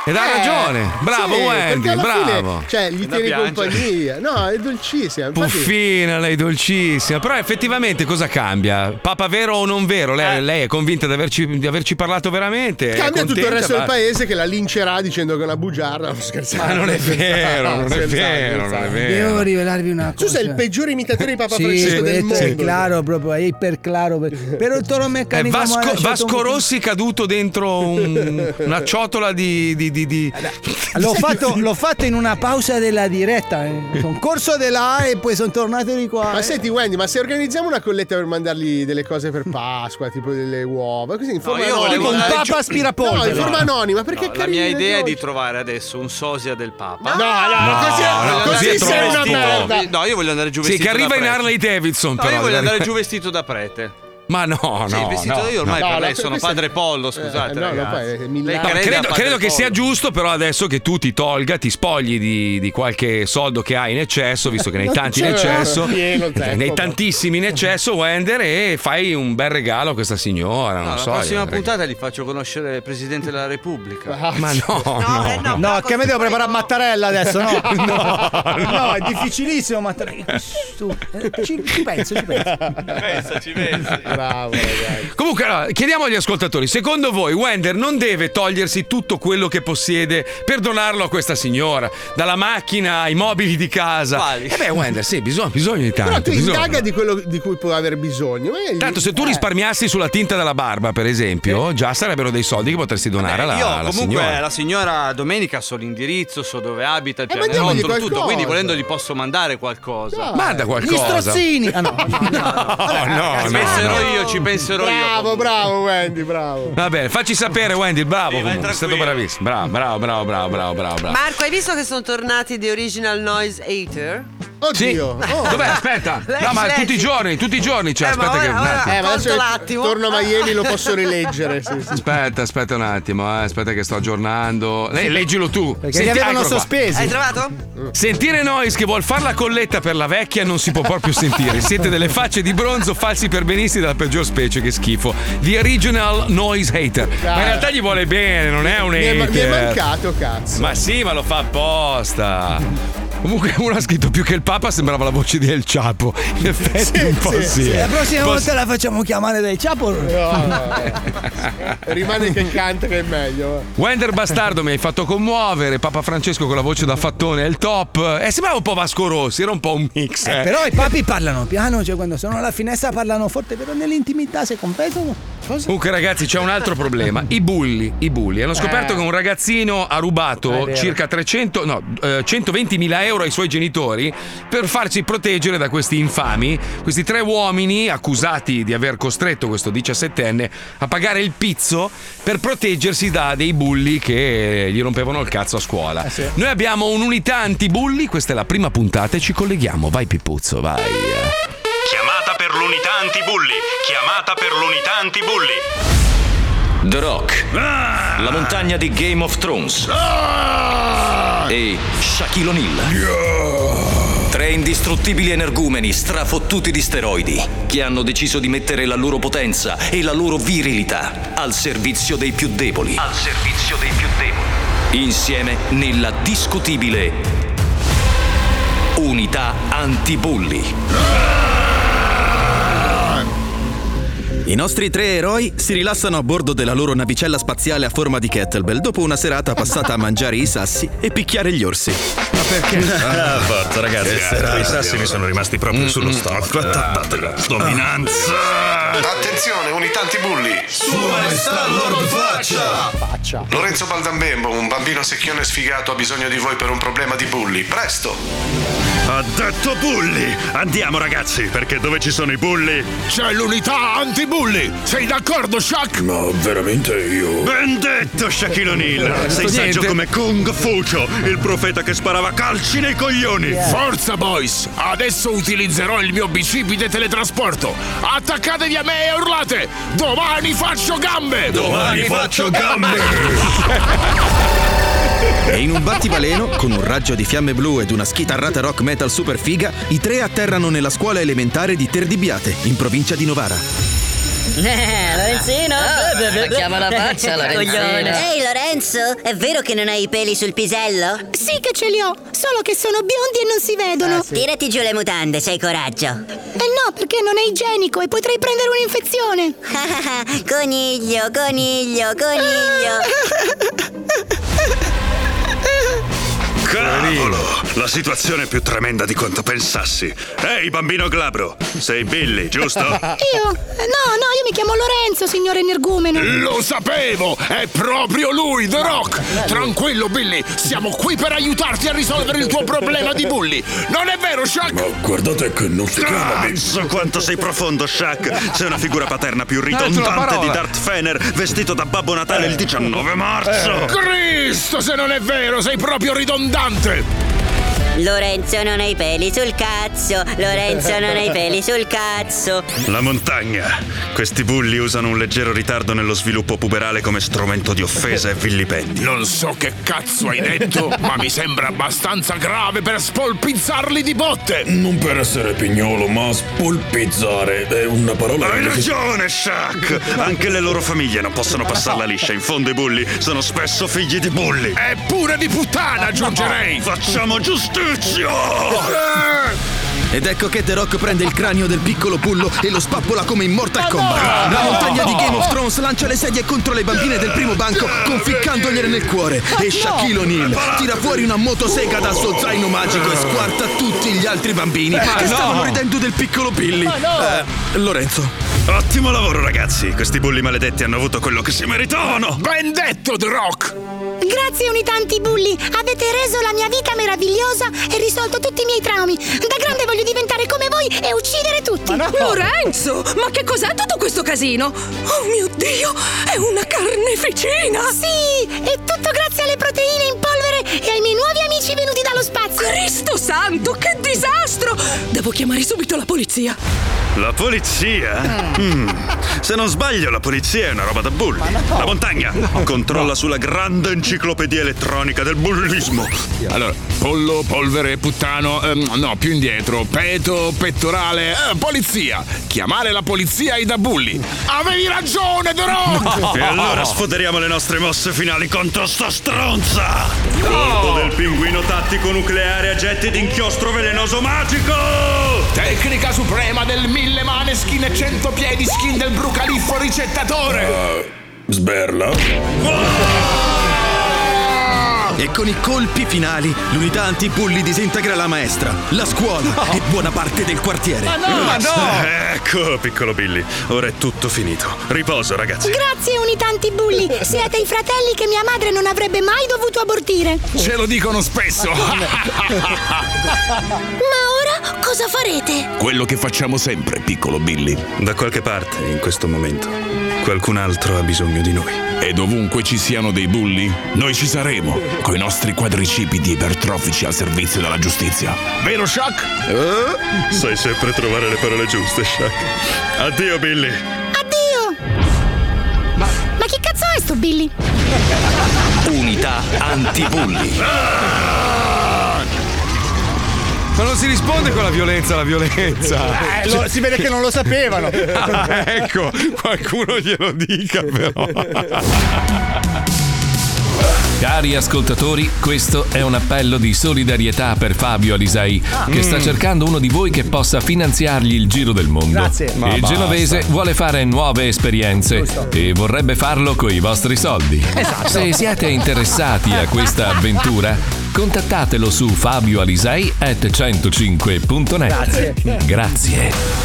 Speaker 4: Ed ha
Speaker 6: Eh,
Speaker 4: ragione. Bravo
Speaker 6: sì, perché
Speaker 4: Wendy,
Speaker 6: alla fine,
Speaker 4: bravo.
Speaker 6: cioè, gli
Speaker 4: È da
Speaker 6: tieni
Speaker 4: piangere.
Speaker 6: compagnia. No, è dolcissima. infatti-
Speaker 4: Puffina, lei dolcissima. Però effettivamente cosa cambia? Papa vero o non vero? Lei, lei è convinta di averci, di averci parlato veramente? È
Speaker 6: Eh. Cambia tutto il
Speaker 4: contenta,
Speaker 6: resto del
Speaker 4: va-
Speaker 6: paese che la lincerà dicendo che è una bugiarda. Non scherzare.
Speaker 4: Ma Ah, non è vero,
Speaker 6: No,
Speaker 4: non è
Speaker 6: scherzare,
Speaker 4: vero, non è
Speaker 6: scherzare.
Speaker 4: vero.
Speaker 7: Devo rivelarvi una
Speaker 6: Tu
Speaker 7: cosa.
Speaker 8: Eh.
Speaker 6: sei il peggiore imitatore di Papa
Speaker 7: Sì,
Speaker 6: Francesco del
Speaker 7: questo è
Speaker 6: mondo.
Speaker 7: claro, proprio è iperclaro. Però il toro
Speaker 4: Eh,
Speaker 7: meccanico. mi ha
Speaker 4: Vasco,
Speaker 7: lasciato
Speaker 4: Vasco
Speaker 7: un-
Speaker 4: Rossi caduto dentro un- una ciotola di. di, di, di-
Speaker 6: Eh,
Speaker 7: L'ho fatto, l'ho fatto in una pausa della diretta. eh. Sono corso de là e poi sono tornato di qua.
Speaker 6: Ma senti Wendy, ma se organizziamo una colletta per mandargli delle cose per Pasqua, tipo delle uova, così in
Speaker 25: io
Speaker 6: forma anonima.
Speaker 25: volevo Tipo un dare papa gio- aspirapolvere.
Speaker 6: No, in forma anonima,
Speaker 25: No,
Speaker 6: perché
Speaker 25: la mia
Speaker 6: carino,
Speaker 25: idea è
Speaker 6: no?
Speaker 25: di trovare adesso un sosia del Papa.
Speaker 6: No, no, No, così- no, così
Speaker 25: Voglio andare
Speaker 6: sei
Speaker 25: giù
Speaker 6: una
Speaker 25: vestito-
Speaker 6: merda.
Speaker 25: No, io voglio andare giù
Speaker 4: Sì,
Speaker 25: vestito.
Speaker 4: che arriva
Speaker 25: da
Speaker 4: in
Speaker 25: prete.
Speaker 4: Harley Davidson,
Speaker 25: No,
Speaker 4: però.
Speaker 25: io voglio
Speaker 4: deve-
Speaker 25: andare giù vestito da prete.
Speaker 4: Ma no, no.
Speaker 25: sì, vestito
Speaker 4: no,
Speaker 25: io ormai
Speaker 4: no.
Speaker 25: per lei
Speaker 6: no,
Speaker 25: sono
Speaker 6: questo-
Speaker 25: padre pollo, scusate.
Speaker 6: eh, no, no,
Speaker 25: ragazzi.
Speaker 6: poi è
Speaker 25: Lei
Speaker 6: Milano.
Speaker 4: No,
Speaker 25: crede a
Speaker 4: credo,
Speaker 25: padre
Speaker 4: credo che
Speaker 25: Pollo.
Speaker 4: sia giusto, però adesso che tu ti tolga, ti spogli di, di qualche soldo che hai in eccesso, visto che ne hai tanti in
Speaker 6: C'era
Speaker 4: eccesso,
Speaker 6: pieno il
Speaker 4: ne
Speaker 6: tempo,
Speaker 4: hai
Speaker 6: ma-
Speaker 4: tantissimi in eccesso, Wender, e fai un bel regalo a questa signora.
Speaker 25: No,
Speaker 4: Non
Speaker 25: la
Speaker 4: so.
Speaker 25: prossima
Speaker 4: eh,
Speaker 25: puntata gli faccio conoscere il presidente della Repubblica.
Speaker 6: Ah,
Speaker 4: Ma no, no,
Speaker 25: eh,
Speaker 4: no.
Speaker 8: No, che me devo preparare Mattarella adesso, no?
Speaker 25: No, no.
Speaker 8: No, è difficilissimo Mattarella. Su, eh, Ci, ci penso, ci penso.
Speaker 25: Pensaci, pensi.
Speaker 6: Bravo, ragazzi.
Speaker 4: Comunque, allora, chiediamo agli ascoltatori: secondo voi Wender non deve togliersi tutto quello che possiede per donarlo a questa signora? Dalla macchina ai mobili di casa. Eh beh, Wender, sì, bisogna, bisogna di tanto.
Speaker 6: Però tu
Speaker 4: bisogna.
Speaker 6: indaga di quello di cui può aver bisogno. Magari-
Speaker 4: Tanto se tu risparmiassi sulla tinta della barba, per esempio, già sarebbero dei soldi che potresti donare alla,
Speaker 25: Io
Speaker 4: alla
Speaker 25: comunque
Speaker 4: signora.
Speaker 25: la signora Domenica so l'indirizzo, so dove abita, il
Speaker 6: Eh, mandiamogli
Speaker 25: pianerottolo, tutto,
Speaker 6: qualcosa.
Speaker 25: quindi volendo gli posso mandare qualcosa.
Speaker 4: Manda qualcosa.
Speaker 8: Ah
Speaker 6: eh,
Speaker 8: no.
Speaker 4: No, no,
Speaker 25: Ci
Speaker 4: no,
Speaker 25: penserò
Speaker 4: no.
Speaker 25: io, ci penserò io.
Speaker 6: Bravo, bravo Wendy, bravo.
Speaker 4: Va bene, facci sapere, Wendy, bravo. comunque, è stato bravissimo. Bravo, bravo, bravo, bravo, bravo, bravo. bravo.
Speaker 20: Marco, hai visto che sono tornati The Original Noise Hater?
Speaker 4: Sì. Eh, Dov'è? Aspetta. No, ma tutti i giorni, tutti i giorni. Cioè,
Speaker 20: Eh, ma
Speaker 4: aspetta che.
Speaker 20: ora-
Speaker 4: un
Speaker 20: ora-
Speaker 4: attimo.
Speaker 6: Oh. Eh, ma adesso
Speaker 20: Tolto l'attimo.
Speaker 6: torno a Miami lo posso rileggere. sì, sì.
Speaker 4: Aspetta, aspetta un attimo, eh, aspetta che sto aggiornando. Lei, leggilo tu.
Speaker 6: Perché
Speaker 4: Senti-
Speaker 6: li avevano
Speaker 4: eccolo qua.
Speaker 6: sospesi.
Speaker 20: Hai trovato?
Speaker 4: Sentire Nois che vuol far la colletta per la vecchia non si può proprio sentire. Siete delle facce di bronzo falsi perbenisti della peggior specie, che schifo. The original noise hater. Ma in realtà gli vuole bene, non è un
Speaker 6: Mi è,
Speaker 4: hater.
Speaker 6: mi è mancato, cazzo.
Speaker 4: Ma sì, ma lo fa apposta. Comunque uno ha scritto più che il Papa sembrava la voce di El Ciapo. In effetti un po' sì. eh.
Speaker 8: La prossima
Speaker 4: Un po'
Speaker 8: volta la facciamo chiamare dai Ciapo.
Speaker 7: Eh,
Speaker 6: Rimane che canta che è meglio.
Speaker 4: Wender Bastardo mi hai fatto commuovere, Papa Francesco con la voce da fattone è il top. E sembrava un po' Vasco Rossi, era un po' un mix. eh.
Speaker 8: Però i papi parlano piano, cioè quando sono alla finestra parlano forte, però nell'intimità se competono. Cosa?
Speaker 4: Comunque ragazzi c'è un altro problema, i bulli, i bulli. Hanno scoperto
Speaker 8: Eh. Ah,
Speaker 4: che un ragazzino ha
Speaker 8: È
Speaker 4: rubato
Speaker 8: vero.
Speaker 4: circa 300, no, eh, 120.000 euro ai suoi genitori per farsi proteggere da questi infami, questi tre uomini accusati di aver costretto questo 17enne a pagare il pizzo per proteggersi da dei bulli che gli rompevano il cazzo a scuola.
Speaker 8: Eh,
Speaker 4: Noi abbiamo un'unità antibulli, questa è la prima puntata e ci colleghiamo. Vai Pippuzzo, vai.
Speaker 27: Chiamata per l'unità antibulli. Chiamata per l'unità antibulli.
Speaker 28: The Rock, la montagna di Game of Thrones e Shaquille O'Neal. Tre indistruttibili energumeni strafottuti di steroidi che hanno deciso di mettere la loro potenza e la loro virilità al servizio dei più deboli.
Speaker 27: Al servizio dei più deboli.
Speaker 28: Insieme nella discutibile unità antibulli.
Speaker 10: I nostri tre eroi si rilassano a bordo della loro navicella spaziale a forma di kettlebell dopo una serata passata a mangiare i sassi e picchiare gli orsi. Ma perché?
Speaker 27: Ah, forza ragazzi,
Speaker 10: Che serata
Speaker 27: i sassi mi sono rimasti proprio sullo stomaco. Eh. Attaccatela, mm. dominanza.
Speaker 22: Attenzione, unità antibulli!
Speaker 27: Sua Maestà Lord Faccia!
Speaker 22: Lorenzo Baldambembo, un bambino secchione sfigato, ha bisogno di voi per un problema di bulli. Presto!
Speaker 27: Ha detto bulli! Andiamo ragazzi, perché dove ci sono i bulli? C'è l'unità anti-bulli! Sei d'accordo, Shaq?
Speaker 10: Ma veramente io.
Speaker 27: Ben detto, Shaquille
Speaker 10: Non ho
Speaker 27: O'Neal!
Speaker 10: detto
Speaker 27: Sei saggio
Speaker 10: niente.
Speaker 27: come Kung Fucio, il profeta che sparava calci nei coglioni!
Speaker 10: Forza,
Speaker 27: boys!
Speaker 10: Adesso utilizzerò il mio bicipite teletrasporto!
Speaker 27: Attaccatevi a me e urlate! Domani faccio gambe!
Speaker 10: Domani faccio gambe! E in un battibaleno, con un raggio di fiamme blu ed una schitarrata rock metal super figa, i tre atterrano nella scuola elementare di Terdibiate, in provincia di Novara.
Speaker 29: Eh, Lorenzino?
Speaker 30: Attacchiamo la faccia, Lorenzino.
Speaker 29: Coglione. Ehi, Lorenzo, è vero che non hai i peli sul pisello? Ah,
Speaker 31: Sì che ce li ho, solo che sono biondi e non si vedono.
Speaker 29: Tirati giù le mutande, c'hai coraggio.
Speaker 31: Eh no, perché non è igienico e potrei prendere un'infezione.
Speaker 29: Coniglio, coniglio, coniglio.
Speaker 27: Cavolo! La situazione è più tremenda di quanto pensassi. Ehi, bambino glabro! Sei Billy, giusto?
Speaker 31: Io? No, no, io mi chiamo Lorenzo, signore energumeno.
Speaker 27: Lo
Speaker 10: sapevo! È proprio lui, The Rock! Tranquillo, Billy, siamo qui per aiutarti a risolvere il tuo problema di bulli! Non è vero, Shaq?
Speaker 27: Guardate che non si Cazzo, quanto sei profondo, Shaq! Sei una figura paterna più ridondante di Darth Fener, vestito da Babbo Natale il 19 marzo!
Speaker 10: Cristo, se non è vero, sei proprio ridondante!
Speaker 29: Lorenzo non hai i peli sul cazzo. Lorenzo non hai i peli sul cazzo.
Speaker 27: La montagna. Questi bulli usano un leggero ritardo nello sviluppo puberale come strumento di offesa e vilipendio.
Speaker 10: Non so che cazzo hai detto, ma mi sembra abbastanza grave per spolpizzarli di botte! Non per essere pignolo, ma spolpizzare è una parola.
Speaker 27: Hai ragione, Shaq! Anche le loro famiglie non possono passarla liscia. In fondo i bulli sono spesso figli di bulli.
Speaker 10: Eppure di puttana, aggiungerei!
Speaker 27: Facciamo giustizia!
Speaker 10: Ed ecco che The Rock prende il cranio del piccolo pullo e lo spappola come in Mortal Kombat. La montagna di Game of Thrones lancia le sedie contro le bambine del primo banco, conficcandogliele nel cuore. E Shaquille O'Neal tira fuori una motosega dal suo zaino magico e squarta tutti gli altri bambini
Speaker 27: Eh, Ma
Speaker 10: che
Speaker 27: no!
Speaker 10: stavano ridendo del piccolo Billy.
Speaker 27: Ma
Speaker 10: Eh, Lorenzo.
Speaker 27: Ottimo lavoro, ragazzi! Questi bulli maledetti hanno avuto quello che si meritavano!
Speaker 10: Ben detto, The Rock!
Speaker 31: Grazie unità antibulli, avete reso la mia vita meravigliosa e risolto tutti i miei traumi. Da grande voglio diventare come voi e uccidere tutti.
Speaker 14: Lorenzo, ma che cos'è tutto questo casino? Oh mio Dio, è una carneficina!
Speaker 31: Sì, è tutto grazie alle proteine in polvere e ai miei nuovi amici venuti dallo spazio.
Speaker 14: Cristo santo, che disastro! Devo chiamare subito la polizia.
Speaker 27: La polizia? Mm. Se non sbaglio, la polizia è una roba da bulli. La montagna controlla sulla grande enciclopedia elettronica del bullismo.
Speaker 10: Allora, pollo, polvere, puttano, ehm, no, più indietro, peto, pettorale, eh, polizia. Chiamare la polizia i da bulli. Avevi ragione, The Rock!
Speaker 27: E allora sfoderiamo le nostre mosse finali contro sta stronza! Colpo del pinguino tattico nucleare a getti d'inchiostro velenoso magico!
Speaker 10: Tecnica suprema del mille mani skin e cento piedi skin del brucaliffo ricettatore.
Speaker 22: Sberla.
Speaker 10: E
Speaker 22: con i colpi finali, l'unità antibulli disintegra la maestra, la scuola e buona parte del quartiere.
Speaker 27: Ecco, piccolo Billy, ora è tutto finito. Riposo, ragazzi.
Speaker 31: Grazie unità antibulli, siete i fratelli che mia madre non avrebbe mai dovuto abortire.
Speaker 10: Ce lo dicono spesso.
Speaker 31: Ma ora cosa farete?
Speaker 10: Quello che facciamo sempre, piccolo Billy.
Speaker 27: Da qualche parte, in questo momento, qualcun altro ha bisogno di noi.
Speaker 10: E dovunque ci siano dei bulli, noi ci saremo, coi nostri quadricipiti ipertrofici al servizio della giustizia. Vero Shock?
Speaker 27: Sai sempre trovare le parole giuste, Shaq. Addio, Billy.
Speaker 31: Addio! Ma, chi cazzo è sto Billy?
Speaker 32: Unità antibulli.
Speaker 4: Ma non si risponde con la violenza alla violenza.
Speaker 8: Eh, lo- si vede che non lo sapevano.
Speaker 4: Ah, ecco, qualcuno glielo dica però.
Speaker 1: Cari ascoltatori, questo è un appello di solidarietà per Fabio Alisei,
Speaker 33: Ah.
Speaker 1: che sta
Speaker 33: Mm.
Speaker 1: cercando uno di voi che possa finanziargli il giro del mondo.
Speaker 33: Grazie. Ma
Speaker 1: Il
Speaker 33: basta.
Speaker 1: genovese vuole fare nuove esperienze e vorrebbe farlo con i vostri soldi.
Speaker 33: Esatto.
Speaker 1: Se siete interessati a questa avventura, contattatelo su fabioalisei at 105.net.
Speaker 31: Grazie.
Speaker 1: Grazie.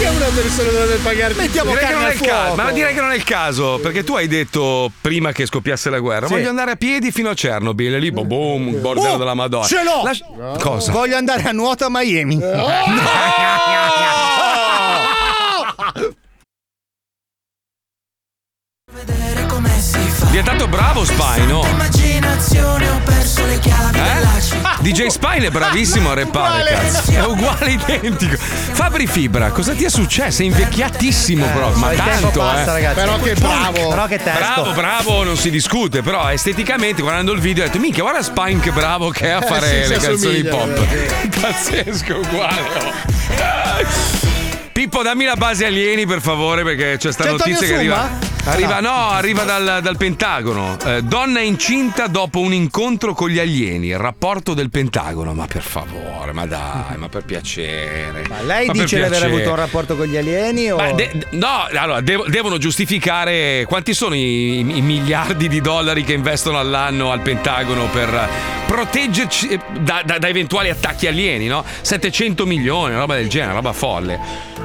Speaker 6: Perché una persona dovrebbe pagare
Speaker 8: Mettiamo
Speaker 4: Direi che
Speaker 8: carne
Speaker 4: non è
Speaker 8: al
Speaker 4: il caso,
Speaker 8: fuoco.
Speaker 4: ma direi che non è il caso, perché tu hai detto prima che scoppiasse la guerra,
Speaker 8: Sì.
Speaker 4: voglio andare a piedi fino a Chernobyl, e lì boom, boom, un bordello
Speaker 8: Oh,
Speaker 4: della Madonna.
Speaker 8: Ce l'ho!
Speaker 4: Lascia- Cosa?
Speaker 8: Voglio andare a nuoto a Miami.
Speaker 4: Diventato bravo Spine, oh.
Speaker 34: Immaginazione, ho perso le chiavi della città.
Speaker 4: DJ Spine è bravissimo a rappare,
Speaker 34: Uguale.
Speaker 4: cazzo. È uguale identico. Fabri Fibra, cosa ti è successo? È invecchiatissimo proprio, ma
Speaker 8: Eh, il tempo
Speaker 4: tanto,
Speaker 8: passa,
Speaker 4: eh.
Speaker 8: ragazzi. Però che bravo. Però che testo.
Speaker 4: Bravo, bravo, non si discute, però esteticamente guardando il video ho detto minchia, guarda Spine che bravo che è a
Speaker 33: Eh,
Speaker 4: fare
Speaker 33: sì,
Speaker 4: le
Speaker 33: si
Speaker 4: canzoni
Speaker 33: assomiglia,
Speaker 4: pop.
Speaker 33: eh.
Speaker 4: Pazzesco, uguale. oh. Pippo, dammi la base alieni per favore perché c'è sta
Speaker 33: C'è Antonio
Speaker 4: notizia che arriva.
Speaker 33: Zuma?
Speaker 4: Arriva,
Speaker 33: Ah, no.
Speaker 4: no, arriva dal, dal Pentagono. Eh, donna incinta dopo un incontro con gli alieni. Il rapporto del Pentagono. Ma per favore, ma dai, ma per piacere. Ma
Speaker 8: Lei
Speaker 4: per
Speaker 8: dice di aver
Speaker 4: piacere.
Speaker 8: avuto un rapporto con gli alieni o...
Speaker 4: Ma de- de- no, allora dev- devono giustificare quanti sono i, i miliardi di dollari che investono all'anno al Pentagono per proteggerci eh, da, da- da eventuali attacchi alieni, no? 700 milioni, roba del genere, roba folle.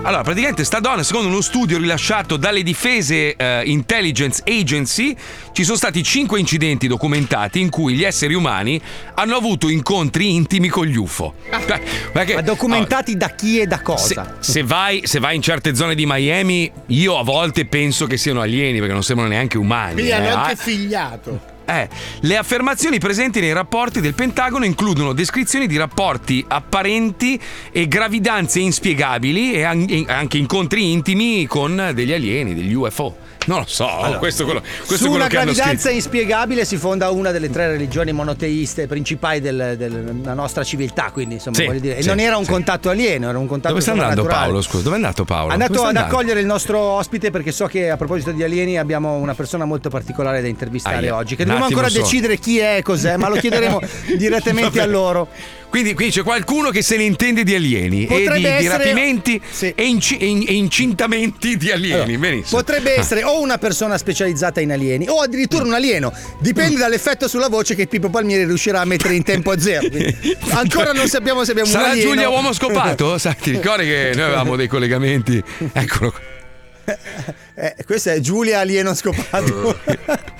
Speaker 4: Allora, praticamente sta donna, secondo uno studio rilasciato dalle difese eh, Intelligence Agency, ci sono stati 5 incidenti documentati in cui gli esseri umani hanno avuto incontri intimi con gli UFO. Cioè, perché-
Speaker 8: Ah. Ma documentati
Speaker 4: oh.
Speaker 8: da chi e da
Speaker 4: se,
Speaker 8: cosa?
Speaker 4: se vai, se vai in certe zone di Miami, io a volte penso che siano alieni perché non sembrano neanche umani.
Speaker 6: Via,
Speaker 4: eh.
Speaker 6: hanno
Speaker 4: Ah,
Speaker 6: anche figliato.
Speaker 4: eh, le affermazioni presenti nei rapporti del Pentagono includono descrizioni di rapporti apparenti e gravidanze inspiegabili e an- e anche incontri intimi con degli alieni, degli UFO. Non lo so, Oh, questo è quello, questo
Speaker 8: Su
Speaker 4: è quello
Speaker 8: una
Speaker 4: che hanno
Speaker 8: gravidanza
Speaker 4: scritto.
Speaker 8: inspiegabile si fonda una delle tre religioni monoteiste principali del- del- della nostra civiltà, quindi insomma
Speaker 4: Sì,
Speaker 8: voglio dire, e
Speaker 4: sì,
Speaker 8: non era un
Speaker 4: sì.
Speaker 8: contatto alieno, era un contatto
Speaker 4: Dove sta andando
Speaker 8: soprannaturale.
Speaker 4: Paolo? Scusa, dove è andato Paolo?
Speaker 8: È andato
Speaker 4: Dove
Speaker 8: ad
Speaker 4: sta andando?
Speaker 8: accogliere il nostro ospite perché so che a proposito di alieni abbiamo una persona molto particolare da intervistare
Speaker 4: Aia.
Speaker 8: oggi, che
Speaker 4: Un
Speaker 8: dobbiamo
Speaker 4: attimo
Speaker 8: ancora
Speaker 4: solo.
Speaker 8: decidere chi è e cos'è, Eh, ma lo chiederemo direttamente
Speaker 4: Vabbè.
Speaker 8: a loro.
Speaker 4: Quindi qui c'è qualcuno che se ne intende di alieni
Speaker 8: Potrebbe
Speaker 4: e di, di
Speaker 8: essere-
Speaker 4: rapimenti e, inci- e in- e incintamenti di alieni. Benissimo. Ah.
Speaker 8: Potrebbe essere o una persona specializzata in alieni o addirittura un alieno.
Speaker 4: Mm.
Speaker 8: Dipende dall'effetto sulla voce che Pippo Palmieri riuscirà a mettere in tempo a zero. Quindi Ancora non sappiamo se abbiamo un
Speaker 4: Sarà
Speaker 8: alieno.
Speaker 4: Giulia uomo scopato? Sai, ti ricordi che noi avevamo dei collegamenti? Eccolo, qua.
Speaker 8: Eh, questa è Giulia alieno scopato.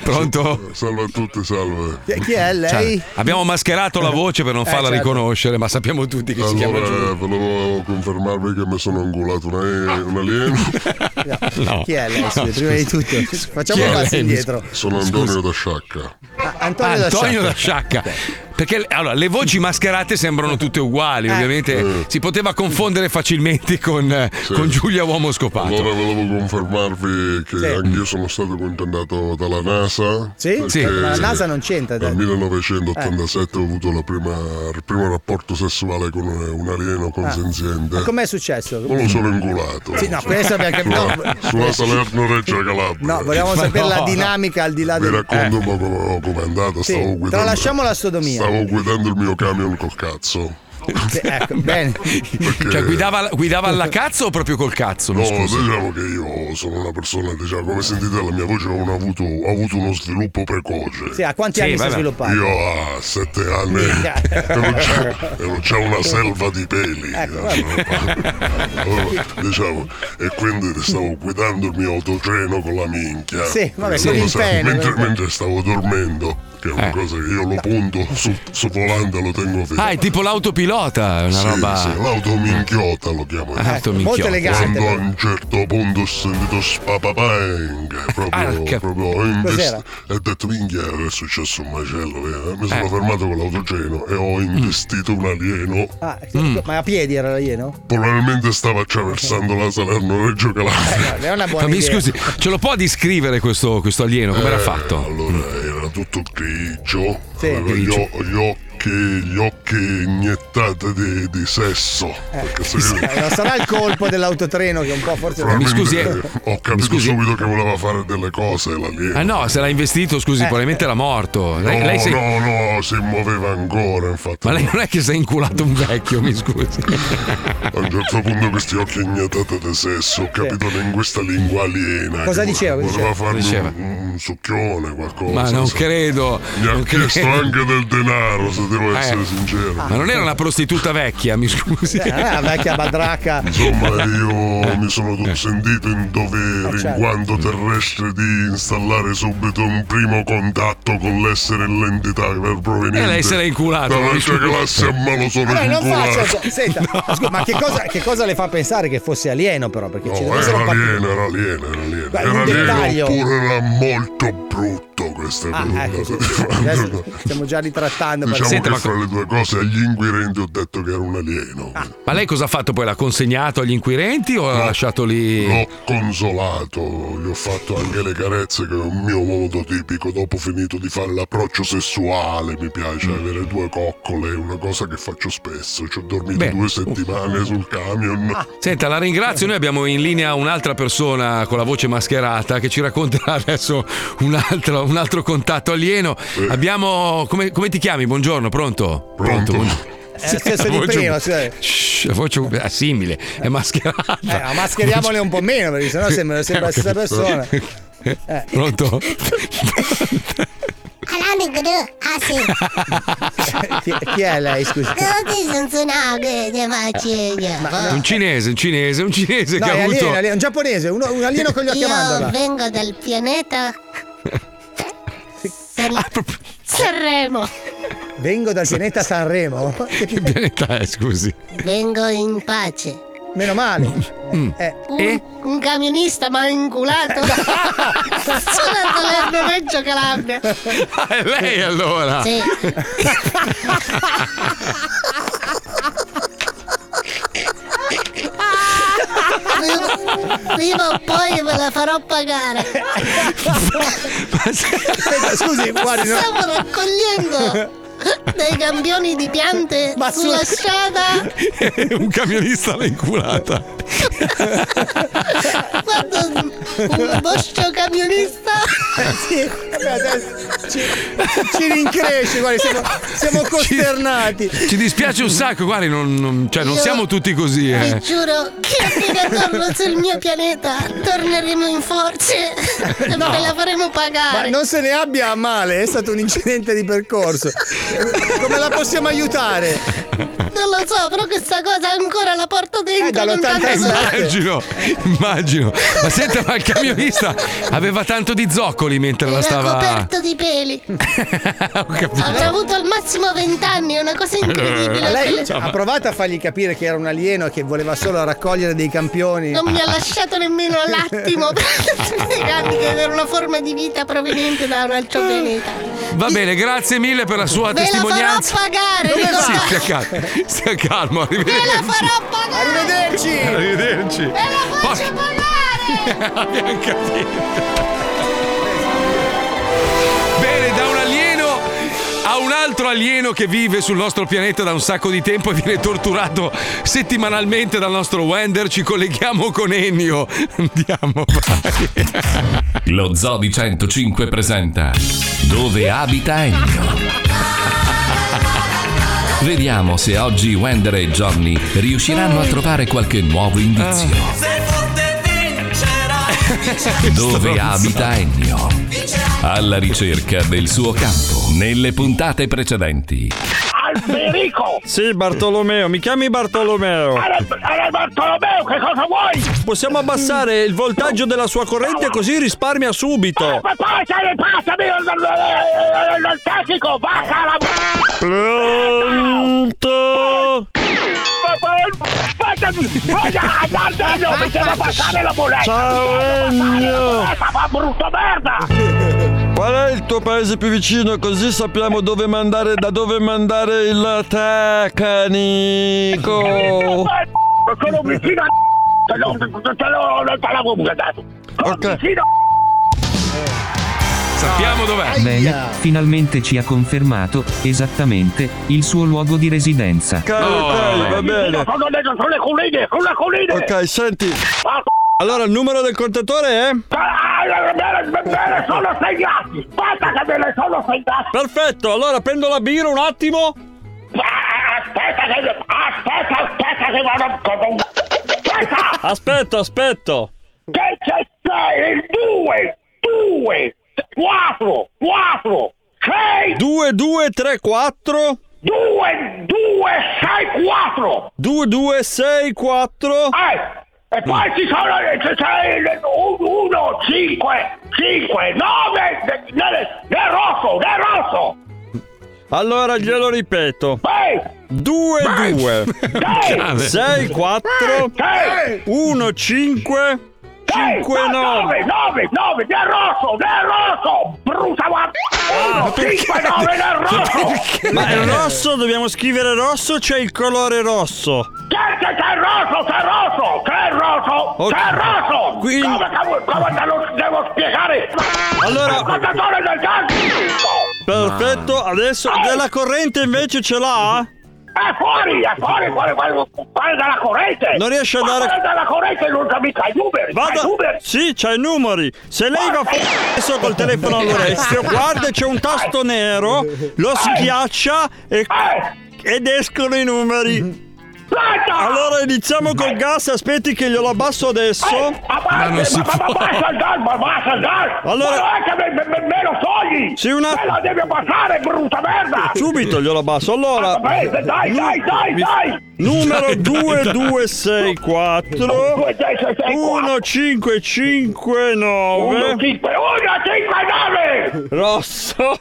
Speaker 4: pronto?
Speaker 35: Salve a tutti, salve.
Speaker 8: Chi- chi è lei?
Speaker 4: Ciao. Cioè, abbiamo mascherato la voce per non
Speaker 35: Eh,
Speaker 4: farla
Speaker 35: certo.
Speaker 4: riconoscere, ma sappiamo tutti che si chiama
Speaker 35: Allora,
Speaker 4: Giulia.
Speaker 35: eh, volevo confermarvi che mi sono angolato una- un alieno.
Speaker 8: No. Chi è Alessio? Prima di tutto, facciamo
Speaker 4: Chi
Speaker 8: un
Speaker 4: è
Speaker 8: passo
Speaker 4: lei?
Speaker 8: indietro.
Speaker 4: Sono Antonio
Speaker 8: Scusa.
Speaker 4: da
Speaker 35: Sciacca.
Speaker 8: Antonio, da
Speaker 4: Antonio
Speaker 8: Sciacca.
Speaker 4: da Sciacca. Perché allora, le voci mascherate sembrano tutte
Speaker 8: Eh.
Speaker 4: uguali, ovviamente si poteva confondere facilmente con, eh, con Giulia Uomo Scopato.
Speaker 35: Allora volevo confermarvi che anch'io sono stato condannato dalla NASA.
Speaker 8: Sì?
Speaker 35: perché
Speaker 8: Sì. Ma la NASA non c'entra. eh.
Speaker 35: Dal
Speaker 8: dai.
Speaker 35: 1987 ho avuto la prima- il primo rapporto sessuale con un alieno consenziente.
Speaker 8: Ah. Ma com'è successo?
Speaker 35: Non lo sono ingulato.
Speaker 8: Sì, no, questo abbiamo capito. Eh,
Speaker 35: Sulla, sulla Salerno Reggio Calabria.
Speaker 8: No, volevamo sapere la dinamica al di là
Speaker 35: Vi
Speaker 8: del. Eh.
Speaker 35: racconto un po' come, come è andata.
Speaker 8: Sì,
Speaker 35: Stavo guidando.
Speaker 8: tralasciamo la sodomia.
Speaker 35: Stavo guidando il mio camion col cazzo.
Speaker 8: Sì, ecco, bene.
Speaker 4: Cioè, guidava, guidava alla cazzo o proprio col cazzo? Mi
Speaker 35: No,
Speaker 4: scusi.
Speaker 35: diciamo che io sono una persona, diciamo, come sentite la mia voce, ho avuto, ho avuto uno sviluppo precoce.
Speaker 8: Sì, a quanti Sì, anni si è vabbè. sviluppato?
Speaker 35: Io a sette anni
Speaker 8: Minchia.
Speaker 35: ero già, ero già una selva di peli.
Speaker 8: Ecco,
Speaker 35: Allora, diciamo, e quindi stavo guidando il mio autotreno con la minchia.
Speaker 8: Sì, vabbè,
Speaker 35: Questa
Speaker 8: con il
Speaker 35: cosa,
Speaker 8: pene,
Speaker 35: mentre,
Speaker 8: vabbè.
Speaker 35: mentre stavo dormendo, che è una cosa che io lo punto su, su volante lo tengo fermo.
Speaker 4: Ah, è tipo l'autopilota, è una
Speaker 35: Sì,
Speaker 4: roba.
Speaker 35: sì, l'autominchiota lo chiamo.
Speaker 4: Ah, autominchiota. molto elegante,
Speaker 35: Quando
Speaker 4: però.
Speaker 35: a un certo punto ho sentito
Speaker 4: Ah,
Speaker 35: spapapang, proprio,
Speaker 4: Arca.
Speaker 35: proprio
Speaker 4: Cos'era?
Speaker 35: invest- e ho detto minchia, è successo un macello. eh." Mi sono
Speaker 8: Eh.
Speaker 35: fermato con l'autogeno e
Speaker 4: Mm.
Speaker 35: ho investito un alieno.
Speaker 8: Ah, Ma a piedi era l'alieno?
Speaker 35: Probabilmente stava attraversando la Salerno Reggio Calabria.
Speaker 8: Ah, È una buona
Speaker 4: Ma mi
Speaker 8: idea.
Speaker 4: scusi, ce lo può descrivere questo, questo alieno? Come era
Speaker 35: Eh,
Speaker 4: fatto?
Speaker 35: Allora era tutto grigio, Sì. aveva gli,
Speaker 4: Grigio.
Speaker 35: o- gli occhi, gli occhi iniettati di, di sesso. Perché se
Speaker 8: Eh, non sarà il colpo dell'autotreno che un po' forse.
Speaker 4: eh,
Speaker 35: Probabilmente ho capito subito che voleva fare delle cose l'alieno.
Speaker 4: Ah no, se l'ha investito, scusi,
Speaker 35: Eh.
Speaker 4: probabilmente era morto. Lei,
Speaker 35: no,
Speaker 4: lei si-
Speaker 35: no, no, Oh, si muoveva ancora, infatti.
Speaker 4: Ma lei non è che si è inculato un vecchio, mi scusi.
Speaker 35: A un certo punto questi occhi iniettati di sesso, ho capito in questa lingua aliena.
Speaker 4: Cosa
Speaker 35: che
Speaker 4: diceva, cosa
Speaker 35: Voleva
Speaker 4: diceva?
Speaker 35: farmi
Speaker 4: Diceva.
Speaker 35: Un, un succhione, qualcosa.
Speaker 4: Ma non
Speaker 35: sai.
Speaker 4: credo.
Speaker 35: Mi ha
Speaker 4: non
Speaker 35: chiesto
Speaker 4: credo.
Speaker 35: anche del denaro, se devo
Speaker 4: Eh.
Speaker 35: essere sincero.
Speaker 4: Ma non era una prostituta vecchia, mi scusi.
Speaker 35: Eh,
Speaker 8: la vecchia badracca.
Speaker 35: Insomma, io mi
Speaker 4: Eh.
Speaker 35: sono tut- sentito in dovere, in
Speaker 8: certo.
Speaker 35: quanto terrestre, di installare subito un primo contatto con l'essere e l'entità per proveniente.
Speaker 4: E lei se l'è Eh, inculato,
Speaker 35: Dalla
Speaker 4: mi
Speaker 35: nostra
Speaker 4: scusi.
Speaker 35: classe a mano sono
Speaker 8: Vabbè, non
Speaker 35: inculato.
Speaker 8: faccio. cioè, Senta, scusa, ma che cosa, che cosa le fa pensare che fosse alieno, però? Perché ci deve essere
Speaker 35: era
Speaker 8: un partito.
Speaker 35: alieno, era alieno, era alieno.
Speaker 8: Guarda,
Speaker 35: era
Speaker 8: un dettaglio.
Speaker 35: alieno oppure era molto brutto questa
Speaker 8: Ah,
Speaker 35: cosa.
Speaker 8: ecco, sì, sì, sì. Adesso stiamo già ritrattando.
Speaker 35: Diciamo
Speaker 8: Senta,
Speaker 35: che
Speaker 8: ma-
Speaker 35: fra le due cose agli inquirenti ho detto che era un alieno.
Speaker 8: Ah.
Speaker 4: Ma lei cosa ha fatto poi? L'ha consegnato agli inquirenti o l'ha lasciato lì?
Speaker 35: L'ho consolato, gli ho fatto anche le carezze che è un mio modo tipico. Dopo ho finito di fare l'approccio sessuale, mi
Speaker 8: Mm.
Speaker 35: piace avere due coccole, è una cosa che faccio spesso. Ci ho dormito
Speaker 4: Beh.
Speaker 35: due settimane sul camion.
Speaker 8: Ah.
Speaker 4: Senta, la ringrazio. Noi abbiamo in linea un'altra persona con la voce mascherata che ci racconterà adesso un altro, un altro contatto alieno. Abbiamo. Come, come ti chiami? Buongiorno, pronto? Pronto. buongiorno.
Speaker 8: È lo stesso
Speaker 4: la
Speaker 8: Eh,
Speaker 35: Diciamo
Speaker 8: di
Speaker 4: voce-
Speaker 8: prima, cioè.
Speaker 4: Shh, la voce è simile, è mascherata.
Speaker 8: Eh, ma mascheriamole un po' meno, perché sennò sembra, sembra la stessa persona. Eh.
Speaker 4: Pronto?
Speaker 31: Ah sì.
Speaker 8: chi, chi è lei, scusa?
Speaker 31: Non ti sono suonato eh, le macchine.
Speaker 4: Un cinese, un cinese, un cinese
Speaker 8: No,
Speaker 4: che
Speaker 8: è
Speaker 4: ha avuto.
Speaker 8: alieno, alieno, un giapponese, uno- un alieno con gli occhi a
Speaker 31: Io
Speaker 8: mandorla.
Speaker 31: vengo dal pianeta
Speaker 8: Ah,
Speaker 31: San- Sanremo.
Speaker 8: Vengo dal pianeta Sanremo.
Speaker 4: Che pianeta è, scusi?
Speaker 31: Vengo in pace.
Speaker 8: Meno male.
Speaker 7: Mm.
Speaker 8: Eh,
Speaker 31: Un, un camionista mi ha inculato. Sono a Palermo Reggio Calabria.
Speaker 4: Ah, è lei allora?
Speaker 31: Sì. Prima- Prima o poi me la farò pagare.
Speaker 8: Senta, scusi, guardi, no-
Speaker 31: Stavo raccogliendo dei campioni di piante sulla strada
Speaker 4: un camionista l'ha inculata.
Speaker 31: quando un vostro camionista
Speaker 8: sì, vabbè, adesso ci, ci rincresce, guardi, siamo, siamo costernati.
Speaker 4: Ci dispiace un sacco, guardi, non, non- cioè, non
Speaker 31: Io-
Speaker 4: siamo tutti così.
Speaker 31: vi
Speaker 4: Eh.
Speaker 31: giuro che appena torno sul mio pianeta torneremo in forze e
Speaker 8: No.
Speaker 31: ve la faremo
Speaker 8: Ma
Speaker 31: pagare
Speaker 8: non se ne abbia a male, è stato un incidente di percorso. Come la possiamo aiutare?
Speaker 31: non lo so però questa cosa ancora la porto dentro con tanta
Speaker 4: Eh,
Speaker 31: sorte.
Speaker 4: Immagino, immagino. Ma senta, ma il camionista aveva tanto di zocco testicoli mentre la
Speaker 31: Era
Speaker 4: stava.
Speaker 31: coperto di peli.
Speaker 4: Ho capito.
Speaker 31: Avrà avuto al massimo vent'anni, è una cosa
Speaker 4: Eh,
Speaker 31: incredibile.
Speaker 8: Lei
Speaker 31: Quella-
Speaker 8: ha provato a fargli capire che era un alieno e che voleva solo raccogliere dei campioni.
Speaker 31: Non mi ha lasciato nemmeno l'attimo per spiegarmi che era una forma di vita proveniente da un altro pianeta.
Speaker 4: Va bene, grazie mille per la sua
Speaker 31: Ve la farò
Speaker 4: testimonianza.
Speaker 31: pagare,
Speaker 4: Sì,
Speaker 31: ricordate.
Speaker 4: stia calmo, stia calmo, arrivederci.
Speaker 31: Arrivederci!
Speaker 4: Arrivederci.
Speaker 31: Ve la faccio pagare!
Speaker 4: Abbiamo capito. Bene, da un alieno a un altro alieno che vive sul nostro pianeta da un sacco di tempo e viene torturato settimanalmente dal nostro Wender, ci colleghiamo con Ennio. Andiamo, vai.
Speaker 1: Lo Zoo di 105 presenta Dove abita Ennio? Vediamo se oggi Wender e Johnny riusciranno a trovare qualche nuovo indizio.
Speaker 10: Se forte vincerà.
Speaker 1: Dove abita Ennio? Alla ricerca del suo campo. Nelle puntate precedenti.
Speaker 10: Alberico!
Speaker 26: Sì, Bartolomeo, mi chiami Bartolomeo.
Speaker 10: Era Bartolomeo, che cosa vuoi?
Speaker 26: Possiamo abbassare il voltaggio della sua corrente così risparmia subito.
Speaker 10: Eh, Ma poi se ne passa, mio il tecnico, vacca la
Speaker 26: Pronto?
Speaker 10: Fatemi, eh, voglio andare io, mi devo passare la bolletta!
Speaker 26: Ciao Ennio!
Speaker 10: Ma brutto merda!
Speaker 26: Qual è il tuo paese più vicino così sappiamo dove mandare da dove mandare il tecnico?
Speaker 10: Sono vicino a... Te lo, te lo, te lo, te l'avevo mandato! Sono vicino a...
Speaker 4: Sappiamo dov'è.
Speaker 2: Lei finalmente ci ha confermato esattamente il suo luogo di
Speaker 4: Cioè.
Speaker 2: residenza.
Speaker 26: Ok, va bene.
Speaker 10: Sono le, sono le colline, sono le colline! Ah,
Speaker 26: Ok, senti. Allora il numero del contatore è?
Speaker 10: ah, Sono segnati! Basta che me le sono segnati!
Speaker 26: Perfetto, allora prendo la birra un attimo.
Speaker 10: Aspetta che... Aspetta, aspetta che vado... con un- Aspetta!
Speaker 26: Aspetto, aspetto.
Speaker 10: Che c'è sei? Il 2, 2, 4, 4, 6...
Speaker 26: 2, 2, 3, 4.
Speaker 10: 2, 2, 6, 4!
Speaker 26: 2, 2, 6, 4.
Speaker 10: Eh, E poi
Speaker 26: Mm.
Speaker 10: ci sono ci sono 1, 5, 5, 9, nel rosso, nel rosso!
Speaker 26: Allora glielo ripeto.
Speaker 10: Ehi!
Speaker 26: 2 2
Speaker 10: Grave.
Speaker 26: 6 4
Speaker 10: Ehi!
Speaker 26: 1 5
Speaker 10: eh,
Speaker 26: 5
Speaker 10: 9,
Speaker 26: 9
Speaker 10: 9, 9, nel rosso, nel rosso! Brucia la...
Speaker 26: Ah,
Speaker 10: 1, 5, 9,
Speaker 26: Cioè,
Speaker 10: nel rosso!
Speaker 26: Ma è rosso, dobbiamo scrivere rosso, c'è il colore rosso.
Speaker 10: Che che che rosso, che rosso, che rosso,
Speaker 26: Ok.
Speaker 10: che rosso!
Speaker 26: Quindi-
Speaker 10: Come, che vuoi- come te lo devo spiegare?
Speaker 26: Allora-
Speaker 10: Il contatore del gas!
Speaker 26: Perfetto, adesso della corrente invece ce l'ha?
Speaker 10: È fuori, è fuori, fuori, fuori, fuori dalla corrente!
Speaker 26: Non riesce a
Speaker 10: Ma
Speaker 26: dare-
Speaker 10: Fuori dalla corrente non sa mica i numeri!
Speaker 26: Vada.
Speaker 10: i numeri!
Speaker 26: Sì, c'ha i numeri. Se lei va fuori adesso col telefono all'orecchio, guarda c'è un tasto
Speaker 10: Eh.
Speaker 26: nero, lo schiaccia e...
Speaker 10: Eh.
Speaker 26: ed escono i numeri. Allora iniziamo col gas, aspetti che glielo abbasso adesso.
Speaker 10: Eh, Ma non si può. Basta il gas, ma basta il gas!
Speaker 26: Allora-
Speaker 10: Ma non è che me, me- me- me lo togli!
Speaker 26: Sì, un att-
Speaker 10: Me lo devi passare, brutta merda!
Speaker 26: Subito glielo abbasso. Allora,
Speaker 10: Vabbè, dai, dai, dai, dai! dai.
Speaker 26: numero 2264
Speaker 10: 1, 5, 1, 5, 9!
Speaker 26: 1559 Rosso.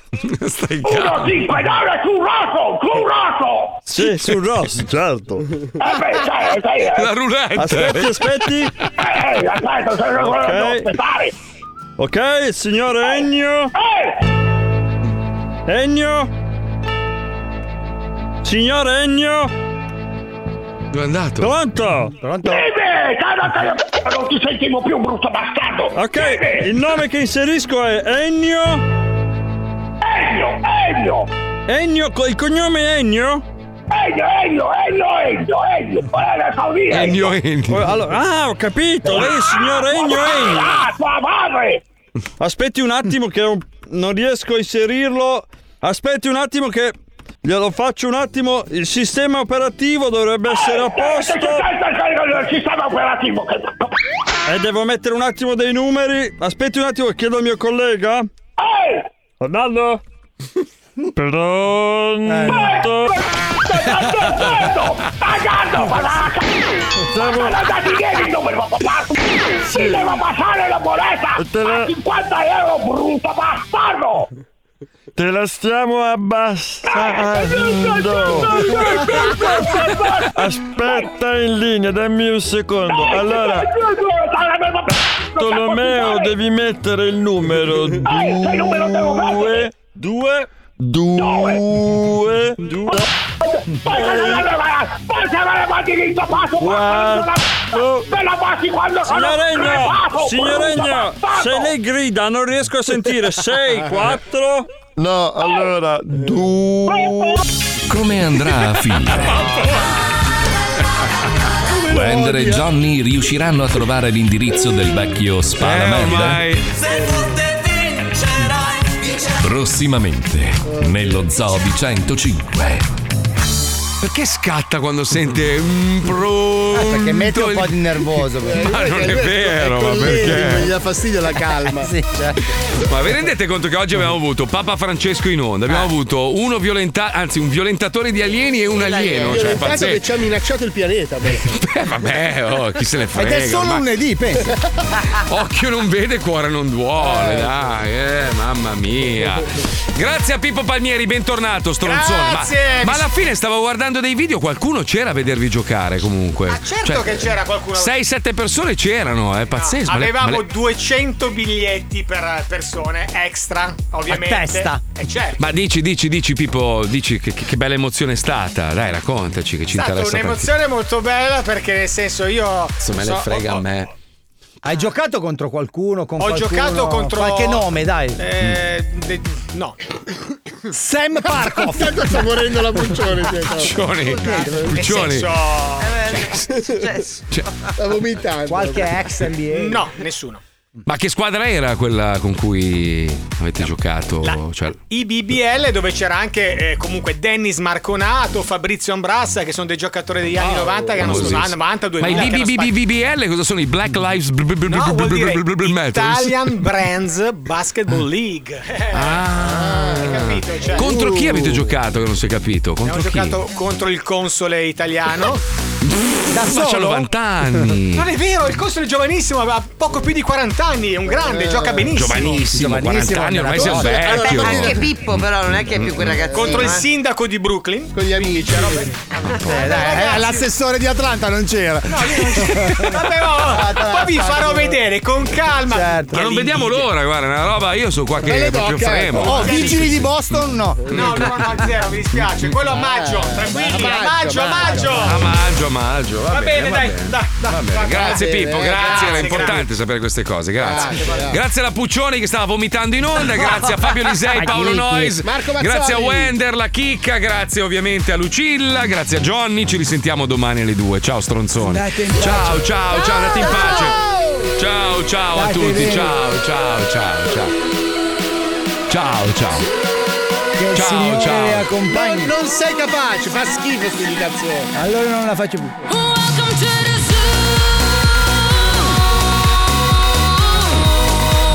Speaker 4: Stai
Speaker 10: 1, 5, 9 sul rosso, sul rosso!
Speaker 26: Sì, sul rosso, certo.
Speaker 10: Eh beh, sai, sai, eh.
Speaker 26: Aspetti, aspetti.
Speaker 10: Eh, eh, aspetta, se non
Speaker 26: Ok.
Speaker 10: devo aspettare!
Speaker 26: Ok, signor Ennio. Ennio. Signor Ennio.
Speaker 4: Dove è andato?
Speaker 26: Pronto? Pronto?
Speaker 10: Bene, calma, calma, non ti sentivo più, brutto bastardo!
Speaker 26: Ok, il nome che inserisco è Ennio.
Speaker 10: Ennio, Ennio!
Speaker 26: Ennio, co- il cognome è Ennio?
Speaker 10: Ennio, Ennio, Ennio, Ennio, Ennio! Eh, la so dire.
Speaker 4: Ennio Ennio.
Speaker 26: Oh, allora- ah, ho capito, lei è il signor Ennio Ennio.
Speaker 10: Ah, tua madre!
Speaker 26: Aspetti un attimo che ho- non riesco a inserirlo. Aspetti un attimo che glielo faccio un attimo. Il sistema operativo dovrebbe essere
Speaker 10: Eh,
Speaker 26: a posto.
Speaker 10: Il eh, sistema operativo che...
Speaker 26: E Eh, devo mettere un attimo dei numeri. Aspetti un attimo, chiedo al mio collega.
Speaker 10: Ehi!
Speaker 26: Ronaldo?
Speaker 10: Pronto? Pagando, palaca! Palaca di ieri dove va papà! Si deve passare la moneta! A 50 euro, brutto bastardo!
Speaker 26: Te la stiamo abbassando. Aspetta in linea, dammi un secondo. Allora, Tolomeo, devi mettere il numero 2 2 2
Speaker 10: Poi se me ne mandi lì, passo,
Speaker 26: Ah, oh.
Speaker 10: passo! Me la passi quando sono
Speaker 26: Signoregno,
Speaker 10: crepato,
Speaker 26: signoregno,
Speaker 10: brutto bastardo!
Speaker 26: se lei grida non riesco a sentire. 6 4 No, allora 2
Speaker 1: Come andrà a finire? Wender e Johnny riusciranno a trovare l'indirizzo del vecchio
Speaker 10: Eh,
Speaker 1: Spalamella? Prossimamente, nello Zoo di 105.
Speaker 4: Perché scatta quando sente un pro.
Speaker 8: Perché mette un po' di nervoso.
Speaker 4: Ma non è vero, ma
Speaker 8: Gli
Speaker 4: perché?
Speaker 8: dà fastidio la calma. sì, certo.
Speaker 4: Ma vi rendete conto che oggi abbiamo avuto Papa Francesco in onda, abbiamo avuto uno violenta- anzi un violentatore di alieni e un alieno, cioè
Speaker 6: fatto che
Speaker 4: pazzesco.
Speaker 6: ci ha minacciato il pianeta. beh.
Speaker 4: Eh, vabbè, oh, chi se ne frega.
Speaker 8: Ed è solo
Speaker 4: ormai.
Speaker 8: lunedì, pensa.
Speaker 4: Occhio non vede, cuore non duole, dai, eh, mamma mia. Grazie a Pippo Palmieri, bentornato, stronzone. Ma,
Speaker 2: Grazie.
Speaker 4: ma alla fine stavo guardando dei video, qualcuno c'era a vedervi giocare comunque. Ah,
Speaker 2: certo che c'era qualcuno.
Speaker 4: 6-7 persone c'erano, è pazzesco. ma le- ma
Speaker 2: Avevamo
Speaker 4: le-
Speaker 2: 200 biglietti per eh, persone extra, ovviamente.
Speaker 4: testa.
Speaker 2: E certo.
Speaker 4: Ma dici, dici, dici, Pippo, dici che, che- che bella emozione è stata. Dai, raccontaci che ci
Speaker 2: È stata
Speaker 4: interessa.
Speaker 2: un'emozione molto bella perché nel senso io so- ho-
Speaker 4: a me.
Speaker 8: Hai giocato contro qualcuno? Con
Speaker 2: Ho
Speaker 8: qualcuno?
Speaker 2: giocato contro
Speaker 8: Qualche nome, dai.
Speaker 2: Eh, de- no.
Speaker 8: Sam Parkoff.
Speaker 2: Tanto
Speaker 6: sta morendo la Puccioni,
Speaker 4: Piccioni,
Speaker 2: Nel
Speaker 4: Piccioni.
Speaker 2: senso-
Speaker 4: Cioè-
Speaker 6: Sta vomitando.
Speaker 8: Qualche ex NBA?
Speaker 2: No, nessuno.
Speaker 4: Ma che squadra era quella con cui avete giocato? Cioè,
Speaker 2: IBBL dove c'era anche eh, comunque Dennis Marconato, Fabrizio Ambrassa che sono dei giocatori degli anni 90 che hanno
Speaker 4: famosissimo.
Speaker 2: suonato 90
Speaker 4: Oh, Ma
Speaker 2: 2000
Speaker 4: i
Speaker 2: che hanno spaccato.
Speaker 4: BBBBL cosa sono? I Black Lives bl- bl- bl-
Speaker 2: No,
Speaker 4: bl-
Speaker 2: vuol
Speaker 4: bl-
Speaker 2: dire
Speaker 4: bl- bl- bl- Matters?
Speaker 2: Italian Brands Basketball League. Ah, hai capito? Cioè,
Speaker 4: Contro chi avete giocato? Che non si è capito. Contro
Speaker 2: Abbiamo
Speaker 4: chi?
Speaker 2: giocato contro il console italiano.
Speaker 4: Ma c'ha 90 anni.
Speaker 2: Non è vero, il console è giovanissimo, ha poco più di 40 anni, è un
Speaker 20: Eh,
Speaker 2: grande, gioca benissimo.
Speaker 4: Giovanissimo, 40 anni, ormai sei
Speaker 2: Allora,
Speaker 4: vecchio.
Speaker 2: allora,
Speaker 20: Anche Pippo però non è che è più quel ragazzino.
Speaker 2: Contro il
Speaker 20: eh.
Speaker 2: sindaco di Brooklyn.
Speaker 6: Con gli amici.
Speaker 8: Eh, dai, eh, l'assessore di Atlanta non c'era.
Speaker 2: Vabbè, oh, poi vi farò vedere con calma.
Speaker 8: Certo.
Speaker 4: Ma non vediamo l'ora, guarda, una roba, io sono qua che proprio fremo.
Speaker 8: Oh, vigili di Boston? No.
Speaker 2: No, no, no, zero, mi dispiace. Quello a maggio, tranquilli, a maggio, a maggio.
Speaker 4: A maggio, a maggio. Va,
Speaker 2: Va bene,
Speaker 4: va
Speaker 2: dai,
Speaker 4: bene.
Speaker 2: dai, dai,
Speaker 4: Va bene,
Speaker 2: dai.
Speaker 4: Grazie Pippo, grazie, era importante
Speaker 2: grazie.
Speaker 4: sapere queste cose, grazie.
Speaker 2: Grazie,
Speaker 4: Grazie,
Speaker 2: grazie.
Speaker 4: alla Puccioni che stava vomitando in onda, grazie a Fabio Lisei, Paolo
Speaker 2: Magnifico.
Speaker 4: Nois,
Speaker 2: Marco Mazzoli.
Speaker 4: grazie a Wender, la chicca, grazie ovviamente a Lucilla, grazie a Johnny, ci risentiamo domani alle 2. Ciao stronzoni. Ciao, ciao, ciao, andate in pace. Ciao, ciao a
Speaker 8: Dai,
Speaker 4: tutti,
Speaker 8: bene.
Speaker 4: ciao, ciao, ciao, ciao. Ciao, ciao.
Speaker 8: Che il
Speaker 4: Ciao,
Speaker 8: signore
Speaker 4: ciao.
Speaker 8: le accompagni.
Speaker 6: Non sei capace, fa schifo sti di cazzone.
Speaker 8: Allora non la faccio più.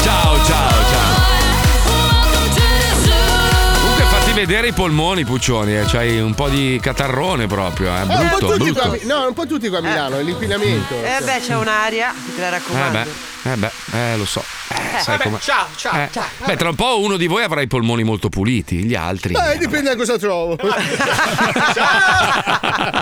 Speaker 4: Ciao, ciao, ciao. Comunque fatti vedere i polmoni, Puccioni, eh. c'hai un po' di catarrone proprio, eh.
Speaker 6: Eh, un, po
Speaker 4: Brutto,
Speaker 6: tutti
Speaker 4: brutto.
Speaker 6: qua, no, un po' tutti qua a Milano, è l'inquinamento.
Speaker 20: Eh beh, c'è un'aria, te la
Speaker 4: Eh
Speaker 20: raccomando.
Speaker 4: beh, eh beh, eh, lo so. Eh, sai
Speaker 20: vabbè,
Speaker 4: com'è.
Speaker 2: Ciao, ciao,
Speaker 4: Eh,
Speaker 2: ciao.
Speaker 4: Beh, tra un po' uno di voi avrà i polmoni molto puliti, gli altri.
Speaker 6: Eh, dipende da cosa trovo.